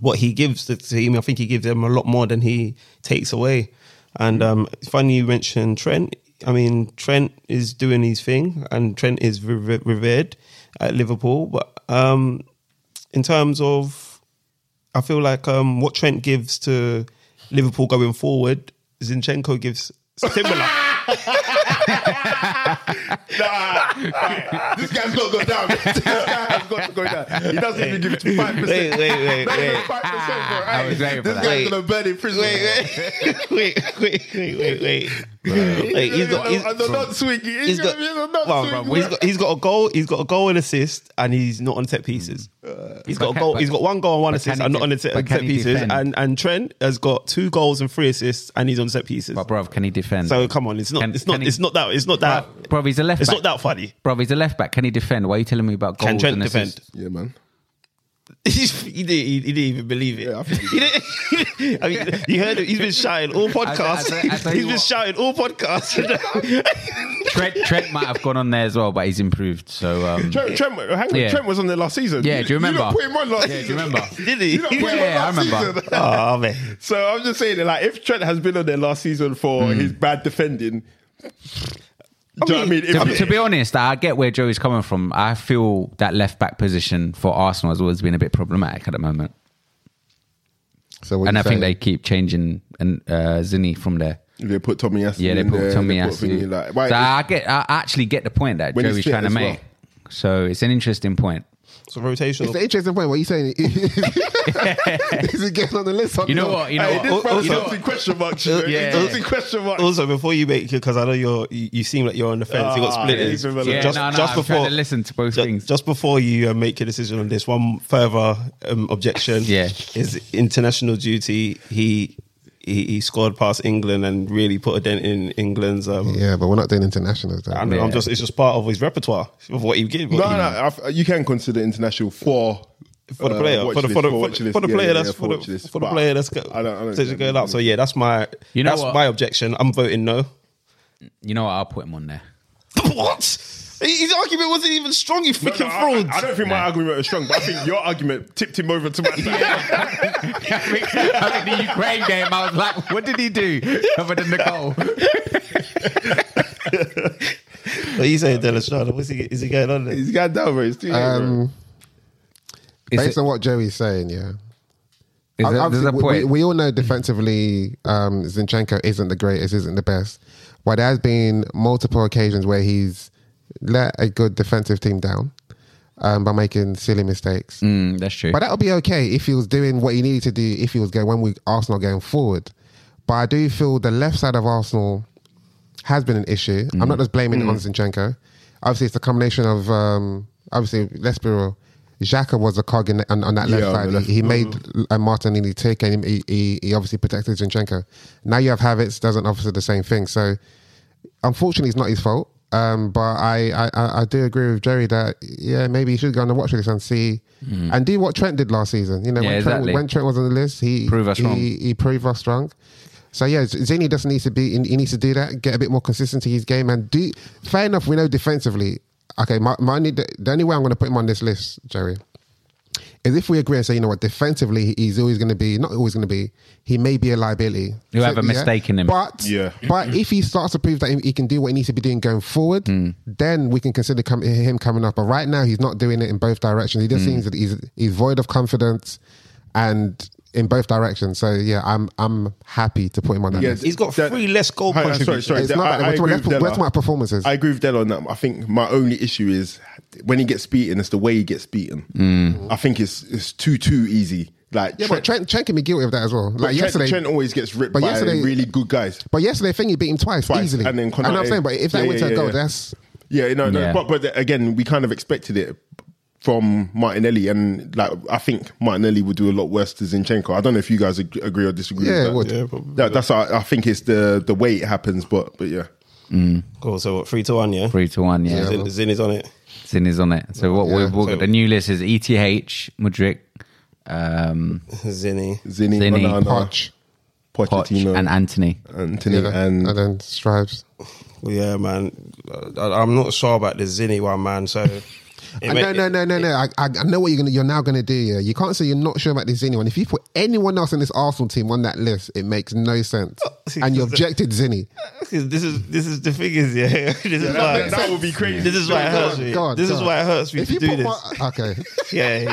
what he gives the team, I think he gives them a lot more than he takes away. And um, funny you mentioned Trent. I mean, Trent is doing his thing, and Trent is rever- revered at Liverpool. But um, in terms of, I feel like um, what Trent gives to Liverpool going forward, Zinchenko gives similar.
Ah, This guy's got to go down. this guy has got to go down. He doesn't even give it five
wait,
percent.
wait, wait, wait.
I was waiting for
this
that.
guy's gonna burn in prison.
wait, wait, wait, wait, wait. Wait, he's got, he's,
the not swing.
he's got, well, he's got he's got a goal. He's got a goal and assist, and he's not on set pieces.
Mm. Uh,
He's got a
can-
goal.
but-
he's got one goal and one
but
assist,
can he
and not
de-
on the set,
but can
set
he
pieces.
defend?
And and Trent has got two goals and three assists, and he's on set pieces.
But bruv, can he defend?
so come on, it's not
Can-
it's not
can he-
it's not that it's not that
bruv, he's a left.
it's
back.
not that funny.
Bruv, he's a left back. Can he defend? Why are you telling me about goals?
Can Trent
and assists?
defend?
Yeah, man.
he, didn't, he, didn't even believe it.
Yeah, I think
he didn't, I mean, you heard him. He's been shouting all podcasts.
I tell- I tell
he's
you
been
what.
shouting all podcasts.
Trent, Trent might have gone on there as well, but he's improved. So um,
Trent, Trent, hang on.
Yeah.
Trent was on there last season.
Yeah, do you remember?
not put him on last
yeah, do you
season.
remember?
Did
You
he?
not put him on
Yeah,
last
I remember.
season.
oh man.
So I'm just saying, that, like, if Trent has been on there last season for
Hmm.
his bad defending, do you know what I mean?
to,
If-
to be honest, I get where Joe is coming from. I feel that left back position for Arsenal has always been a bit problematic at the moment,
So what
and
you
I think they
saying?
keep changing and uh, Zinni from there.
they put Tommy Aston
Yeah, they
in
put
there,
Tommy
they put
Asu.
thingy, like, why-
so I get, I actually get the point that
When he's
Joey's
fit
trying to
as
make.
well.
So it's an interesting point.
It's a rotational.
It's an interesting point. What you saying? Is it getting on the list?
You know what? You know
Hey,
what?
this
Oh,
man's
you know Uh,
obviously question marks. you know?
yeah,
He's
yeah.
obviously question marks.
also before you make because I know you're you, you seem like you're on the fence. you got
Ah,
splitters.
yeah,
Yeah,
just-
no, no, I'm trying to listen to both
ju-
things.
just before you uh, make your decision on this, one further um, objection.
Yeah.
is international duty. He, he he scored past England and really put a dent in England's. Um,
Yeah, but we're not doing internationals. Though.
I mean, I'm
Yeah.
just it's just part of his repertoire of what he gave.
No, no, I f- you can consider international for
for the
uh,
player,
watch
for the
list,
for the
watch
for the-
list.
for the
Yeah, yeah,
player that's
yeah,
for the
watch list.
for the
But
player that's
I don't, I don't
that's going out. So yeah, that's my
You know
that's
what?
my objection. I'm voting no.
You know what? I'll put him on there.
What? His argument wasn't even strong. You
No,
freaking
no, I,
fraud.
I don't think my argument was strong, but I think your argument tipped him over to my side.
I think, I think the Ukraine game. I was like, what did he do other than the goal?
What are you saying, Dennis Schrader? What's he, is he going on there?
He's got down, bro. He's too late, bro.
um,
Is
based
it-
on what Joey's saying, yeah.
is it-
Obviously,
there's a
we-
point.
We, we all know defensively, um, Zinchenko isn't the greatest, isn't the best. But there has been multiple occasions where he's let a good defensive team down um, by making silly mistakes.
Mm, that's true.
But that'll be okay if he was doing what he needed to do if he was going when we Arsenal going forward. But I do feel the left side of Arsenal has been an issue.
Mm.
I'm not just blaming it on Zinchenko. Obviously, it's a combination of um, obviously let's be real. Xhaka was a cog in, on, on that left
Yeah, on
side.
the left.
He, he
Mm.
made uh, Martinelli take, and he, he, he obviously protected Zinchenko. Now you have Havertz doesn't obviously the same thing. So unfortunately, it's not his fault. Um, but I, I- I, I do agree with Jerry that yeah, maybe he should go on the watch list and see and do what Trent did last season. You know,
Mm. Yeah,
when,
exactly.
Trent, when Trent was on the list, he
Prove us
he,
wrong.
He proved us wrong. So yeah, Zini just needs to be. He needs to do that. Get a bit more consistency in his game and do. Fair enough. We know defensively. Okay, my, my only, the only way I'm going to put him on this list, Jerry, is if we agree and say, you know what, defensively he's always going to be not always going to be. He may be a liability.
You have a mistake in him.
but
Yeah.
but if he starts to prove that he- he can do what he needs to be doing going forward,
Hmm.
then we can consider com- him coming up. But right now, he's not doing it in both directions. He just
Hmm.
seems that he's he's void of confidence, and in both directions. So yeah, I'm I'm happy to put him on that.
Yeah,
list.
He's got
That-
three less goal
Hi, Sorry,
contributions.
sorry.
It's
I-
not
I
that- we're
agree
talking-
with
we're
Della.
talking about performances.
I agree with Dell on that. I think my only issue is when he gets beaten, it's the way he gets beaten.
Mm.
I think it's it's too too easy. Like
Yeah, but Trent, Trent can be guilty of that as well. Like
Trent-
yesterday,
Trent always gets ripped
but
by
yesterday-
really good guys.
but yesterday, thing he beat him twice,
Twice,
easily.
and then
I know what I'm
Konate.
saying, but if that
Yeah,
went to
yeah,
a
yeah,
goal,
yeah.
that's
Yeah, no, no.
Yeah.
But, but again, we kind of expected it from Martinelli, and like I think Martinelli would do a lot worse to Zinchenko. I don't know if you guys ag- agree or disagree.
Yeah, it
with
would.
that.
Yeah,
probably.
That- that's how I I think it's the the way it happens. But but yeah,
Cool. So what? Three to one. Yeah.
Three to one, yeah.
Zin, Zin is on it.
Zin is on it. So what we've, we've got
So-
the new list is ETH, Mudrik, um,
Zinny.
Zini,
Zinni,
Onana,
Poch,
Poch,
Pochettino,
and
and
Anthony.
Anthony,
you know,
and
and then Strives.
Yeah, man. I, I'm not sure about the Zinny one, man. So
Uh, no, no, no, no, no. I, I I know what you're gonna. You're now gonna do. Yeah, you can't say you're not sure about this Zinny one. If you put anyone else in this Arsenal team on that list, it makes no sense. And you objected Zinny.
This is this is the figures. Yeah. this is why.
that- that would be crazy.
This is why it hurts me.
God,
this is
God.
why it hurts me
If
to
you
do
put
this.
my- okay,
Yeah.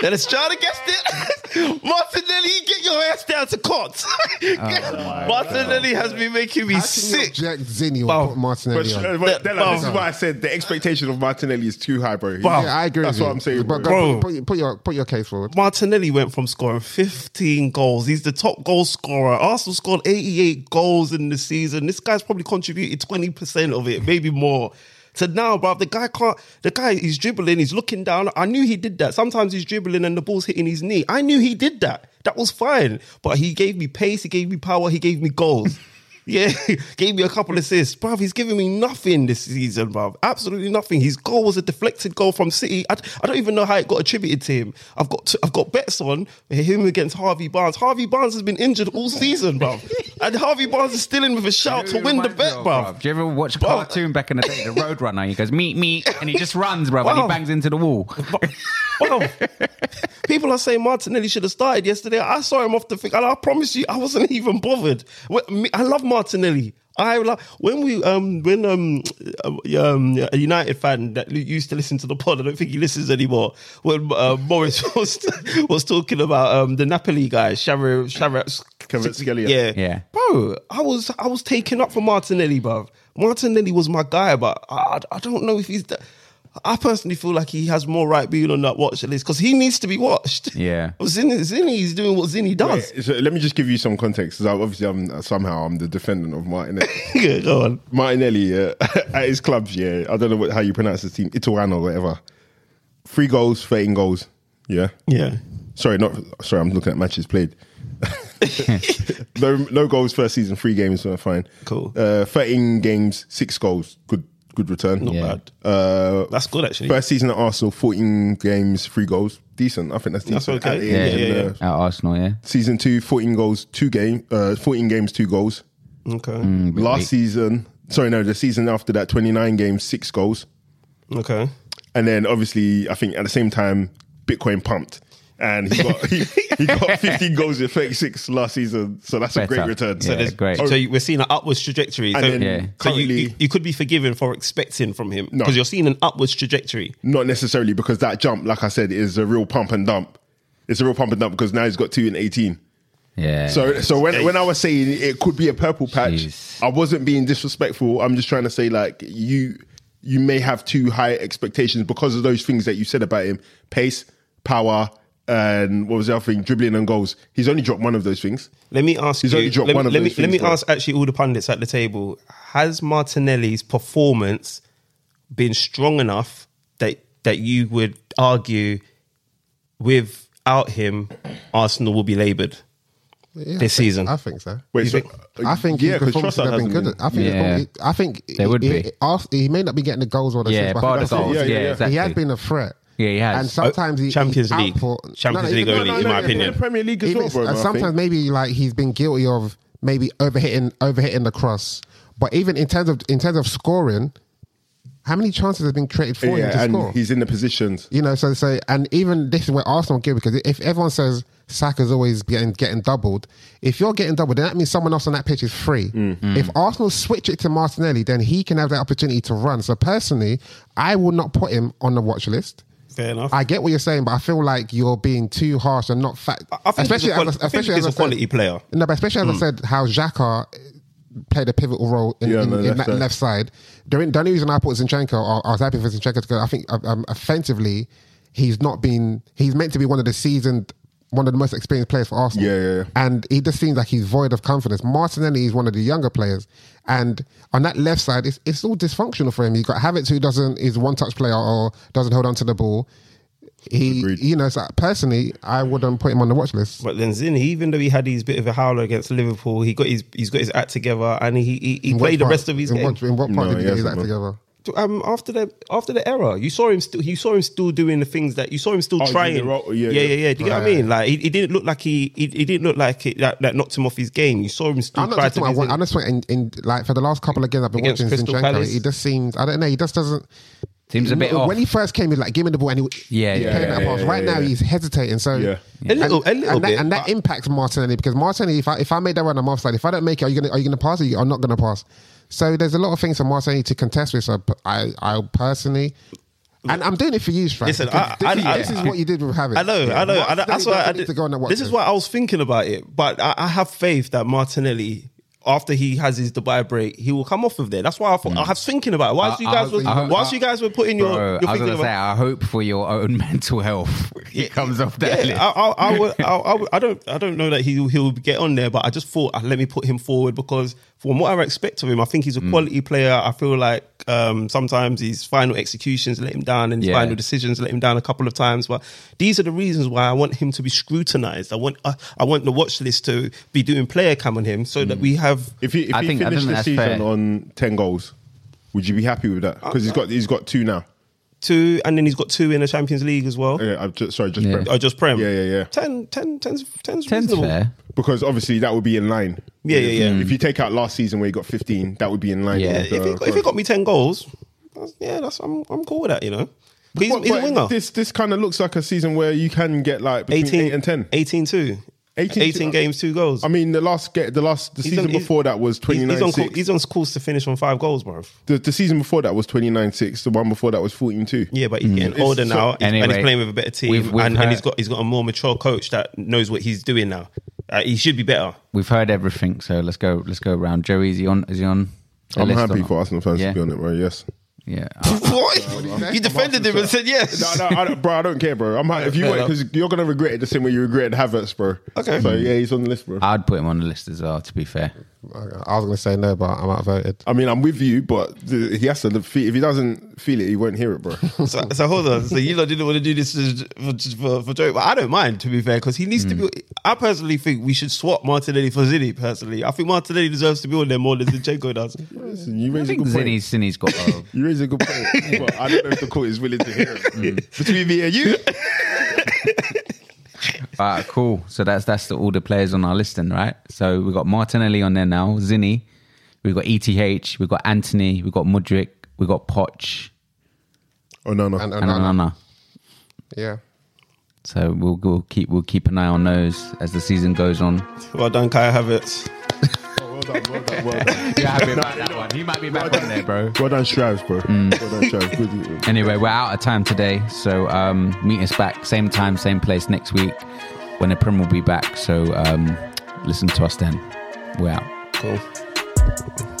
Then it's trying to guess it. Martinelli, get your ass down to court. Martinelli has been making me
Oh, how can you
sick.
object Zinny
Wow.
or put Martinelli
But,
on?
uh, but
That-
Della,
Wow.
this is why I said the expectation of Martinelli is too high, bro. He's-
Wow.
Yeah, I agree.
That's
with
what
you.
I'm saying.
But go-
bro.
Bro.
put, put your put your case forward.
Martinelli went from scoring 15 goals. He's the top goal scorer. Arsenal scored 88 goals in the season. This guy's probably contributed 20% of it, maybe more. So now, bro, the guy can't. The guy is dribbling. He's looking down. I knew he did that. Sometimes he's dribbling and the ball's hitting his knee. I knew he did that. That was fine. But he gave me pace. He gave me power. He gave me goals. Yeah, gave me a couple assists. Bruv, he's giving me nothing this season, bruv. Absolutely nothing. His goal was a deflected goal from City. I, I don't even know how it got attributed to him. I've got t I've got bets on him against Harvey Barnes. Harvey Barnes has been injured all season, bruv. and Harvey Barnes is still in with a shout to win the bet, bruv.
Do you ever watch a
Bruv.
cartoon back in the day, The Road Runner? He goes, meet me, and he just runs, bruv, and he
Bruv.
bangs into the wall.
Wow. People are saying Martinelli should have started yesterday. I saw him off the thing, and I promise you, I wasn't even bothered. Wh- me- I love Martinelli. I love when we um when um um a United fan that used to listen to the pod. I don't think he listens anymore. When uh, Morris was was talking about um the Napoli guy, Sharer Sharer
Kvaratskhelia.
yeah
Yeah.
bro. I was I was taken up for Martinelli, bruv. Martinelli was my guy, but I, I I don't know if he's. The, I personally feel like he has more right being on that watch list because he needs to be watched.
Yeah.
Zinni, Zinni's doing what Zinni does.
Wait, so let me just give you some context. 'cause I- obviously, I'm somehow I'm the defendant of Martinelli.
yeah, go on.
Martinelli yeah, at his clubs. Yeah, I don't know what, how you pronounce his team, Ituano or whatever. Three goals, thirteen goals. Yeah,
Yeah.
sorry, not sorry. I'm looking at matches played. no, no goals first season. Three games, so fine.
Cool.
Uh, thirteen games, six goals. Good, good return. Not
Yeah.
bad.
Uh,
That's good actually.
First season at Arsenal, 14 games, three goals. Decent. I think that's
That's
decent.
okay.
At the
Yeah,
end,
yeah,
uh,
yeah.
At Arsenal, yeah.
Season two, 14 goals, two game, uh, 14 games, two goals.
okay.
Mm.
Last season, sorry, no, the season after that, 29 games, six goals.
Okay.
And then obviously, I think at the same time, Bitcoin pumped. And he got, he, he got 15 goals in 36 last season. So that's a
Better.
great return.
So Yeah, there's- great.
So you- we're seeing an upwards trajectory.
And
so
then
Yeah.
so you, you,
currently-
you could be forgiven for expecting from him
No.
because you're seeing an upwards trajectory.
Not necessarily because that jump, like I said, is a real pump and dump. It's a real pump and dump because now he's got two and 18.
Yeah.
So, so when, when I was saying it could be a purple patch,
Jeez.
I wasn't being disrespectful. I'm just trying to say like you you may have too high expectations because of those things that you said about him: pace, power, and what was the other thing? Dribbling and goals. He's only dropped one of those things.
Let me ask
He's
you.
only dropped
let, me-
one of
let me
those
let me
things, bro.
ask actually all the pundits at the table. Has Martinelli's performance been strong enough that that you would argue without him, Arsenal will be laboured?
Yeah,
This
I think-
season.
I think so.
Wait,
You
so, uh,
think-
I think yeah, his performance
Trossard
would have been
hasn't
good. I think his
Yeah.
performance- I think
There would
he,
be.
He, he may not be getting the goals or the
yeah,
assists, but I
bar the
think that's it.
goals. Yeah,
yeah, yeah.
exactly.
He has been a threat.
Yeah, he has.
And sometimes he
Oh, Champions
his
League.
output-
Champions League
even-
only, in my
in the
opinion.
Premier League as
even-
well, bro.
and
I
sometimes
think.
maybe like he's been guilty of maybe overhitting overhitting the cross. But even in terms of in terms of scoring, how many chances have been created for him to
and
score?
he's in the positions.
You know, so so and even this is where Arsenal give because if everyone says Saka's always getting getting doubled, if you're getting doubled, then that means someone else on that pitch is free.
Mm.
If Arsenal switch it to Martinelli, then he can have that opportunity to run. So personally, I will not put him on the watch list.
Fair enough.
I get what you're saying, but I feel like you're being too harsh and not fact.
I think he's a quali- I think he's
I
a quality
said,
player.
No, but especially as
Hmm.
I said, how Xhaka played a pivotal role in,
Yeah,
in,
no,
in
left
that
side.
left side. The, re- the only reason I put Zinchenko, or I was happy for Zinchenko because I think um, offensively, he's not been. He's meant to be one of the seasoned, one of the most experienced players for Arsenal.
Yeah, yeah, yeah.
And he just seems like he's void of confidence. Martinelli is one of the younger players, and on that left side, it's it's all dysfunctional for him. You have got Havertz who doesn't is one touch player or doesn't hold on to the ball. He,
Agreed.
you know, so personally, I wouldn't put him on the watch list.
But then Zin, even though he had his bit of a howler against Liverpool, he got his he's got his act together and he he, he
In
played
what
the
part-
rest of his
in
game.
What, in what part
No,
did
he
he get his
hasn't,
act together?
um, after the after the error, you saw him still. You saw him still doing the things that you saw him still
Oh,
trying.
doing the role-
yeah,
yeah,
yeah,
yeah.
yeah, Do you get what I mean? Like he, he didn't look like he, he he didn't look like it that, that knocked him off his game. You saw him still
I'm not
try
just
to.
talking about
do
one.
his-
I'm just talking in, in like for the last couple of games I've been
Against
watching
Crystal
Zinchenko.
Palace.
He just seems I don't know. He just doesn't.
Seems a bit
when
off.
he first came, he was like, "Give me the ball," and he was
Yeah, yeah,
playing
yeah,
that
yeah,
pass.
yeah,
right
yeah,
now,
yeah.
he's hesitating. So
Yeah.
A little- a
and,
little
and
bit,
That, and that
but-
impacts Martinelli because Martinelli, if I if I made that run, I'm offside. If I don't make it, are you gonna are you gonna pass? Or you are not gonna pass? So there's a lot of things for Martinelli to contest with. So p- I I personally. And I'm doing it for you, Frank.
Listen, I-
because this,
I-
is,
I-
this is what you did with Havertz.
I know, I know. I,
Martinelli
that's why I
doesn't need
did,
to go on that watch
This is
list.
why I was thinking about it, but I, I have faith that Martinelli. After he has his Dubai break, he will come off of there. That's why I thought I was thinking about it. Whilst
I-
you
I
guys
was
were,
thinking-
whilst you guys were putting your,
Bro,
your
I was
thinking
gonna
about,
say, I hope for your own mental health. He comes off that
Yeah,
list.
I, I, I, would, I, I, would- I don't, I don't know that he'll he'll get on there, but I just thought uh, let me put him forward because from what I expect of him, I think he's a
Mm.
quality player. I feel like um, sometimes his final executions let him down, and his
Yeah.
final decisions let him down a couple of times. But these are the reasons why I want him to be scrutinized. I want, uh, I want the watch list to be doing player cam on him so that
Mm.
we have.
If he, if
I
he
think- I
finished
think
the
that's
season
fair.
on ten goals, would you be happy with that? Because he's got he's got two now.
two, and then he's got two in the Champions League as well.
Yeah, I'm just, sorry, just
Yeah.
Prem.
Or Oh, just Prem.
Yeah, yeah, yeah.
10, 10, 10's, 10's,
Ten's
reasonable.
fair.
Because obviously that would be in line.
Yeah, yeah, yeah.
If you take out last season where he got 15, that would be in line.
Yeah.
with,
if, he,
uh,
if he got me 10 goals, that's, yeah, that's I'm, I'm cool with that, you know. But he's,
But-
he's a
but
winger.
This this kind of looks like a season where you can get like between
18
eight and ten.
18 2. 18,
18
games, two goals.
I mean, the last get the last the
He's
season
on- he's-
before that was
he's-
twenty
He's, on
nine
cour-
six.
he's on course to finish on five goals, bro.
The, the season before that was twenty nine six. The one before that was fourteen two.
Yeah, but he's getting older
so-
now, and- and he's
Anyway,
playing with a better team,
we've- we've
and, and
heard-
he's got he's got a more mature coach that knows what he's doing now. Uh, he should be better.
We've heard everything, so let's go. Let's go around. Joey, is he on? Is he on? the
I'm
list or
happy
not?
for Arsenal fans
Yeah.
to be on it, bro. Yes.
Yeah. Uh,
what? You defended him and said yes.
No, no, I don't, bro. I don't care, bro. I'm happy if you
Fair
want because you're gonna regret it the same way you regretted Havertz, bro.
Okay.
So yeah, he's on the list, bro.
I'd put him on the list as well. To be fair,
I was going to say no, but I'm outvoted.
I mean, I'm with you, but the, he has to. Feel, if he doesn't feel it, he won't hear it, bro.
So, so hold on. So you lot didn't want to do this for, for, for Joe, but I don't mind to be fair because he needs to be. I personally think we should swap Martinelli for Zinni. Personally, I think Martinelli deserves to be on there more than Zinchenko does.
Listen, you
I
raise a
think Zinni,
good point.
Zinni's got. A,
You raise a good point. but I don't know if the court is willing to hear it.
Between me and you,
Alright, cool. So that's that's the, all the players on our list, then, right? So we've got Martinelli on there now, Zinni, we've got ETH, we've got Anthony, we've got Mudrick, we've got Poch,
Oh no, no.
And,
and
and,
um,
and,
Anana.
yeah.
So we'll, we'll keep we'll keep an eye on those as the season goes on.
well done, Kai Havertz.
well done, well done, well done.
Yeah, happy about that one. He might be back on there, bro.
Well done, Strives, bro. Well done, Strives. Good.
Anyway, we're out of time today, so um, meet us back same time, same place next week when the Prim will be back. So um, listen to us then. We're out.
Cool.